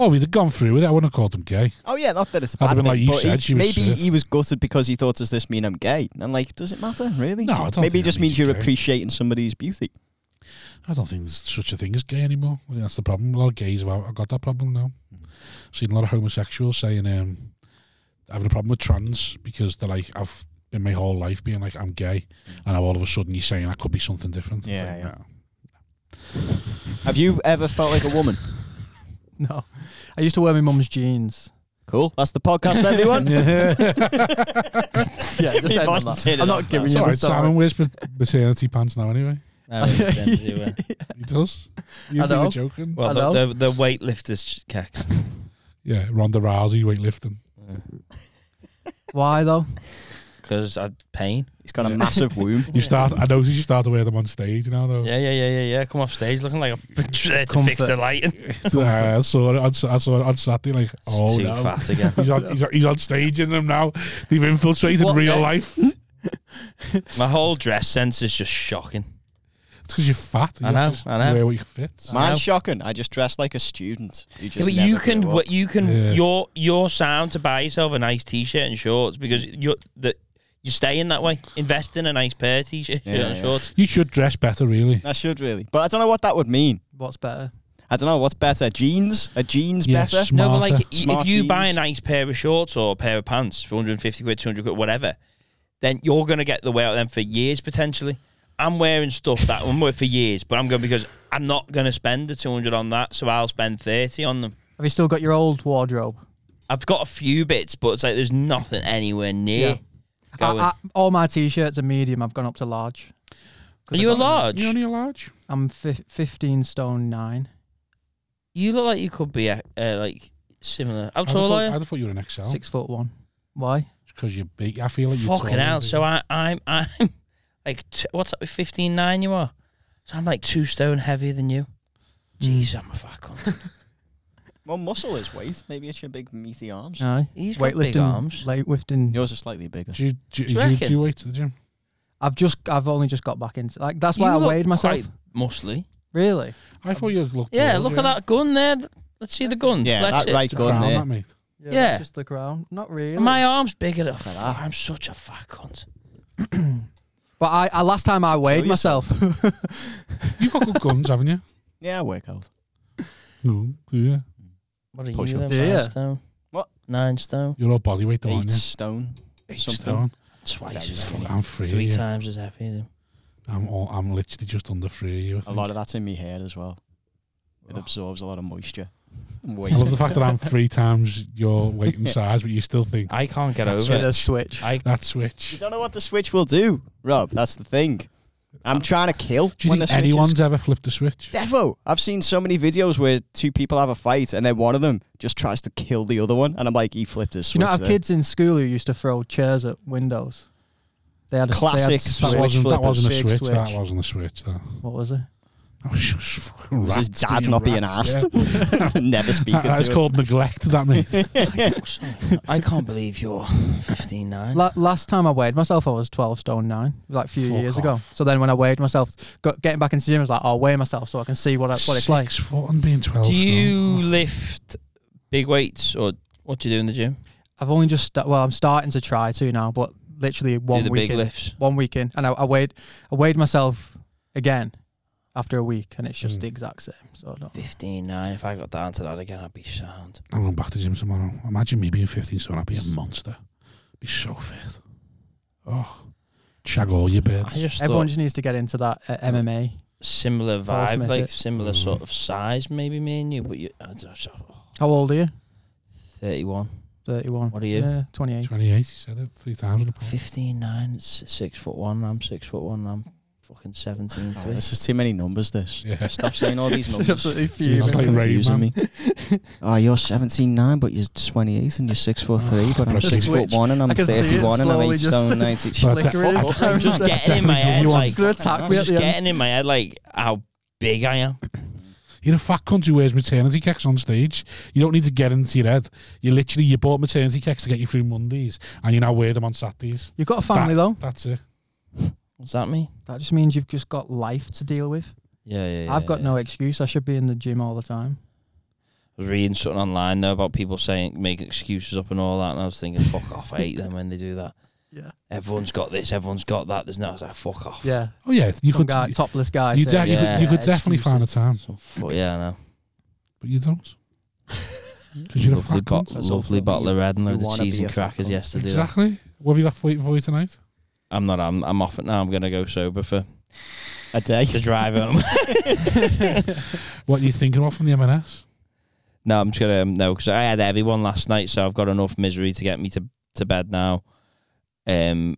S1: Oh, we'd have gone through with it. I wouldn't have called him gay.
S4: Oh yeah, not that it's a
S1: I'd
S4: bad
S1: have been
S4: thing,
S1: like, you
S4: but he-
S1: said she was
S4: maybe
S1: safe.
S4: he was gutted because he thought, "Does this mean I'm gay?" And like, does it matter really?
S1: No, I don't
S4: maybe it
S1: think
S4: just
S1: that means
S4: means you're
S1: gay.
S4: appreciating somebody's beauty.
S1: I don't think there's such a thing as gay anymore. I think that's the problem. A lot of gays have I've got that problem now.
S4: Mm-hmm.
S1: seen a lot of homosexuals saying um, having a problem with trans because they're like I've been my whole life being like I'm gay, and now all of a sudden you're saying I could be something different. It's
S4: Mm-hmm. Yeah,
S1: like,
S4: yeah.
S1: no.
S4: Have you ever felt like a woman?
S5: No. I used to wear my mum's jeans.
S4: Cool. That's the podcast, everyone.
S5: Yeah, just
S4: He
S5: end on
S4: busted
S5: that.
S4: it
S5: I'm
S4: off,
S5: not giving
S4: that's
S1: It's
S5: you
S1: all
S5: the
S1: right. Simon
S5: story.
S1: wears ma- maternity pants now anyway.
S2: I would tend to, uh,
S1: He does. You
S5: I
S1: were
S5: know.
S1: joking.
S2: Well,
S5: Hello?
S2: the, the, the weightlifters cack.
S1: Yeah, Ronda Rousey weightlifting.
S5: Why though?
S2: Because I pain.
S4: He's got a massive womb.
S1: You start. I noticed you start to wear them on stage now though.
S2: Yeah, yeah, yeah, yeah, yeah. Come off stage looking like I've tried to fix
S5: Comfort.
S2: the lighting.
S1: Uh, I saw it. On, Sa- I saw it on Saturday. Like, oh
S2: too
S1: no.
S2: fat again.
S1: He's on, he's, on, he's on stage in them now. They've infiltrated
S5: What
S1: real
S5: next?
S1: life.
S2: My whole dress sense is just shocking.
S1: It's because you're fat. You
S2: I know,
S1: have to
S2: I know.
S1: Wear what you fit.
S4: Man, shocking. I just dressed like a student. You just
S2: but you
S4: never
S2: can,
S4: grew up.
S2: what you can,
S1: Yeah.
S2: your your sound to buy yourself a nice t-shirt and shorts because you're that you're staying that way. Invest in a nice pair of t-shirt
S4: Yeah,
S2: and
S4: yeah.
S2: shorts.
S1: You should dress better, really.
S4: I should really, but I don't know what that would mean.
S5: What's better?
S4: I don't know what's better, jeans? A jeans
S1: Yeah,
S4: better?
S1: smarter.
S2: No, but like y-
S4: Smart
S2: if you buy a
S4: jeans.
S2: nice pair of shorts or a pair of pants for 150 quid, 200 quid, whatever, then you're going to get the wear out of them for years potentially. I'm wearing stuff that I'm wearing for years, but I'm going because I'm not going to spend the 200 on that, so I'll spend 30 on them.
S5: Have you still got your old wardrobe?
S2: I've got a few bits, but it's like there's nothing anywhere near.
S5: I,
S2: Going.
S5: I, all my t-shirts are medium. I've gone up to large.
S2: Are
S5: 'Cause I
S2: you a
S5: got-
S2: large?
S1: You only a large?
S5: I'm fi- 15 stone 9.
S2: You look like you could be a, uh, like similar. How
S1: I'd have
S2: tall
S1: thought-
S2: are you?
S1: I'd have thought you were an XL.
S5: Six foot one. Why?
S1: Because you're big. I feel like you're
S2: Fucking
S1: taller
S2: hell!
S1: than
S2: So
S1: me.
S2: I, I'm I'm like t- what's that? Fifteen nine you are. So I'm like two stone heavier than you. Jeez, I'm a fat cunt.
S4: Well, muscle is weight. Maybe it's your big meaty arms.
S5: Aye.
S2: He's got big arms.
S5: Weightlifting.
S4: Yours are slightly bigger.
S1: Do you, do, you-
S2: Do you
S1: do you
S2: reckon?
S1: do weight at the gym?
S5: I've just, I've only just got back into. Like that's why
S2: You
S5: I
S2: look
S5: weighed myself.
S2: quite muscly.
S5: Really?
S1: I thought you looked.
S2: Yeah,
S1: taller,
S2: look at that gun there. Th- Let's see the gun.
S4: yeah,
S2: Flex
S4: that
S2: it.
S4: right
S1: It's a
S4: gun
S1: crown,
S4: there.
S1: that, mate.
S5: that's
S2: Yeah.
S5: Just the crown. Not really.
S2: My arm's bigger than fuck.
S4: that.
S2: I'm such a fat cunt.
S5: but I, I, last time I weighed
S4: Kill
S5: myself.
S1: You've got good guns, haven't you?
S4: Yeah, I work out.
S1: No, do you?
S2: What are
S4: Push
S2: you?
S4: up.
S2: then,
S5: Yeah.
S2: Nine stone.
S4: What?
S2: Nine stone.
S1: You're all body weight, though,
S4: Eight
S1: aren't you?
S4: stone.
S1: Eight
S4: something.
S1: stone.
S2: Twice as
S1: Fuck,
S2: skinny.
S1: I'm free.
S2: Three
S1: yeah.
S2: times as heavy. as him.
S1: I'm all, I'm literally just under three. You. I
S4: A
S1: think.
S4: lot of that's in my hair as well. It absorbs a lot of moisture.
S1: Oh. I love the fact that I'm three times your weight and
S4: Yeah.
S1: size, but you still think
S2: I can't get over
S5: Should have
S2: it.
S5: switch.
S2: I
S1: that
S4: You
S1: switch.
S4: don't know what the switch will do, Rob. That's the thing. I'm trying to kill.
S1: Uh, Do you
S4: when
S1: think
S4: the switch is-
S1: anyone's ever flipped a switch?
S4: Defo, I've seen so many videos where two people have a fight and then one of them just tries to kill the other one, and I'm like, he flipped his
S5: Do
S4: switch.
S5: you not have
S4: there.
S5: kids in school who used to throw chairs at windows? They had a they had
S4: Classic
S5: s-
S1: That
S4: Switch
S1: wasn't, that
S4: flippers.
S1: wasn't a
S5: Big
S1: switch.
S5: switch.
S1: That wasn't a switch. That.
S5: What was it?
S1: That was just fucking
S4: Was his
S1: rats
S4: dad not being
S1: rats,
S4: asked? Never
S1: Yeah.
S4: speaking
S1: That- That's
S4: to
S1: called neglect, that mate.
S2: I can't believe you're 15'9.
S5: La- last time I weighed myself, I was 12 stone 9, like a few
S1: Fuck
S5: years
S1: off.
S5: ago. So then when I weighed myself, got, getting back into the gym, I was like, I'll weigh myself so I can see what, I, what
S1: Six
S5: it's like.
S1: foot and being twelve.
S2: Do you
S1: stone.
S2: lift big weights or what do you do in the gym?
S5: I've only just, sta- well, I'm starting to try to now, but literally one
S2: do the
S5: week
S2: big
S5: in.
S2: lifts.
S5: One week in. And I, I, weighed, I weighed myself again after a week, and it's just the exact same. So I don't,
S2: 15'9. If I got down to that again, I'd be sound.
S1: I'm going back to gym tomorrow. Imagine me being 15 stone. I'd be a monster. Be so fit. Oh, chag all your
S2: I
S1: beds.
S2: just
S5: everyone
S2: thought
S5: just needs to get into that uh, MMA.
S2: similar vibe,
S5: Smith
S2: like
S5: it.
S2: similar sort of size, maybe me and you, but you, I don't know,
S5: How old are you?
S2: 31.
S5: 31.
S2: What are you?
S5: Yeah, 28.
S1: 28. He said it three times on the pod.
S2: 15'9, s- six foot one. I'm six foot one. I'm fucking 17.
S4: Oh,
S2: three.
S4: this is too many numbers. This.
S1: Yeah.
S4: Stop saying all these
S5: It's
S4: numbers.
S5: absolutely
S1: It's
S5: fuming.
S1: like
S4: confusing
S1: Rayman.
S4: me. oh, you're 17 nine, but you're 28 and you're six foot three, but I'm
S1: Just
S4: six foot
S5: switch.
S4: one and I'm
S5: I can see it
S4: 31 and I'm
S5: slowly
S4: eight
S5: just-
S4: stone 90.
S1: But uh,
S5: Flicker
S1: I-
S5: is.
S1: I-
S2: I'm just
S1: I'd
S2: getting
S1: definitely
S2: in my
S1: give you
S2: head,
S1: one.
S2: like,
S5: Gonna attack
S2: I'm
S5: me at
S2: just
S5: the end.
S2: getting in my head like how big I am.
S1: You're a fat cunt who wears maternity kicks on stage. You don't need to get into your head. You literally you bought maternity kicks to get you through Mondays, and you now wear them on Saturdays.
S5: You've got a family
S1: That-
S5: though.
S1: That's it.
S2: What's that mean?
S5: That just means you've just got life to deal with.
S2: Yeah, yeah. yeah,
S5: I've got
S2: yeah.
S5: no excuse. I should be in the gym all the time.
S2: I was reading something online though about people saying making excuses up and all that, and I was thinking, fuck off. I hate them when they do that.
S5: Yeah.
S2: Everyone's got this. Everyone's got that. There's no. I was like, fuck off.
S5: Yeah.
S1: Oh yeah, you
S5: Some
S1: could
S5: guy, topless guy.
S1: you,
S5: saying-
S1: de- you could, you could
S5: Yeah,
S1: definitely find a
S5: excuses.
S1: time,
S2: Some fu- yeah, I know.
S1: but you don't because you're a
S2: lovely
S1: fat
S2: bo-
S1: cunt.
S4: That's
S2: lovely
S4: also-
S2: bottle of red and
S4: you
S2: loads of
S4: wanna
S2: cheese
S4: be
S2: and
S4: a fat
S2: crackers
S4: cunt.
S2: yesterday. though.
S1: Exactly. What have you got for, for you tonight?
S2: I'm not. I'm. I'm off it now. I'm gonna go sober for
S4: A day.
S2: the drive home.
S1: What are you thinking about from the M&S?
S2: no, I'm just gonna um, no because I had a heavy one last night, so I've got enough misery to get me to to bed now. Um,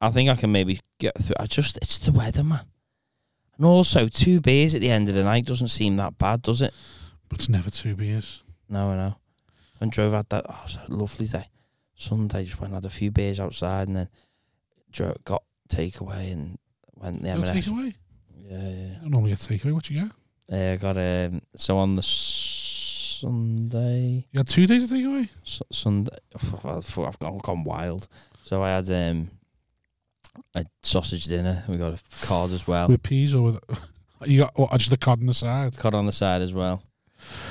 S2: I think I can maybe get through. I just it's the weather, man. And also, two beers at the end of the night doesn't seem that bad, does it?
S1: But it's never two beers.
S2: No, I know. And drove had that. Oh, it was a lovely day. Sunday just went and had a few beers outside, and then drove, got takeaway and went the
S1: No
S2: M&S.
S1: takeaway.
S2: Yeah, yeah. yeah.
S1: I don't normally get takeaway. What you got?
S2: Yeah, I got um. So on the Sunday,
S1: You had two days of takeaway.
S2: su- Sunday, I've I've gone, gone wild. So I had um a sausage dinner. We got a cod as
S5: Oh.
S2: well.
S1: With peas or with you got what, just the cod on the side.
S2: Cod on the side as well.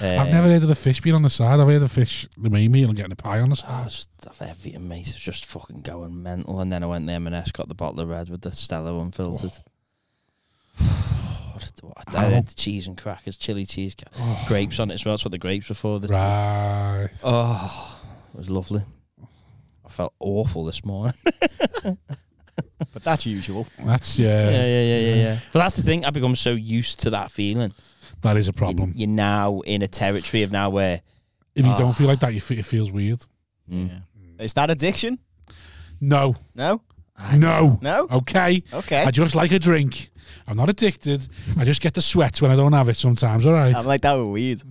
S1: I've
S2: Um,
S1: never heard of the fish being on the side. I've heard of fish, the main meal, and getting a pie on the
S2: Oh,
S1: side.
S2: it's stuff everything, mate. It was just fucking going mental. And then I went to M&S, got the bottle of red with the Stella unfiltered. what a, what a, I
S1: How?
S2: had the cheese and crackers, chili cheese, ca-
S1: Oh,
S2: grapes on it as well. That's what the grapes were for. The
S1: Right.
S2: Oh, it was lovely. I felt awful this morning.
S4: But that's usual.
S1: That's yeah.
S2: yeah, yeah, yeah. But that's the thing. I become so used to that feeling.
S1: That is a problem.
S2: You, are now in a territory of now where
S1: if you
S2: Ah.
S1: don't feel like that, you fe- it feels weird.
S2: Mm.
S4: Is that addiction?
S1: No.
S4: No?
S1: No.
S4: No?
S1: Okay.
S4: Okay.
S1: I just like a drink. I'm not addicted. I just get the sweats when I don't have it sometimes. All right.
S4: I'm like that with weed.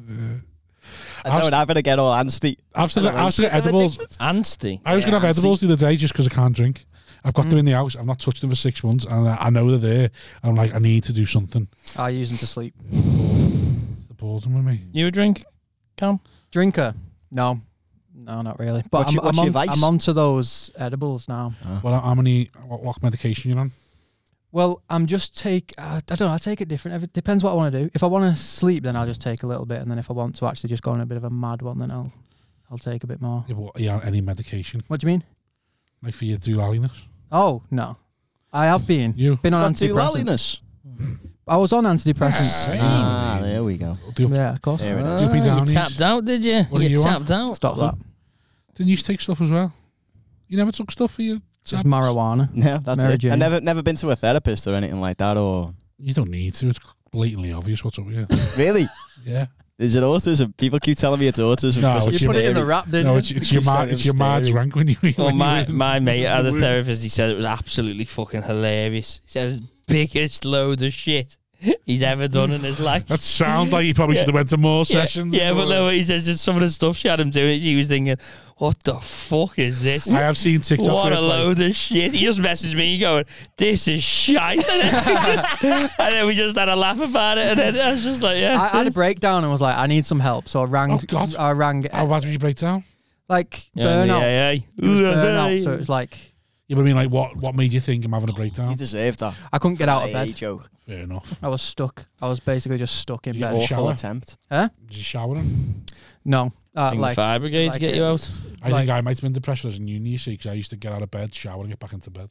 S4: I
S1: I've
S4: don't
S1: s-
S4: have it. I get all antsy.
S1: I've still got, I've still got
S4: I'm
S1: edibles.
S4: addicted.
S2: Anstey.
S1: I Mm. was
S4: Yeah,
S1: going to have
S4: I've
S1: edibles the other day just because I can't drink. I've got them in the house. I've not touched them for six months, and I, I know they're there. I'm like, I need to do something.
S5: I use them to sleep.
S1: It's the boredom with me.
S2: You a drink? Cam?
S5: Drinker? No, no, not really. But
S4: What's
S5: I'm,
S4: your- what's
S5: I'm,
S4: your
S5: on,
S4: vice?
S5: I'm onto those edibles now.
S1: Well, how- how many? What, what medication you on?
S5: Well, I'm just take. Uh, I don't know. I take it different. If it depends what I want to do. If I want to sleep, then I'll just take a little bit, and then if I want to actually just go on a bit of a mad one, then I'll, I'll take a bit more.
S1: Yeah, what, yeah, any medication
S5: What do you mean?
S1: like for your doolalliness?
S5: Oh no, I have been
S1: You
S5: been on
S4: Got two
S5: antidepressants.
S4: lolliness.
S5: I was on antidepressants.
S1: Hey.
S4: Ah, there we go.
S1: do
S5: Yeah, of course.
S4: There it is.
S1: Ah, you downies.
S2: tapped out, did you?
S1: What are
S2: you
S1: you on?
S2: tapped out.
S5: Stop that.
S1: Didn't you used to take stuff as well? You never took stuff for your
S5: Just
S1: tablets?
S5: marijuana.
S4: No, that's
S5: Mary
S4: it. I
S5: Jane.
S4: never, never been to a therapist or anything like that. Or
S1: You don't need to. It's blatantly obvious what's up here.
S4: really,
S1: yeah.
S4: is it autism? People keep telling me it's autism.
S1: No,
S4: for some
S1: it's You put it in
S4: theory.
S5: rap, didn't
S1: No, it's, it's your
S4: You said
S1: mar-
S4: it
S1: it's
S4: was
S1: your Marge
S4: dairy.
S1: rank when you.
S2: Well,
S1: when you
S2: my,
S1: were-
S2: my mate had a
S1: when you were-
S2: therapist. He said it was absolutely fucking hilarious. He said it was the biggest load of shit he's ever done in his life.
S1: That sounds like you probably should have went to more
S2: yeah,
S1: sessions.
S2: Yeah, but no, he says just some of the stuff she had him doing, she was thinking, what the fuck is this?
S1: I have seen TikTok.
S2: What a load of shit. He just messaged me going, This is shite. And then, we just, and then we just had a laugh about it. And then I was just like, Yeah.
S5: I, I had a breakdown and was like, I need some help. So I rang.
S1: Oh, God.
S5: I rang
S1: How bad did you break down?
S5: like
S2: yeah,
S5: burnout.
S2: yeah, yeah.
S5: It was burnout. So it was like
S1: Yeah, but I mean, like, what what made you think I'm having a breakdown?
S4: You deserve that.
S5: I couldn't get out of
S4: Hey,
S5: bed.
S4: joke.
S1: Fair enough.
S5: I was stuck. I was basically just stuck in
S1: You get
S5: bed.
S1: all-
S4: Awful
S1: Shower.
S4: attempt.
S1: Did you showering?
S5: No, uh,
S2: Think the
S5: like
S2: fire brigade
S5: like
S2: to get
S5: it-
S2: you out.
S1: I
S5: Like-
S1: think I might have been depression as a uni, you see, because I used to get out of bed, shower, and get back into bed.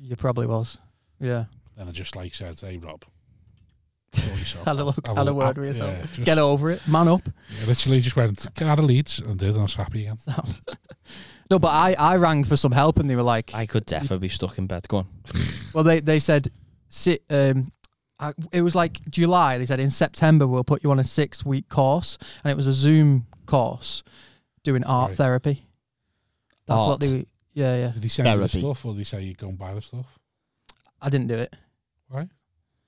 S5: you probably was. Yeah,
S1: Then I just like said, "Hey, Rob." sort yourself
S5: Had a
S1: out.
S5: look-
S1: Have
S5: had a word with yourself.
S1: yeah, just-
S5: get over it, man up.
S1: yeah, literally, just went get out of Leeds and did, and I was happy again.
S5: No, but I I rang for some help and they were like,
S2: I could definitely be stuck in bed. Go on.
S5: well they they said sit. Um, I, it was like July. They said in September we'll put you on a six week course and it was a Zoom course doing art
S1: Right.
S5: therapy. That's
S2: Art.
S5: what they. Yeah, yeah.
S1: Did he send you the
S4: Therapy.
S1: stuff, or did he say you go and buy the stuff?
S5: I didn't do it.
S1: Why?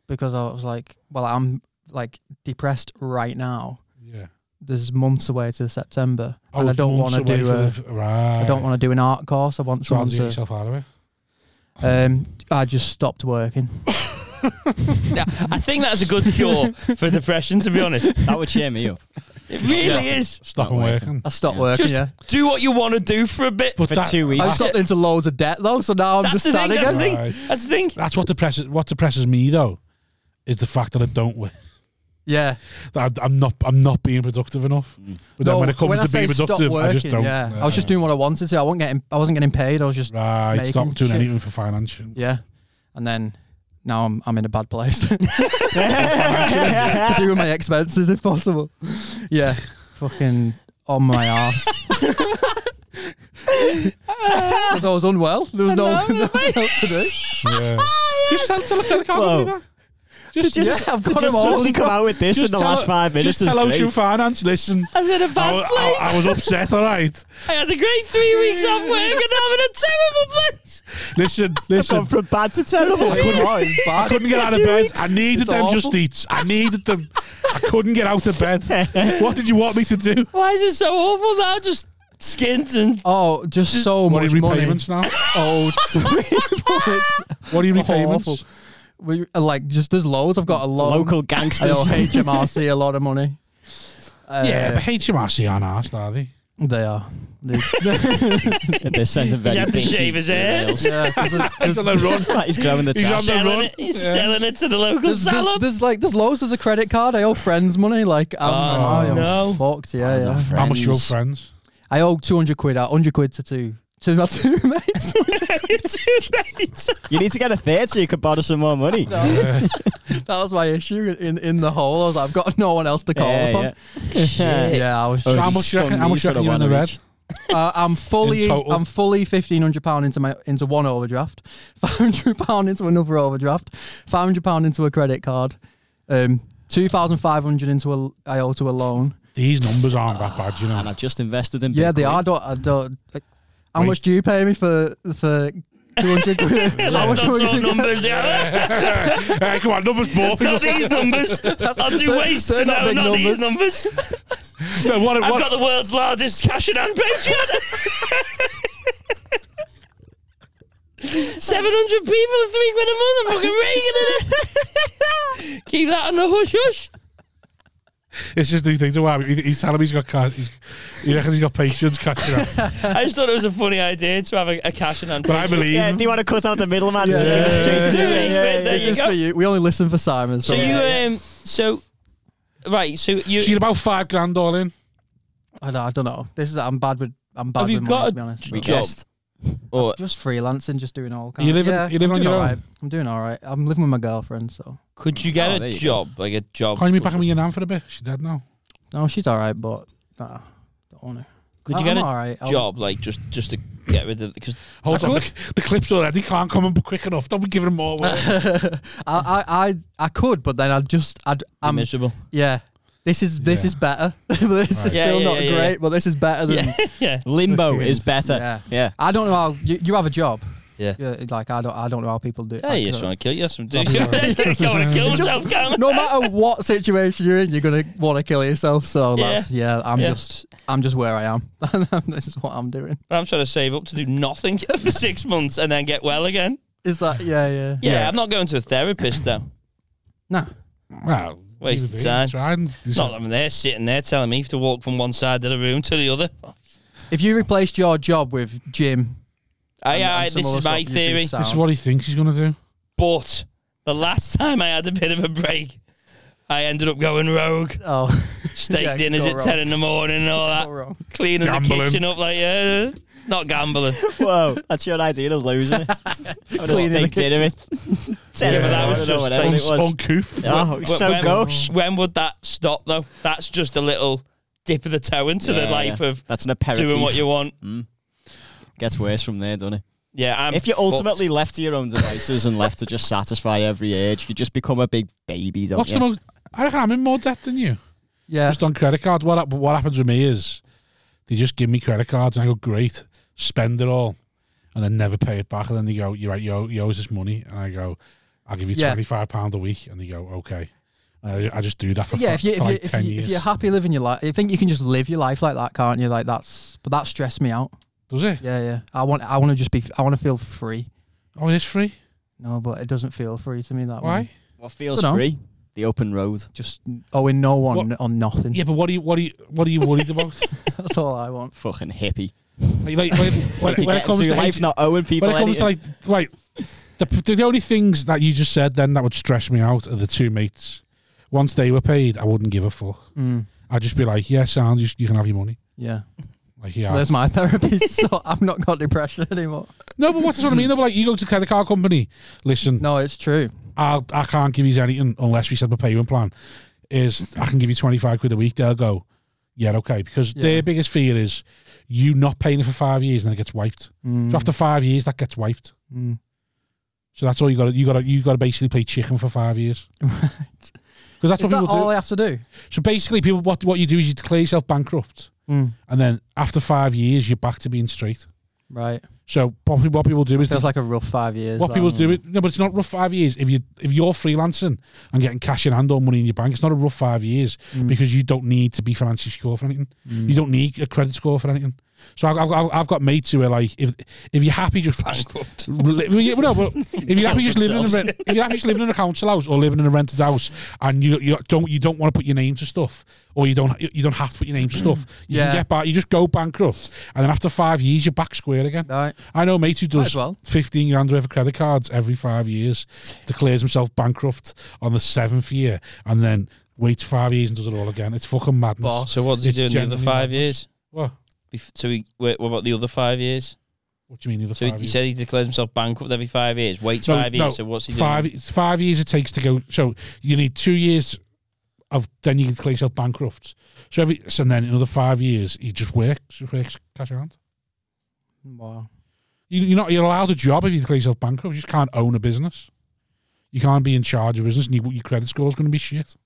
S5: Because I was like, well, I'm like depressed right now.
S1: Yeah.
S5: There's months away to September,
S1: Oh,
S5: and I
S1: it's
S5: don't want
S1: months
S5: to
S1: away
S5: do
S1: for
S5: a.
S1: the- right.
S5: I don't want to do an art course. I want
S1: So how
S5: someone
S1: did you get
S5: to.
S1: yourself out of it?
S5: Um, I just stopped working.
S2: Yeah, I think that's a good cure for depression, to be honest.
S4: That would cheer me up.
S2: It really is.
S1: Stop
S4: Not
S1: working.
S5: I stopped working.
S2: Just
S5: yeah,
S2: do what you want to do for a bit.
S1: But
S4: For
S1: that,
S4: two
S5: I
S4: weeks.
S5: stopped into loads of debt though, so now I'm
S2: that's
S5: just
S2: the
S5: sad
S2: thing. That's the
S5: again.
S2: thing.
S1: Right.
S2: That's the thing.
S1: that's what depresses what depresses me though, is the fact that I don't work.
S5: Yeah,
S1: That I- I'm not I'm not being productive enough.
S4: Mm.
S1: But then
S5: No,
S1: when it comes
S5: I
S1: to being
S5: say stop
S1: productive, I just
S5: working,
S1: don't.
S5: Yeah. I was just doing what I wanted to. I wasn't getting. I wasn't getting paid. I was just
S1: Right, stop
S5: making
S1: doing
S5: shit.
S1: anything for finance.
S5: yeah, and then now I'm I'm in a bad place to do with my expenses if possible. Yeah, fucking on my ass. 'Cause I was unwell. There was no, nothing else to do.
S1: Yeah. just tell, tell, tell the
S4: Whoa.
S1: company that. Just,
S4: just-
S5: yeah, I've
S4: to
S5: got
S4: just
S5: them all.
S4: suddenly come out with this in
S1: just
S4: the
S1: tell
S4: last
S1: o-
S4: five minutes.
S1: Just tell
S4: is
S1: Ocean
S4: great.
S1: Finance, listen,
S2: I was in a
S1: I,
S2: bad
S1: wa-
S2: place.
S1: I, I was upset, all right?
S2: I had a great three weeks off work and I'm in a terrible place.
S1: Listen,
S4: Gone
S1: listen.
S4: from bad to terrible.
S1: I couldn't get out of
S4: Two
S1: bed.
S4: weeks.
S1: I needed
S5: It's
S1: them
S5: awful.
S1: just eats. I needed them. I couldn't get out of bed. What did you want me to do?
S2: Why is it so awful now? Just skint and
S5: Oh, just so
S1: What are
S5: much
S1: your
S5: money.
S1: repayments now?
S5: Oh,
S1: What are your repayments?
S5: Awful. we like just there's loads. I've got a lot. of-
S4: Local
S5: I owe
S4: gangsters.
S5: HMRC a lot of money. Uh,
S1: Yeah, but HMRC aren't arsed, are they?
S5: they are. They,
S4: they sent a very
S2: had to
S4: dinky
S2: shave his hair.
S4: emails.
S5: yeah, 'cause there's, there's,
S4: He's growing the
S1: He's on
S4: tash.
S1: the
S2: selling
S1: run.
S2: it. He's selling it to the local
S5: there's- there's-
S2: salon.
S5: there's, like there's loads. There's a credit card. I owe friends money. Like I'm, I am
S2: no.
S5: fucked. Yeah,
S4: Friends are
S5: yeah.
S4: friends.
S1: How much are your friends?
S5: I owe 200 quid. out 100 quid to two to my two mates.
S2: Too late.
S4: You need to get a theatre so you could borrow some more money.
S5: that was my issue in in the hole. I was like, I've got no one else to call
S4: Yeah,
S5: upon.
S4: yeah.
S5: Yeah, I was.
S1: So
S4: Oh,
S1: how
S4: you
S1: much you reckon,
S4: stung
S1: how
S4: me
S1: much you
S4: for the
S1: reckon you're in the
S4: one
S1: red?
S4: each.
S5: Uh, I'm fully
S1: In total?
S5: I'm fully fifteen hundred pound into my into one overdraft, five hundred pound into another overdraft, five hundred pound into a credit card, um, two thousand five hundred into a I owe to a loan.
S1: These numbers aren't
S4: Ah,
S1: that bad, you
S4: And
S1: know.
S4: I've just invested in
S5: Yeah,
S4: Bitcoin.
S5: they are. I don't, I don't, like, how
S1: Wait.
S5: much do you pay me for for two hundred?
S2: Let's not talk numbers. Yeah.
S1: hey, come on, numbers, boy.
S2: not these numbers. I'll do
S5: they're-
S2: waste.
S5: they're
S2: No,
S5: not
S2: not,
S5: big
S2: these numbers.
S1: No, what,
S2: I've
S1: what,
S2: got the world's largest cash in hand Patreon. Seven hundred people and three quid a month. I'm fucking raking it. Keep that on the hush hush.
S1: It's just these things. Wow, he- he's telling me he's got cash. He's, he reckons he's got patience cashing out.
S2: I just thought it was a funny idea to have a, a cash in hand.
S1: But I believe.
S4: Yeah, do you want to cut out the middleman? Yeah.
S5: Yeah.
S4: Straight to
S2: Yeah,
S4: me.
S2: yeah, yeah.
S5: This
S2: you
S5: is
S2: go.
S5: for you. We only listen for Simon.
S2: so
S5: So,
S2: you um so right so you
S1: so you're about five grand all in.
S5: I, don't, I don't know. This is I'm bad with I'm bad
S2: Have you
S5: with
S2: got
S5: money,
S2: a
S5: to be honest.
S4: We
S5: So-
S4: just.
S2: or
S5: Just freelancing, just doing all kinds.
S1: You living- you living
S5: I'm
S1: on
S5: doing
S1: your
S5: all
S1: own?
S5: right. I'm doing all right. I'm living with my girlfriend, so
S2: could you get
S4: Oh, there
S2: a
S4: you go.
S2: job like a job?
S1: Can you be
S2: for-
S1: back in with your nan for a bit? She's dead now.
S5: no, she's all right, but nah, don't want to.
S2: Could you
S5: I'm
S2: get a
S5: all right. I'll-
S2: job like just just to get rid of because
S1: Hold
S5: I
S1: on,
S5: could.
S1: the, the clip's already can't come up quick enough. Don't be giving him more. work.
S5: I, I, I, I could, but then I'd just, I'd,
S2: I'm
S4: um,
S5: I'm,
S2: miserable?
S5: yeah. This is this
S1: Yeah.
S5: is better. this is
S2: Yeah,
S5: still
S2: yeah,
S5: not
S2: yeah, yeah.
S5: great, but this is better than.
S2: yeah,
S4: Limbo
S5: Okay.
S4: is better.
S5: Yeah.
S4: Yeah.
S5: I don't know how you, you have a job.
S2: yeah.
S5: Yeah, like I don't, I don't know how people do. it.
S2: Yeah,
S5: I
S2: you just
S5: couldn't.
S2: want to kill yourself, do you? I want to kill myself, can't
S5: no matter what situation you're in, you're gonna want to kill yourself. So
S2: Yeah.
S5: that's yeah. I'm
S2: Yeah.
S5: just, I'm just where I am. this is what I'm doing.
S2: I? I'm trying to save up to do nothing for six months and then get well again.
S5: Is that yeah, yeah,
S2: Yeah, I'm not going to a therapist though.
S5: No,
S1: well, neither
S2: Waste of
S1: do you.
S2: time.
S1: Try and do
S2: Not
S1: something.
S2: having there sitting there telling me to walk from one side of the room to the other.
S5: If you replaced your job with gym,
S2: I,
S5: and-
S2: I,
S5: and some
S2: this
S5: other
S2: is my
S5: stuff, you'd be
S2: theory.
S5: sound.
S1: This is what he thinks he's going to do.
S2: But the last time I had a bit of a break, I ended up going rogue.
S5: Oh,
S2: Steak
S5: Yeah,
S2: dinners
S5: go
S2: at
S5: wrong.
S2: 10 in the morning and all that.
S5: got wrong.
S2: Cleaning the
S1: Gambling.
S2: kitchen up like, yeah. Not gambling.
S4: Whoa, that's your idea of losing it. I'm going to
S5: the
S4: steak dinner in.
S2: Yeah, but that
S4: I
S2: was
S4: don't know
S2: just
S4: what hell it
S1: Unc-
S4: was.
S1: Uncouth.
S4: Oh,
S2: Wh-
S4: it's so
S2: when,
S4: gauche.
S2: When would that stop, though? That's just a little dip of the toe into the
S4: Yeah,
S2: life
S4: yeah.
S2: of
S4: That's an aperitif.
S2: doing what you want.
S4: Gets worse from there, doesn't it?
S2: Yeah, I'm
S4: If you're
S2: fucked.
S4: ultimately left to your own devices and left to just satisfy every urge, you just become a big baby, don't
S1: What's
S4: you?
S1: the most? I reckon I'm in more debt than you.
S5: Yeah,
S1: Just on credit cards. What hap- what happens with me is they just give me credit cards and I go great, spend it all, and then never pay it back. And then they go, you're right, you owe, you owe us this money, and I go, I'll give you
S5: Yeah.
S1: twenty five pound a week, and they go, okay. And I, I just do that for
S5: yeah.
S1: fi-
S5: If you if,
S1: for like
S5: you, if,
S1: ten
S5: you, if
S1: years.
S5: you're happy living your life, you think you can just live your life like that, can't you? Like that's, but that stressed me out.
S1: Does it?
S5: Yeah, yeah. I want, I want to just be, I want to feel free.
S1: Oh, it's free.
S5: No, but it doesn't feel free to me that
S1: Why?
S5: way.
S4: What feels
S5: Dunno.
S4: free? The open road.
S5: Just owing no one
S1: What?
S5: on nothing.
S1: Yeah, but what are you what are you what are you worried about?
S5: That's all I want.
S4: Fucking hippie.
S1: like, like when, when,
S4: Fucking
S1: when it
S4: get
S1: comes
S4: through
S1: to
S4: life, not owing people
S1: when it comes to
S4: anything.
S1: like right, the, the only things that you just said then that would stress me out are the two mates. Once they were paid, I wouldn't give a fuck.
S5: Mm,
S1: I'd just be like, yeah, sound, you, you can have your money.
S5: yeah.
S1: Like, yeah.
S5: There's my therapy, so I've not got depression anymore.
S1: no, but what's what I mean? They were like, you go to the car company. Listen,
S5: No, it's true.
S1: I'll, I can't give you anything unless we set up a payment plan. Is I can give you 25 quid a week. They'll go, yeah, okay. Because
S5: Yeah.
S1: their biggest fear is you not paying it for five years and then it gets wiped.
S5: Mm,
S1: So after five years, that gets wiped.
S5: mm.
S1: So that's all you got. You got to you got to basically play chicken for five years. Because that's what
S5: Is that
S1: people do.
S5: all I have to do?
S1: so basically, people what what you do is you declare yourself bankrupt,
S5: Mm,
S1: and then after five years, you're back to being straight.
S5: right.
S1: So what, pe- what people do is they-
S5: Feels like a rough five years.
S1: what
S5: that.
S1: people do it. No, but it's not rough five years. If you if you're freelancing and getting cash in hand or money in your bank, it's not a rough five years
S5: Mm.
S1: because you don't need to be financially secure for anything.
S5: Mm.
S1: You don't need a credit score for anything. So I've, I've, got- I've got mates who are like, if if you're happy, just
S2: Bankrupt.
S1: Li- well, yeah, well, no, but if you're happy just living in a rent, if you're happy just living in a council house or living in a rented house, and you you don't you don't want to put your name to stuff, or you don't you don't have to put your name to stuff, you
S5: Yeah.
S1: can get back. You just go bankrupt, and then after five years, you're back square again.
S5: Right.
S1: I know a mate who
S5: Might
S1: does
S5: as well.
S1: fifteen grand worth of credit cards every five years, declares himself bankrupt on the seventh year, and then waits five years and does it all again. It's fucking madness.
S5: Boss.
S2: So what does he
S1: It's
S2: do in the other
S1: genuinely
S2: five
S1: madness.
S2: years?
S1: What?
S2: Bef- So he, wait, what about the other five years?
S1: What do you mean the other
S2: So
S1: five
S2: he,
S1: years?
S2: said he declares himself bankrupt every five years. Waits
S1: No,
S2: five years.
S1: no,
S2: so what's he doing?
S1: five it's five years it takes to go. So you need two years of then you can declare yourself bankrupt. So every so then another five years he just works, just works cash around.
S5: Wow.
S1: You, you're not you're allowed a job if you declare yourself bankrupt. You just can't own a business. You can't be in charge of a business, and you, your credit score is going to be shit.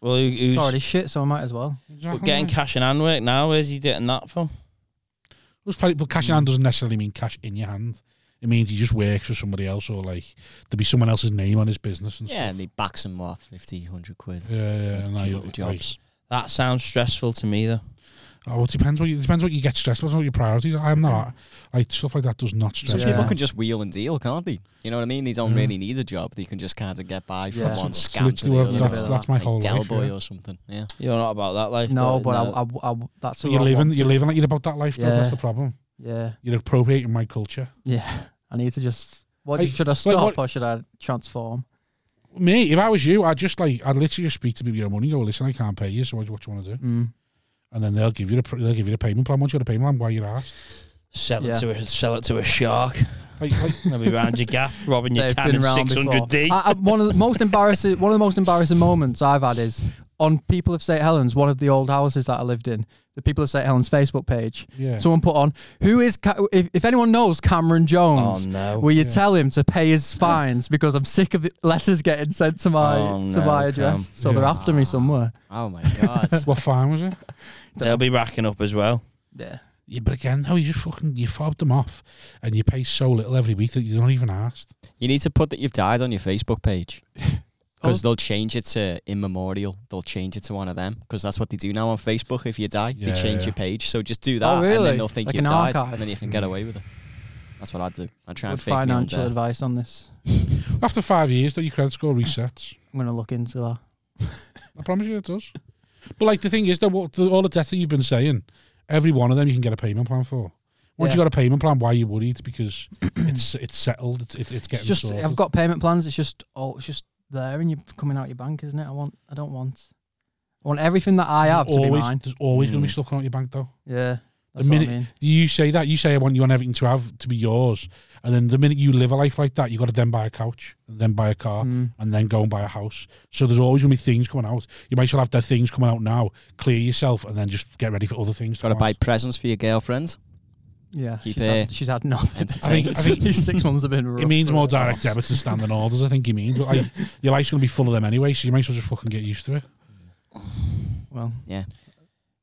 S2: Well, who,
S5: It's
S2: who's
S5: already shit, so I might as well.
S1: Exactly.
S2: but getting cash in hand work now? Where's he getting that from?
S1: Well, it's probably- but cash in hand doesn't necessarily mean cash in your hand. It means he just works for somebody else, or like there'll be someone else's name on his business and
S6: Yeah, and they back some off 50, 100 quid.
S1: stuff. Yeah, yeah, no,
S6: Cheap
S1: you-
S6: little jobs.
S2: That sounds stressful to me, though.
S1: Oh, well, it depends what you, it depends what you get stressed about, what your priorities. are. I'm not like stuff like that does not
S6: Some
S1: stress
S5: Yeah.
S1: me.
S6: people can just wheel and deal, can't they? You know what I mean? They don't
S1: Yeah.
S6: really need a job. They can just kind of get by from
S5: Yeah.
S6: one
S1: That's
S6: scam to the
S1: literally what
S6: other.
S1: I've
S5: done.
S6: you know,
S1: That's my
S6: like
S1: whole
S6: Del
S1: life,
S6: Boy
S1: yeah.
S6: or something. Yeah.
S2: You're not about that life.
S5: No,
S2: though,
S5: but I, I, I, that's
S1: So
S5: what
S1: you're
S5: I
S1: living,
S5: want.
S1: you're living like you're about that life. though. That's
S5: Yeah.
S1: the problem.
S5: Yeah.
S1: You're appropriating my culture.
S5: Yeah. I need to just. What
S1: Hey,
S5: should I stop
S1: what-
S5: or should I transform?
S1: Me, if I was you, I'd just like I'd literally just speak to people your money. Go, listen, I can't pay you. So what, what do you want to do?
S5: Mm.
S1: And then they'll give you the pr- they'll give you the payment plan. Once you got a payment plan, why you're asked?
S2: sell
S5: Yeah.
S2: it to a sell it to a shark.
S1: Like, like,
S2: They'll be round your gaff, robbing your
S5: They've
S2: can
S5: been Ah.
S2: in
S5: around
S2: six hundred D.
S5: I, I, one of the most embarrassing one of the most embarrassing moments I've had is on people of St Helens, one of the old houses that I lived in. The people of St Helens Facebook page.
S1: yeah.
S5: Someone put on who is Ca- if, if anyone knows Cameron
S2: Oh
S5: Jones.
S2: no!
S5: Will you
S1: Yeah.
S5: tell him to pay his fines because I'm sick of the letters getting sent to my
S2: Oh,
S5: to
S2: no,
S5: my
S2: Cam.
S5: address? So they're
S1: Yeah.
S5: after me somewhere.
S6: Oh my god.
S1: what fine was it?
S2: They'll be racking up as well.
S5: Yeah.
S1: Yeah, but again, though, you just fucking you fobbed them off, and you pay so little every week that you're not even asked.
S6: you need to put that you've died on your Facebook page.
S5: Oh.
S6: Because they'll change it to in memorial. They'll change it to one of them. Because that's what they do now on Facebook. If you die,
S1: Yeah,
S6: they change
S1: yeah.
S6: your page. So just do that, and
S5: Oh, really?
S6: then they'll think
S5: Like
S6: you've
S5: an
S6: died,
S5: archive?
S6: and then you can get away with it. That's what I'd do. I'd try
S5: Good
S6: and fake my own
S5: financial
S6: death.
S5: advice on this.
S1: After five years, though, your credit score resets.
S5: I'm gonna look into that.
S1: I promise you it does. But like the thing is that what the, all the debts that you've been saying, every one of them you can get a payment plan for. Once you
S5: Yeah.
S1: got a payment plan, why are you worried? Because it's it's settled. It's it, it's getting
S5: It's just
S1: sorted.
S5: I've got payment plans. It's just oh, it's just there and you're coming out your bank, isn't it? I want. I don't want. I want everything that I have to
S1: always,
S5: be mine.
S1: There's always going to be
S6: Mm.
S1: stuff coming out your bank though.
S5: Yeah.
S1: The
S5: That's
S1: minute
S5: what I mean.
S1: you say that, you say I want you want everything to have to be yours, and then the minute you live a life like that, you got to then buy a couch, and then buy a car,
S5: Mm.
S1: and then go and buy a house. So there's always going to be things coming out. You might as well have the things coming out now, clear yourself, and then just get ready for other things. to
S6: Got to
S1: come
S6: buy
S1: out.
S6: presents for your girlfriend.
S5: Yeah.
S6: Keep
S5: she's,
S6: it-
S5: had, she's had nothing.
S6: Entertain.
S1: I think-
S5: These six months have been. Rough
S1: It means
S5: for
S1: more
S5: her.
S1: direct debits and standing orders, I think he means. But like, your life's going to be full of them anyway, so you might as well just fucking get used to it.
S5: Well,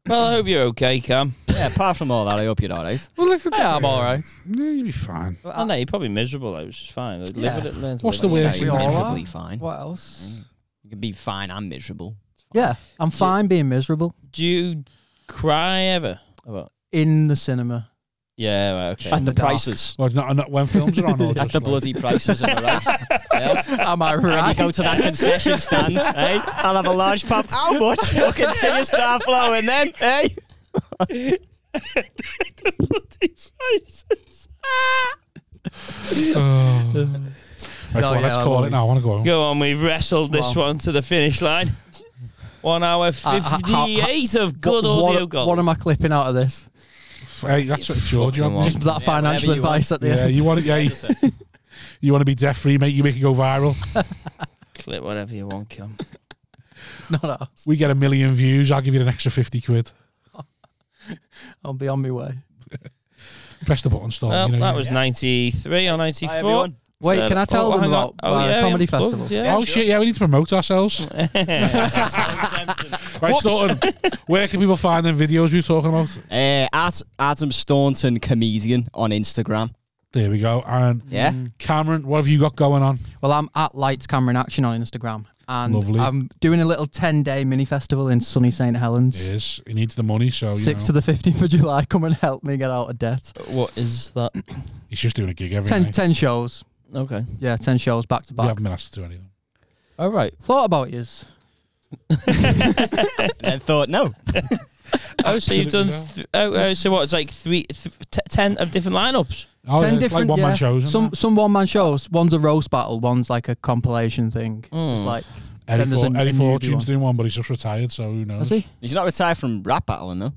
S2: Well, I hope you're okay, Cam.
S6: yeah. Apart from all that, I hope you're all right.
S1: Well, like,
S5: yeah, I'm all right.
S1: Yeah, you'll be fine.
S2: I know you're probably miserable though, which is fine. Like,
S5: Ah. Yeah.
S2: Live with it. Learn to
S1: What's
S2: live
S1: the
S2: with
S1: worst
S6: Yeah,
S1: Yes,
S5: we
S6: you're
S5: all
S6: miserably
S5: are.
S6: fine.
S5: What else?
S2: Mm.
S6: You can be fine and miserable.
S5: Yeah, I'm fine being miserable
S2: it. Do you cry ever? About
S5: in the cinema.
S6: Yeah, right, Oh, okay.
S5: In
S6: At
S5: the
S6: the
S5: dark.
S6: prices.
S1: Well, not, not when films are on. Or
S6: At
S1: just
S6: the
S1: like-
S6: bloody prices, am I right? Yeah.
S5: Am I
S4: You
S5: right?
S4: go to that concession stand, hey? I'll have a large pop. How much? You'll continue to start flowing then, hey?
S2: the bloody faces.
S1: Oh. Right,
S5: No,
S1: well,
S5: yeah,
S1: let's
S5: I
S1: call
S5: love
S1: it
S5: it.
S1: now. I want to go home.
S2: Go on, we've wrestled this one to the finish line. One hour
S5: Uh, ha- ha-
S2: fifty-eight of good
S5: What-
S2: audio
S5: what,
S2: gold.
S5: what am I clipping out of this?
S1: Hey, that's what George you want.
S2: Fucking
S1: mate.
S5: That financial
S6: whatever you want.
S5: advice at the
S1: Yeah,
S5: end.
S1: you want it. Yeah, you, you want to be death free, mate. You make it go viral.
S2: Clip whatever you want, come.
S5: It's not us.
S1: We get a million views. I'll give you an extra fifty quid.
S5: I'll be on my way.
S1: Press the button, stop.
S2: Well,
S1: you know,
S2: that
S1: you-
S2: was ninety-three or
S6: Hi,
S2: ninety-four.
S6: everyone.
S5: Wait,
S2: So-
S5: can I tell
S2: oh,
S5: them
S2: hang on.
S5: about
S2: Oh,
S5: uh,
S2: yeah,
S5: comedy
S2: we- oh,
S5: festival?
S2: yeah.
S1: Oh shit! Yeah, we need to promote ourselves. right, Staunton. Where can people find them videos we were talking about?
S6: Uh, at Adam Staunton Comedian on Instagram.
S1: There we go. And
S6: Yeah.
S1: Cameron, what have you got going on?
S5: Well, I'm at Lights Camera in Action on Instagram, and
S1: Lovely.
S5: I'm doing a little 10 day mini festival in sunny St Helens.
S1: Yes, he needs the money, so oh, you
S5: Six to
S1: know,
S5: the 15th of July. Come and help me get out of debt.
S2: Mm. What is that?
S1: he's just doing a gig every
S5: Ten,
S1: night.
S5: ten shows.
S2: Okay.
S5: Yeah, 10 shows back to
S1: We
S5: back.
S1: haven't been asked to do anything.
S2: All right.
S5: Thought about yous.
S6: And thought, no.
S2: Oh, so you've done.
S1: Absolutely
S2: Th- oh, oh, so what? It's like three, th- t- ten of different lineups.
S1: Oh,
S5: 10
S1: yeah, it's like
S5: different
S1: one
S5: yeah.
S1: man shows. isn't
S5: Some
S1: it?
S5: some one man shows. One's a roast battle, one's like a compilation thing. It's
S2: Mm.
S5: like,
S1: Eddie,
S5: then there's
S1: For-
S5: a-
S1: Eddie
S5: a newbie
S1: Fortune's
S5: one.
S1: doing one, but he's just retired, so who knows?
S5: is he?
S6: He's not retired from rap battling, though.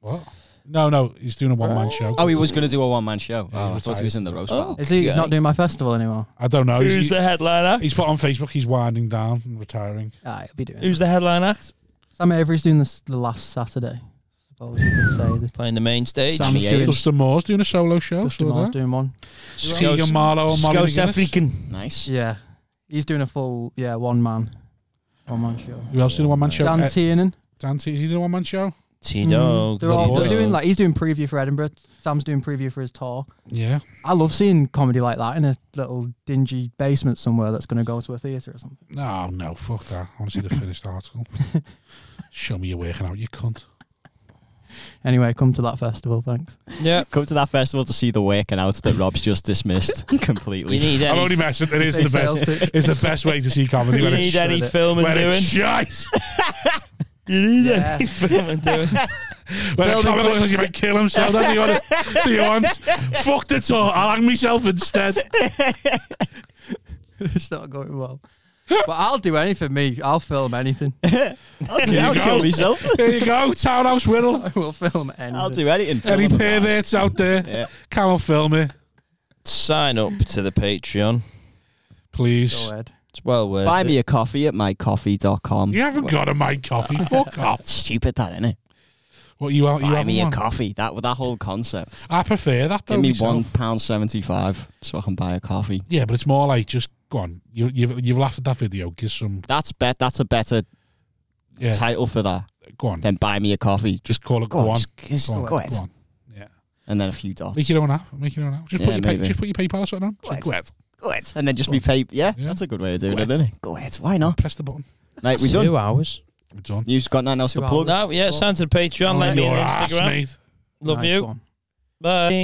S1: What? No, no, he's doing a one man show.
S6: Oh, he was going to do a one man show.
S1: Yeah,
S6: oh,
S1: he
S6: I thought he was in the roast
S2: Oh.
S6: battle.
S5: Is he? He's
S2: Okay.
S5: not doing my festival anymore.
S1: I don't know.
S2: Who's
S1: He's,
S2: the headliner?
S1: he's put on Facebook. He's winding down and retiring.
S5: Ah, he'll be doing. it.
S2: Who's the headline act?
S5: Sam Avery's doing this the last Saturday. I suppose you could say. The,
S2: Playing the main stage.
S5: Sam's
S6: Yeah,
S5: doing.
S1: Dustin Moore's doing a solo show.
S5: Dustin
S1: saw
S5: Moore's
S1: that.
S5: doing one.
S1: Keegan Marlowe and Molly
S2: Scouse
S1: McGuinness.
S2: African.
S6: Nice.
S5: Yeah, he's doing a full yeah one man, one man show.
S1: Who else did a one man show?
S5: Dan
S1: Eh,
S5: Tiernan. Mm.
S1: Dan T. He did a one man show.
S2: T Dog.
S5: They're, all,
S1: Good
S5: they're
S1: boy.
S5: doing like he's doing preview for Edinburgh. Sam's doing preview for his tour.
S1: Yeah.
S5: I love seeing comedy like that in a little dingy basement somewhere that's going to go to a theatre or something.
S1: No, Oh, no, fuck that. I want to see the finished article. Show me you're working out, you cunt.
S5: Anyway, come to that festival, thanks.
S2: Yeah.
S6: Come to that festival to see the working out that Rob's just dismissed completely.
S2: You need
S1: I'm
S2: any,
S1: only messing. It is the best. It's the best way to see comedy
S2: you
S1: when
S2: need
S1: it's
S2: any
S5: shredded.
S2: film and
S1: when
S2: doing.
S1: it's shite.
S2: You need
S5: Yeah.
S2: any film and doing.
S1: When a
S5: Building
S1: comic looks
S5: bricks.
S1: like he might kill himself. That's what you want. That's what you want. Fuck the tour. I'll hang myself instead.
S5: it's not going well. But I'll do anything, me. I'll film anything.
S1: There
S6: I'll
S1: you
S6: kill
S1: go.
S6: myself.
S1: There you go. Townhouse Whittle.
S5: I will film anything.
S6: I'll do anything.
S1: Any
S6: Fill up the bars.
S1: perverts out there?
S6: Yeah.
S1: Can't film it,
S2: Sign up to the Patreon.
S1: please.
S5: Go ahead.
S2: It's well worth
S6: Buy
S2: it.
S6: me a coffee at mycoffee.com.
S1: You haven't got a mic coffee. Fuck off.
S6: Stupid that, innit?
S1: What you are? You
S6: uh, Buy
S1: have
S6: me a
S1: one?
S6: coffee. That that whole concept.
S1: I prefer that though.
S6: Give me
S1: myself.
S6: one pound seventy five so I can buy a coffee.
S1: Yeah, but it's more like just go on. You you've, you've laughed at that video. Give some.
S6: That's bet. That's a better
S1: Yeah,
S6: title for that
S1: go on.
S6: than buy me a coffee.
S1: Just call it.
S6: Go on,
S1: Go on.
S6: just- just
S1: Go on.
S6: go ahead.
S1: Go on. Yeah.
S6: And then a few dots.
S1: Make your own app. Make your own app. Just
S6: Yeah,
S1: put your pay,
S6: maybe.
S1: just put your PayPal or something on. Just like, Go ahead.
S6: And then just be paid. Yeah,
S1: Yeah.
S6: that's a good way of doing
S1: Go
S6: it,
S1: ahead.
S6: isn't it? Go ahead. Why not?
S1: Press the button.
S6: Mate, we
S2: Two
S6: done.
S2: hours.
S1: We've done.
S6: You've got nothing else
S5: Two
S6: to plug.
S5: hours.
S2: No, yeah, sign to the Patreon.
S5: Oh,
S2: Like me
S1: Your
S2: on
S1: ass,
S2: Instagram.
S1: mate.
S2: Love
S5: Nice
S2: you.
S5: one.
S2: Bye.